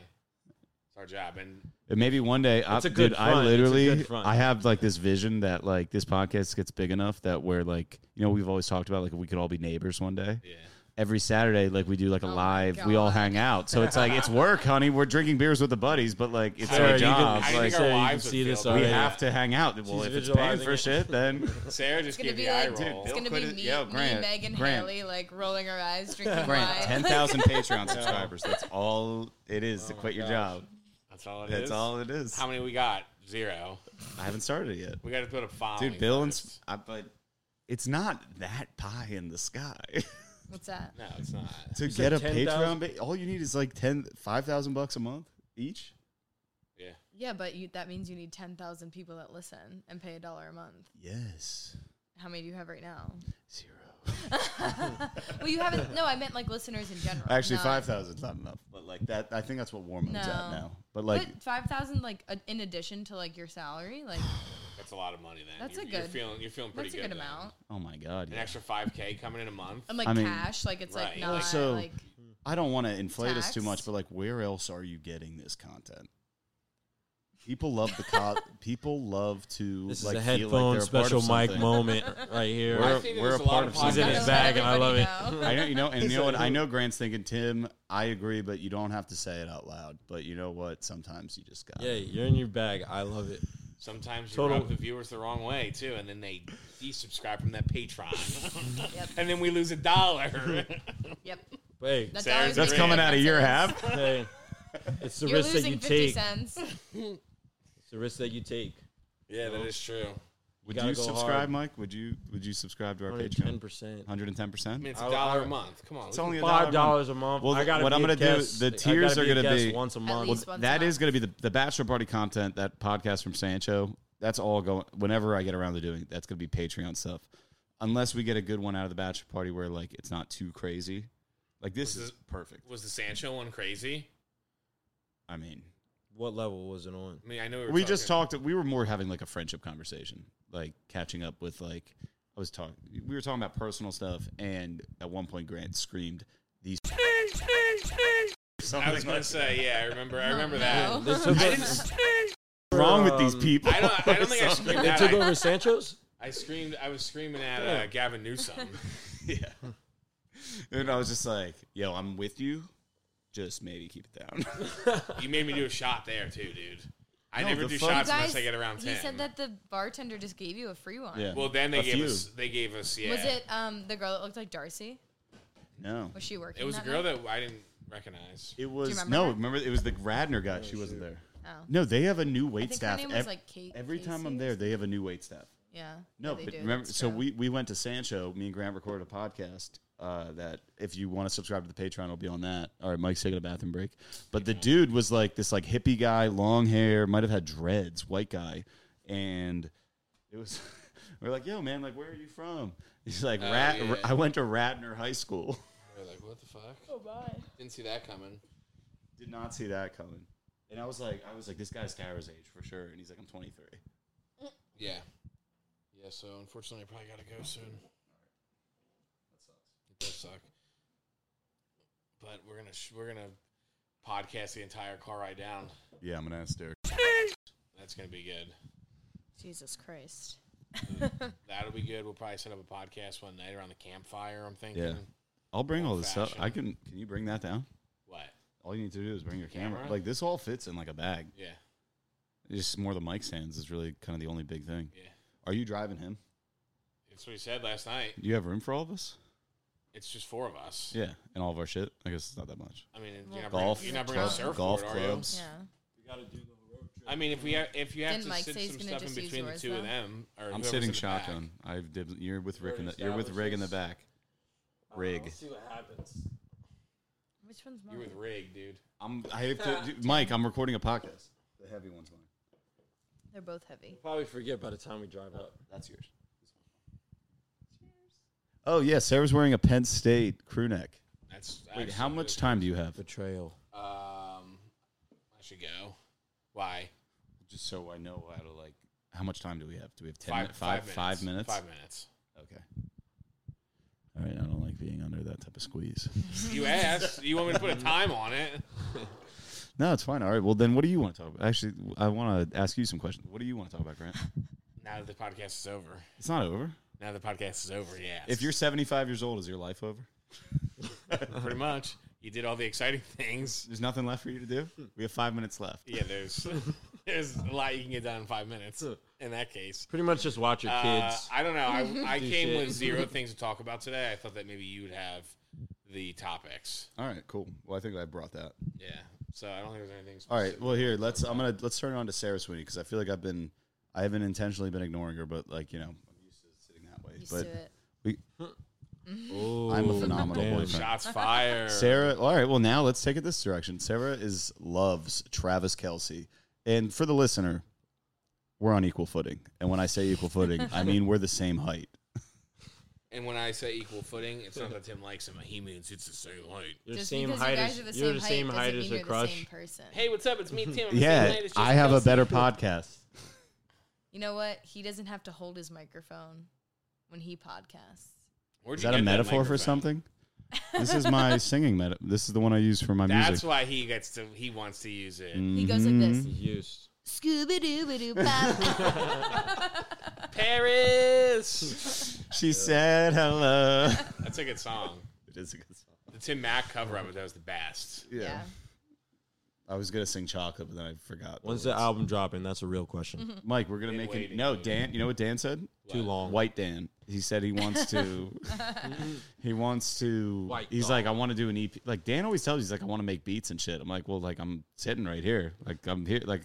[SPEAKER 16] it's our job, and
[SPEAKER 15] And maybe one day, I,
[SPEAKER 18] It's a good
[SPEAKER 15] dude,
[SPEAKER 18] front.
[SPEAKER 15] I
[SPEAKER 18] It's a
[SPEAKER 15] literally,
[SPEAKER 18] good front.
[SPEAKER 15] I have like this vision that like this podcast gets big enough that we're like, you know, we've always talked about like we could all be neighbors one day. Yeah. Every Saturday, like we do like a live, we all hang out. So it's like it's work, honey. We're drinking beers with the buddies, but like it's
[SPEAKER 16] Sarah,
[SPEAKER 15] our
[SPEAKER 16] you can-
[SPEAKER 15] job.
[SPEAKER 16] I think
[SPEAKER 15] like
[SPEAKER 16] our Sarah, you wives can would see feel this that.
[SPEAKER 15] we
[SPEAKER 16] already.
[SPEAKER 15] have to hang out. Well,
[SPEAKER 16] She's
[SPEAKER 15] if it's paying
[SPEAKER 16] visualizing
[SPEAKER 15] for
[SPEAKER 16] it.
[SPEAKER 15] shit, then
[SPEAKER 16] Sarah just
[SPEAKER 17] It's gonna
[SPEAKER 16] gave
[SPEAKER 17] be
[SPEAKER 16] the eye
[SPEAKER 17] like
[SPEAKER 16] roll.
[SPEAKER 17] it's gonna be me,
[SPEAKER 15] yo,
[SPEAKER 17] me,
[SPEAKER 15] Grant,
[SPEAKER 17] Megan,
[SPEAKER 15] Grant.
[SPEAKER 17] Haley, like rolling our eyes, drinking
[SPEAKER 15] Grant,
[SPEAKER 17] wine.
[SPEAKER 15] ten thousand Patreon subscribers. That's all it is to
[SPEAKER 16] Oh my
[SPEAKER 15] quit your
[SPEAKER 16] gosh.
[SPEAKER 15] job.
[SPEAKER 16] That's all it
[SPEAKER 15] That's
[SPEAKER 16] is?
[SPEAKER 15] all it is.
[SPEAKER 16] How many we got? Zero.
[SPEAKER 15] I haven't started it yet.
[SPEAKER 16] We got to put a following.
[SPEAKER 15] Dude, Bill and s- I, but it's not that pie in the sky.
[SPEAKER 17] What's that?
[SPEAKER 16] No, it's not.
[SPEAKER 15] to
[SPEAKER 16] You
[SPEAKER 15] get
[SPEAKER 16] said
[SPEAKER 15] a
[SPEAKER 16] 10,000?
[SPEAKER 15] Patreon, ba- all you need is like 10 5,000 bucks a month each.
[SPEAKER 16] Yeah.
[SPEAKER 17] Yeah, but you, that means you need ten thousand people that listen and pay a dollar a month.
[SPEAKER 15] Yes.
[SPEAKER 17] How many do you have right now? Zero. well, you haven't. No, I meant like listeners in general.
[SPEAKER 15] Actually,
[SPEAKER 17] not-
[SPEAKER 15] 5,000 is not enough, but like that I think that's what warm up's at
[SPEAKER 17] No.
[SPEAKER 15] now. But like
[SPEAKER 17] five thousand, like a, in addition to like your salary, like
[SPEAKER 16] That's a lot of money. Then
[SPEAKER 17] That's
[SPEAKER 16] you're,
[SPEAKER 17] a
[SPEAKER 16] You're
[SPEAKER 17] good-
[SPEAKER 16] feeling. You're feeling pretty
[SPEAKER 17] that's a good
[SPEAKER 16] then.
[SPEAKER 17] amount.
[SPEAKER 15] oh my god.
[SPEAKER 16] An
[SPEAKER 15] yeah.
[SPEAKER 16] extra five k coming in a month.
[SPEAKER 17] And like
[SPEAKER 15] I mean-
[SPEAKER 17] cash, like it's
[SPEAKER 16] Right,
[SPEAKER 17] like not
[SPEAKER 15] also,
[SPEAKER 17] like
[SPEAKER 15] I don't want to inflate us too much, but like, where else are you getting this content? People love the co- people love to.
[SPEAKER 18] This is
[SPEAKER 15] like,
[SPEAKER 18] a
[SPEAKER 15] feel
[SPEAKER 18] headphone
[SPEAKER 15] like they're a part
[SPEAKER 18] special
[SPEAKER 15] of
[SPEAKER 18] mic
[SPEAKER 15] something.
[SPEAKER 18] moment right here. I
[SPEAKER 15] We're,
[SPEAKER 18] think
[SPEAKER 15] we're
[SPEAKER 18] there's
[SPEAKER 15] a
[SPEAKER 18] a lot
[SPEAKER 15] part
[SPEAKER 18] of
[SPEAKER 15] of something.
[SPEAKER 18] podcasts He's in his bag and I love it. that everybody
[SPEAKER 15] I know, you know, and
[SPEAKER 18] knows.
[SPEAKER 15] you know what? I know Grant's thinking, Tim. I agree, but you don't have to say it out loud. But you know what? Sometimes you just got.
[SPEAKER 18] Yeah, you're in your bag. I love it.
[SPEAKER 16] Sometimes you
[SPEAKER 18] Total-
[SPEAKER 16] rub the viewers the wrong way too, and then they desubscribe from that Patreon, and then we lose a dollar.
[SPEAKER 17] yep.
[SPEAKER 18] Hey,
[SPEAKER 17] That Sarah's dollar's that's
[SPEAKER 15] coming out of your half.
[SPEAKER 18] Hey, it's the
[SPEAKER 17] you're
[SPEAKER 18] risk that
[SPEAKER 17] losing
[SPEAKER 18] you
[SPEAKER 17] fifty
[SPEAKER 18] take.
[SPEAKER 17] cents.
[SPEAKER 18] It's the risk that you take.
[SPEAKER 16] Yeah, that is true.
[SPEAKER 15] Would
[SPEAKER 18] gotta
[SPEAKER 15] you
[SPEAKER 18] go
[SPEAKER 15] subscribe,
[SPEAKER 18] hard.
[SPEAKER 15] Mike? Would you Would you subscribe to our Patreon?
[SPEAKER 18] 110%.
[SPEAKER 15] Hundred and ten percent.
[SPEAKER 16] I mean, it's
[SPEAKER 18] I-
[SPEAKER 16] a dollar
[SPEAKER 18] I-
[SPEAKER 16] a month. Come on,
[SPEAKER 18] It's
[SPEAKER 16] we-
[SPEAKER 18] only a dollar a month. $5 a month.
[SPEAKER 15] Well,
[SPEAKER 18] I gotta
[SPEAKER 15] what
[SPEAKER 18] be
[SPEAKER 15] I'm
[SPEAKER 18] a
[SPEAKER 15] gonna
[SPEAKER 18] guest-
[SPEAKER 15] do,
[SPEAKER 18] I
[SPEAKER 15] the
[SPEAKER 18] gotta
[SPEAKER 15] tiers
[SPEAKER 18] be
[SPEAKER 15] are
[SPEAKER 18] a
[SPEAKER 15] gonna
[SPEAKER 18] guest
[SPEAKER 15] be
[SPEAKER 18] once a At month. least
[SPEAKER 15] Well,
[SPEAKER 18] once
[SPEAKER 15] that is gonna be the the bachelor party content. That podcast from Sancho. That's all going. Whenever I get around to doing, that's gonna be Patreon stuff. Unless we get a good one out of the bachelor party where like it's not too crazy. Like this
[SPEAKER 16] Was
[SPEAKER 15] is
[SPEAKER 16] the-
[SPEAKER 15] perfect.
[SPEAKER 16] Was the Sancho one crazy?
[SPEAKER 15] I mean,
[SPEAKER 18] What level was it on?
[SPEAKER 16] I mean, I know we,
[SPEAKER 15] we,
[SPEAKER 16] were
[SPEAKER 15] just
[SPEAKER 16] talking-
[SPEAKER 15] talked. We were more having like a friendship conversation, like catching up with like I was talking. We were talking about personal stuff, and at one point Grant screamed, "These."
[SPEAKER 16] I was gonna say, yeah, I remember. I remember that.
[SPEAKER 18] They
[SPEAKER 16] I
[SPEAKER 18] took
[SPEAKER 16] didn't-
[SPEAKER 18] o-
[SPEAKER 15] What's wrong with these
[SPEAKER 18] Um,
[SPEAKER 15] people?
[SPEAKER 16] I don't- I don't think I screamed
[SPEAKER 18] They
[SPEAKER 16] that.
[SPEAKER 18] took
[SPEAKER 16] I-
[SPEAKER 18] over Sancho's.
[SPEAKER 16] I screamed. I was screaming at
[SPEAKER 18] Yeah.
[SPEAKER 16] uh, Gavin Newsom.
[SPEAKER 15] yeah. And I was just like, "Yo, I'm with you. Just maybe keep it down."
[SPEAKER 16] You made me do a shot there too, dude. I
[SPEAKER 15] No,
[SPEAKER 16] never
[SPEAKER 15] the
[SPEAKER 16] do
[SPEAKER 15] fuck-
[SPEAKER 16] shots
[SPEAKER 15] You
[SPEAKER 16] unless I get around
[SPEAKER 17] he
[SPEAKER 16] ten.
[SPEAKER 17] said that the bartender just gave you a free one.
[SPEAKER 15] Yeah.
[SPEAKER 16] Well, then they
[SPEAKER 15] A
[SPEAKER 16] gave
[SPEAKER 15] few.
[SPEAKER 16] us. They gave us. Yeah.
[SPEAKER 17] Was it um the girl that looked like Darcy?
[SPEAKER 15] no,
[SPEAKER 17] Was she working?
[SPEAKER 16] It was a
[SPEAKER 17] that
[SPEAKER 16] girl
[SPEAKER 17] night?
[SPEAKER 16] that I didn't recognize.
[SPEAKER 15] it was
[SPEAKER 17] remember
[SPEAKER 15] no.
[SPEAKER 17] her?
[SPEAKER 15] Remember, it was the Radner guy. she wasn't there.
[SPEAKER 17] Oh.
[SPEAKER 15] No, they have a new wait
[SPEAKER 17] think her
[SPEAKER 15] staff.
[SPEAKER 17] name was,
[SPEAKER 15] Ev-
[SPEAKER 17] like, Kate
[SPEAKER 15] Every time
[SPEAKER 17] Casey
[SPEAKER 15] I'm
[SPEAKER 17] or
[SPEAKER 15] there, they have a new wait staff.
[SPEAKER 17] Yeah.
[SPEAKER 15] No,
[SPEAKER 17] they
[SPEAKER 15] but
[SPEAKER 17] do,
[SPEAKER 15] remember,
[SPEAKER 17] that's
[SPEAKER 15] so
[SPEAKER 17] true.
[SPEAKER 15] we, we went to Sancho. Me and Grant recorded a podcast uh, that if you want to subscribe to the Patreon, it'll be on that. All right, Mike's taking a bathroom break. But the dude was like this like hippie guy, long hair, might have had dreads, white guy, and it was. We're like, yo, man, like, where are you from? He's like,
[SPEAKER 16] Oh,
[SPEAKER 15] Rat.
[SPEAKER 16] yeah.
[SPEAKER 15] I went to Ratner High School.
[SPEAKER 16] We're like, what the fuck? Oh bye. Didn't see that coming.
[SPEAKER 15] Did not see that coming. And I was like, I was like, this guy's Tyra's age for sure. And he's like, I'm 23.
[SPEAKER 16] Yeah. Yeah. So unfortunately, I probably gotta go soon. That sucks. It does suck. But we're gonna sh- we're gonna podcast the entire car ride down.
[SPEAKER 15] Yeah, I'm gonna ask Derek.
[SPEAKER 16] That's gonna be good.
[SPEAKER 17] Jesus Christ.
[SPEAKER 16] That'll be good. We'll probably set up a podcast one night around the campfire. I'm thinking.
[SPEAKER 15] Yeah, I'll bring all this stuff. I can. Can you bring that down?
[SPEAKER 16] What?
[SPEAKER 15] All you need to do is bring your camera.
[SPEAKER 16] Camera?
[SPEAKER 15] Like this all fits in like a bag.
[SPEAKER 16] Yeah.
[SPEAKER 15] It's just more the mic stands is really kind of the only big thing.
[SPEAKER 16] Yeah.
[SPEAKER 15] Are you driving him?
[SPEAKER 16] That's what he said last night.
[SPEAKER 15] Do you have room for all of us?
[SPEAKER 16] It's just four of us.
[SPEAKER 15] Yeah, and all of our shit. I guess it's not that much.
[SPEAKER 16] I mean, you're not golf, bringing, you're not bringing a surfboard,
[SPEAKER 15] golf
[SPEAKER 16] are you?
[SPEAKER 15] clubs.
[SPEAKER 18] We gotta do the road trip.
[SPEAKER 16] I mean, if we have, if you have
[SPEAKER 17] Didn't
[SPEAKER 16] to
[SPEAKER 17] Mike
[SPEAKER 16] sit
[SPEAKER 17] say he's
[SPEAKER 16] some
[SPEAKER 17] gonna
[SPEAKER 16] stuff in
[SPEAKER 17] just use
[SPEAKER 16] between the
[SPEAKER 17] yours,
[SPEAKER 16] two of
[SPEAKER 17] though?
[SPEAKER 16] them, or
[SPEAKER 15] I'm
[SPEAKER 16] whoever's
[SPEAKER 15] sitting
[SPEAKER 16] in the back.
[SPEAKER 15] shotgun. I've dibs, you're with Rick. In the,
[SPEAKER 18] Already
[SPEAKER 15] you're with Rig in the back.
[SPEAKER 18] established I don't know,
[SPEAKER 15] Rig.
[SPEAKER 16] Oh.
[SPEAKER 18] Let's see what happens.
[SPEAKER 17] Which one's
[SPEAKER 16] You're
[SPEAKER 17] mine?
[SPEAKER 16] with Rig, dude.
[SPEAKER 15] I'm. I have to, dude, Mike. I'm recording a podcast. The heavy one's mine.
[SPEAKER 17] They're both heavy.
[SPEAKER 18] Probably forget by the time we drive up.
[SPEAKER 15] That's yours. Oh yeah, Sarah's wearing a Penn State crew neck.
[SPEAKER 16] That's
[SPEAKER 15] Wait, how much time do you have?
[SPEAKER 18] Betrayal.
[SPEAKER 16] Um, I should go. Why?
[SPEAKER 15] Just so I know how to like. How much time do we have? Do we have ten?
[SPEAKER 16] Five,
[SPEAKER 15] mi-
[SPEAKER 16] five,
[SPEAKER 15] five minutes.
[SPEAKER 16] Five minutes.
[SPEAKER 15] Okay. All right. I don't like being under that type of squeeze.
[SPEAKER 16] You asked. You want me to put a time on it?
[SPEAKER 15] no, it's fine. All right. Well, then, what do you want to talk about? Actually, I want to ask you some questions. What do you want to talk about, Grant?
[SPEAKER 16] Now that the podcast is over.
[SPEAKER 15] It's not over.
[SPEAKER 16] Now the podcast is over. Yeah.
[SPEAKER 15] If you're 75 years old, is your life over?
[SPEAKER 16] pretty much, you did all the exciting things.
[SPEAKER 15] There's nothing left for you to do. We have five minutes left.
[SPEAKER 16] Yeah, there's there's a lot you can get done in five minutes. In that case,
[SPEAKER 18] Pretty much just watch your
[SPEAKER 16] Uh,
[SPEAKER 18] kids.
[SPEAKER 16] I don't know. I, I
[SPEAKER 18] Do
[SPEAKER 16] came
[SPEAKER 18] shit.
[SPEAKER 16] with zero things to talk about today. I thought that maybe you would have the topics.
[SPEAKER 15] All right. Cool. Well, I think I brought that.
[SPEAKER 16] Yeah. So I don't think there's anything.
[SPEAKER 15] All right.
[SPEAKER 16] specific.
[SPEAKER 15] Well, here let's. I'm gonna let's turn it on to Sarah Sweeney because I feel like I've been, I haven't intentionally been ignoring her, but like you know, I'm used to sitting that way.
[SPEAKER 17] Used
[SPEAKER 15] but
[SPEAKER 17] to it.
[SPEAKER 15] we,
[SPEAKER 18] Oh,
[SPEAKER 15] I'm a phenomenal
[SPEAKER 18] damn.
[SPEAKER 15] boyfriend.
[SPEAKER 16] Shots fired.
[SPEAKER 15] Sarah. All right. Well, now let's take it this direction. Sarah is loves Travis Kelsey, and for the listener, we're on equal footing. And when I say equal footing, I mean we're the same height.
[SPEAKER 16] And when I say equal footing, it's not that Tim likes him. He means it's the same height.
[SPEAKER 18] You're the
[SPEAKER 17] Just
[SPEAKER 18] same
[SPEAKER 17] because
[SPEAKER 18] height
[SPEAKER 17] you guys
[SPEAKER 18] as
[SPEAKER 17] are the
[SPEAKER 18] you're
[SPEAKER 17] same
[SPEAKER 18] the same
[SPEAKER 17] height,
[SPEAKER 18] height
[SPEAKER 17] doesn't
[SPEAKER 18] as
[SPEAKER 17] mean
[SPEAKER 18] your
[SPEAKER 17] you're the same
[SPEAKER 18] crush.
[SPEAKER 17] person.
[SPEAKER 16] Hey, what's up? It's me, Tim. I'm the same
[SPEAKER 15] Yeah,
[SPEAKER 16] height as
[SPEAKER 15] I
[SPEAKER 16] Jason
[SPEAKER 15] have a
[SPEAKER 16] Kelsey.
[SPEAKER 15] better podcast.
[SPEAKER 17] You know what? He doesn't have to hold his microphone when he podcasts.
[SPEAKER 16] Where'd
[SPEAKER 15] Is
[SPEAKER 16] you
[SPEAKER 15] that a
[SPEAKER 16] get
[SPEAKER 15] metaphor for
[SPEAKER 16] microphone?
[SPEAKER 15] something? this is my singing meta. This is the one I use for my
[SPEAKER 16] That's
[SPEAKER 15] music.
[SPEAKER 16] why he gets to. He wants to use it.
[SPEAKER 17] He goes like this.
[SPEAKER 15] Mm-hmm.
[SPEAKER 18] Used.
[SPEAKER 17] Scooby Dooby Doo Pop.
[SPEAKER 16] Paris.
[SPEAKER 15] She said hello.
[SPEAKER 16] That's a good song.
[SPEAKER 15] it is a good song.
[SPEAKER 16] The Tim Mack cover of it that was the best.
[SPEAKER 15] Yeah.
[SPEAKER 17] yeah.
[SPEAKER 15] I was gonna sing chocolate, but then I forgot. the
[SPEAKER 18] When's the
[SPEAKER 15] words.
[SPEAKER 18] album dropping? That's a real
[SPEAKER 17] Mm-hmm.
[SPEAKER 18] question.
[SPEAKER 15] Mike, we're gonna
[SPEAKER 16] Been
[SPEAKER 15] make it.
[SPEAKER 16] waiting,
[SPEAKER 15] No,
[SPEAKER 16] dude.
[SPEAKER 15] Dan. You know what Dan said?
[SPEAKER 18] Too long.
[SPEAKER 15] White Dan. He said he wants to. he wants to.
[SPEAKER 18] White
[SPEAKER 15] he's
[SPEAKER 18] dog.
[SPEAKER 15] like, I want to do an EP. Like Dan always tells you, he's like, I want to make beats and shit. I'm like, well, like I'm sitting right here. Like I'm here. Like,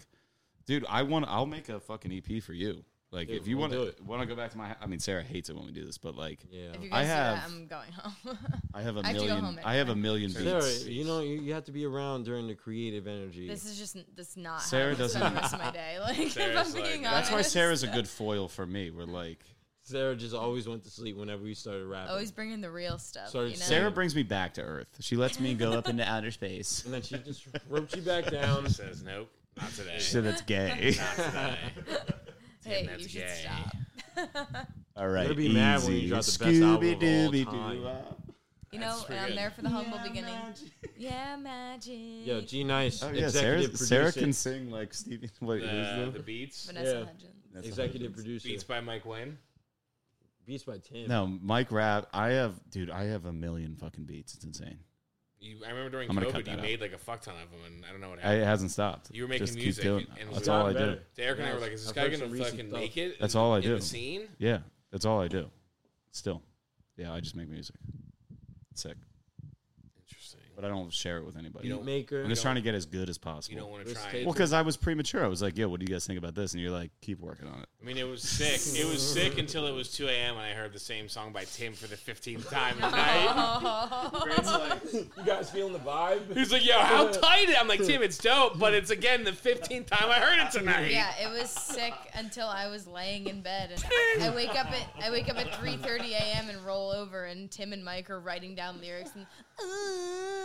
[SPEAKER 15] dude, I want. I'll make a fucking EP for you. Like
[SPEAKER 18] Dude,
[SPEAKER 15] if you
[SPEAKER 18] we'll
[SPEAKER 15] want
[SPEAKER 18] do
[SPEAKER 15] to
[SPEAKER 18] it.
[SPEAKER 15] want to go back to my. I mean, Sarah hates it when we do this, but like,
[SPEAKER 18] Yeah.
[SPEAKER 17] If you
[SPEAKER 15] I
[SPEAKER 17] guys do that,
[SPEAKER 15] have-
[SPEAKER 17] I'm going home.
[SPEAKER 15] I have
[SPEAKER 17] I
[SPEAKER 15] a
[SPEAKER 17] have to go
[SPEAKER 15] million.
[SPEAKER 17] home
[SPEAKER 15] I have a
[SPEAKER 17] anyway.
[SPEAKER 15] million beats.
[SPEAKER 18] Sarah, you know you, you have to be around during the creative energy.
[SPEAKER 17] this is just n- this is not Sarah how I
[SPEAKER 15] Sarah
[SPEAKER 17] doesn't
[SPEAKER 15] doesn't-
[SPEAKER 17] the rest of my day. Like
[SPEAKER 16] Sarah's
[SPEAKER 17] if I'm being
[SPEAKER 16] like-
[SPEAKER 15] That's why
[SPEAKER 17] honest.
[SPEAKER 15] Sarah's a good foil for me. We're like.
[SPEAKER 18] Sarah just always went to sleep whenever we started rapping.
[SPEAKER 17] Always bringing the real stuff.
[SPEAKER 18] Sorry,
[SPEAKER 17] you know?
[SPEAKER 15] Sarah brings me back to Earth. She lets me go up into outer space.
[SPEAKER 18] and then she just roped you back down.
[SPEAKER 16] He says nope, not today.
[SPEAKER 15] She said it's gay.
[SPEAKER 17] hey,
[SPEAKER 16] that's
[SPEAKER 17] you should
[SPEAKER 16] gay.
[SPEAKER 17] stop.
[SPEAKER 15] All right,
[SPEAKER 18] You'll be mad when you
[SPEAKER 15] easy.
[SPEAKER 18] drop the best album of all
[SPEAKER 15] Scooby-Dooby-Doo.
[SPEAKER 18] time.
[SPEAKER 17] You know,
[SPEAKER 16] pretty
[SPEAKER 17] and I'm
[SPEAKER 16] good.
[SPEAKER 17] there for the humble beginning. Yeah, magic.
[SPEAKER 18] Yo, G Nice,
[SPEAKER 15] Oh yeah, Sarah,
[SPEAKER 18] executive
[SPEAKER 15] Sarah
[SPEAKER 18] producer.
[SPEAKER 15] can sing like Stevie. Wait,
[SPEAKER 16] The,
[SPEAKER 15] who's
[SPEAKER 16] the
[SPEAKER 15] the?
[SPEAKER 16] beats,
[SPEAKER 17] Vanessa
[SPEAKER 18] yeah.
[SPEAKER 17] Hudgens.
[SPEAKER 15] That's the
[SPEAKER 18] executive
[SPEAKER 15] Hudgens.
[SPEAKER 18] producer. Beats,
[SPEAKER 16] beats by Mike Wynn.
[SPEAKER 18] by Tim.
[SPEAKER 15] No, Mike Rapp. I have, dude. I have a million fucking beats. It's insane.
[SPEAKER 16] You, I remember during
[SPEAKER 15] I'm gonna cut
[SPEAKER 16] COVID, you
[SPEAKER 15] that out.
[SPEAKER 16] made like a fuck ton of them, and I don't know what
[SPEAKER 15] I, uh,
[SPEAKER 16] happened.
[SPEAKER 15] it hasn't stopped.
[SPEAKER 16] You were making
[SPEAKER 15] Just
[SPEAKER 16] music,
[SPEAKER 15] Keep doing.
[SPEAKER 16] and
[SPEAKER 15] it.
[SPEAKER 16] it
[SPEAKER 15] That's
[SPEAKER 16] was
[SPEAKER 15] all I
[SPEAKER 18] gotten
[SPEAKER 15] do.
[SPEAKER 18] better.
[SPEAKER 16] Derek and I were
[SPEAKER 18] Yes,
[SPEAKER 16] like, "Is this
[SPEAKER 18] I've
[SPEAKER 16] guy
[SPEAKER 18] heard
[SPEAKER 16] gonna
[SPEAKER 18] some recent
[SPEAKER 16] fucking
[SPEAKER 18] stuff.
[SPEAKER 16] make it?"
[SPEAKER 15] That's
[SPEAKER 16] in-
[SPEAKER 15] all I
[SPEAKER 16] in
[SPEAKER 15] do.
[SPEAKER 16] The scene.
[SPEAKER 15] Yeah, that's all I do. Still, yeah, I just make music. Sick,
[SPEAKER 16] Interesting.
[SPEAKER 15] but I don't share it with anybody.
[SPEAKER 18] Beat maker.
[SPEAKER 15] I'm just trying to get as good as possible.
[SPEAKER 16] You don't want to
[SPEAKER 18] This
[SPEAKER 16] try.
[SPEAKER 18] tape-
[SPEAKER 16] and-
[SPEAKER 15] Well, because I was premature. I was like, "Yo, what do you guys think about this?" And you're like, "Keep working on it."
[SPEAKER 16] I mean, it was sick. It was sick until it was 2 a.m. and I heard the same song by Tim for the 15th time tonight. Grant's like,
[SPEAKER 18] you guys feeling the vibe?
[SPEAKER 16] He's like, "Yo, how tight!" it-" I'm like, "Tim, it's dope," but it's again the 15th time I heard it tonight.
[SPEAKER 17] Yeah, it was sick until I was laying in bed, and I wake up at I wake up at 3:30 a.m. and roll over, and Tim and Mike are writing down lyrics, and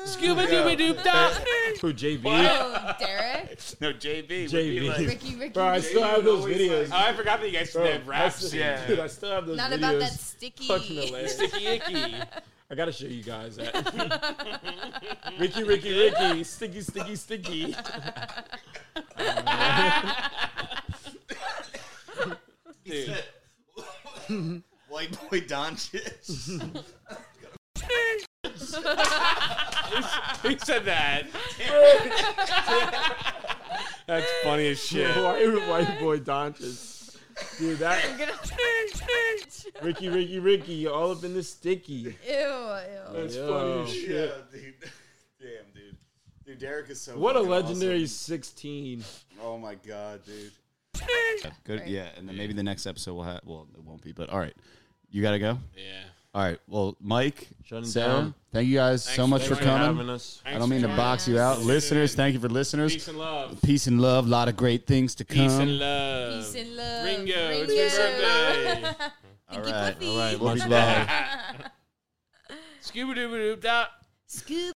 [SPEAKER 16] Scuba dooby doop dop.
[SPEAKER 18] Who JB?
[SPEAKER 17] oh, Derek,
[SPEAKER 16] No, JB.
[SPEAKER 18] JB.
[SPEAKER 17] Ricky, Ricky,
[SPEAKER 18] Bro, I
[SPEAKER 17] Ricky.
[SPEAKER 18] still have those videos.
[SPEAKER 16] Oh, I forgot that you guys
[SPEAKER 18] Bro,
[SPEAKER 16] did
[SPEAKER 18] I
[SPEAKER 16] raps.
[SPEAKER 18] still-
[SPEAKER 16] Yeah.
[SPEAKER 18] Dude, I still have those
[SPEAKER 17] not
[SPEAKER 18] videos.
[SPEAKER 17] about that sticky.
[SPEAKER 18] Fucking hilarious.
[SPEAKER 16] Sticky icky.
[SPEAKER 18] I gotta show you guys that. Ricky, Ricky, Ricky, sticky, sticky, sticky.
[SPEAKER 16] Dude.
[SPEAKER 15] White boy Doncic.
[SPEAKER 16] Who said that? That's funny as shit.
[SPEAKER 18] White, white boy Doncic. Dude, that Ricky, Ricky, Ricky, you're all up in this sticky.
[SPEAKER 17] Ew, ew.
[SPEAKER 18] That's funny as shit.
[SPEAKER 15] Yeah, dude. Damn, dude. Dude, Derek is so.
[SPEAKER 18] What a
[SPEAKER 15] fucking
[SPEAKER 18] legendary
[SPEAKER 15] awesome.
[SPEAKER 18] 16.
[SPEAKER 15] Oh my god, dude. Good. Yeah, and then maybe the next episode we'll have. Well, it won't be, but all right. You gotta go.
[SPEAKER 16] Yeah.
[SPEAKER 15] All right. Well, Mike,
[SPEAKER 18] Shutting
[SPEAKER 15] Sarah,
[SPEAKER 18] down.
[SPEAKER 15] thank you guys so
[SPEAKER 18] Thanks
[SPEAKER 15] much
[SPEAKER 18] for
[SPEAKER 15] for
[SPEAKER 18] joining.
[SPEAKER 15] coming.
[SPEAKER 18] Having us.
[SPEAKER 15] I
[SPEAKER 18] Thanks
[SPEAKER 15] don't mean
[SPEAKER 18] for
[SPEAKER 15] to box you out, listeners. Thank you for listeners.
[SPEAKER 16] Peace and love.
[SPEAKER 15] Peace and love. A lot of great things to come.
[SPEAKER 16] Peace and love.
[SPEAKER 17] Peace and love.
[SPEAKER 16] Ringo, it's your birthday.
[SPEAKER 15] All right. All right.
[SPEAKER 16] Puffy.
[SPEAKER 15] Much love.
[SPEAKER 16] Scooby Dooby Doo. dot.
[SPEAKER 17] Scoop.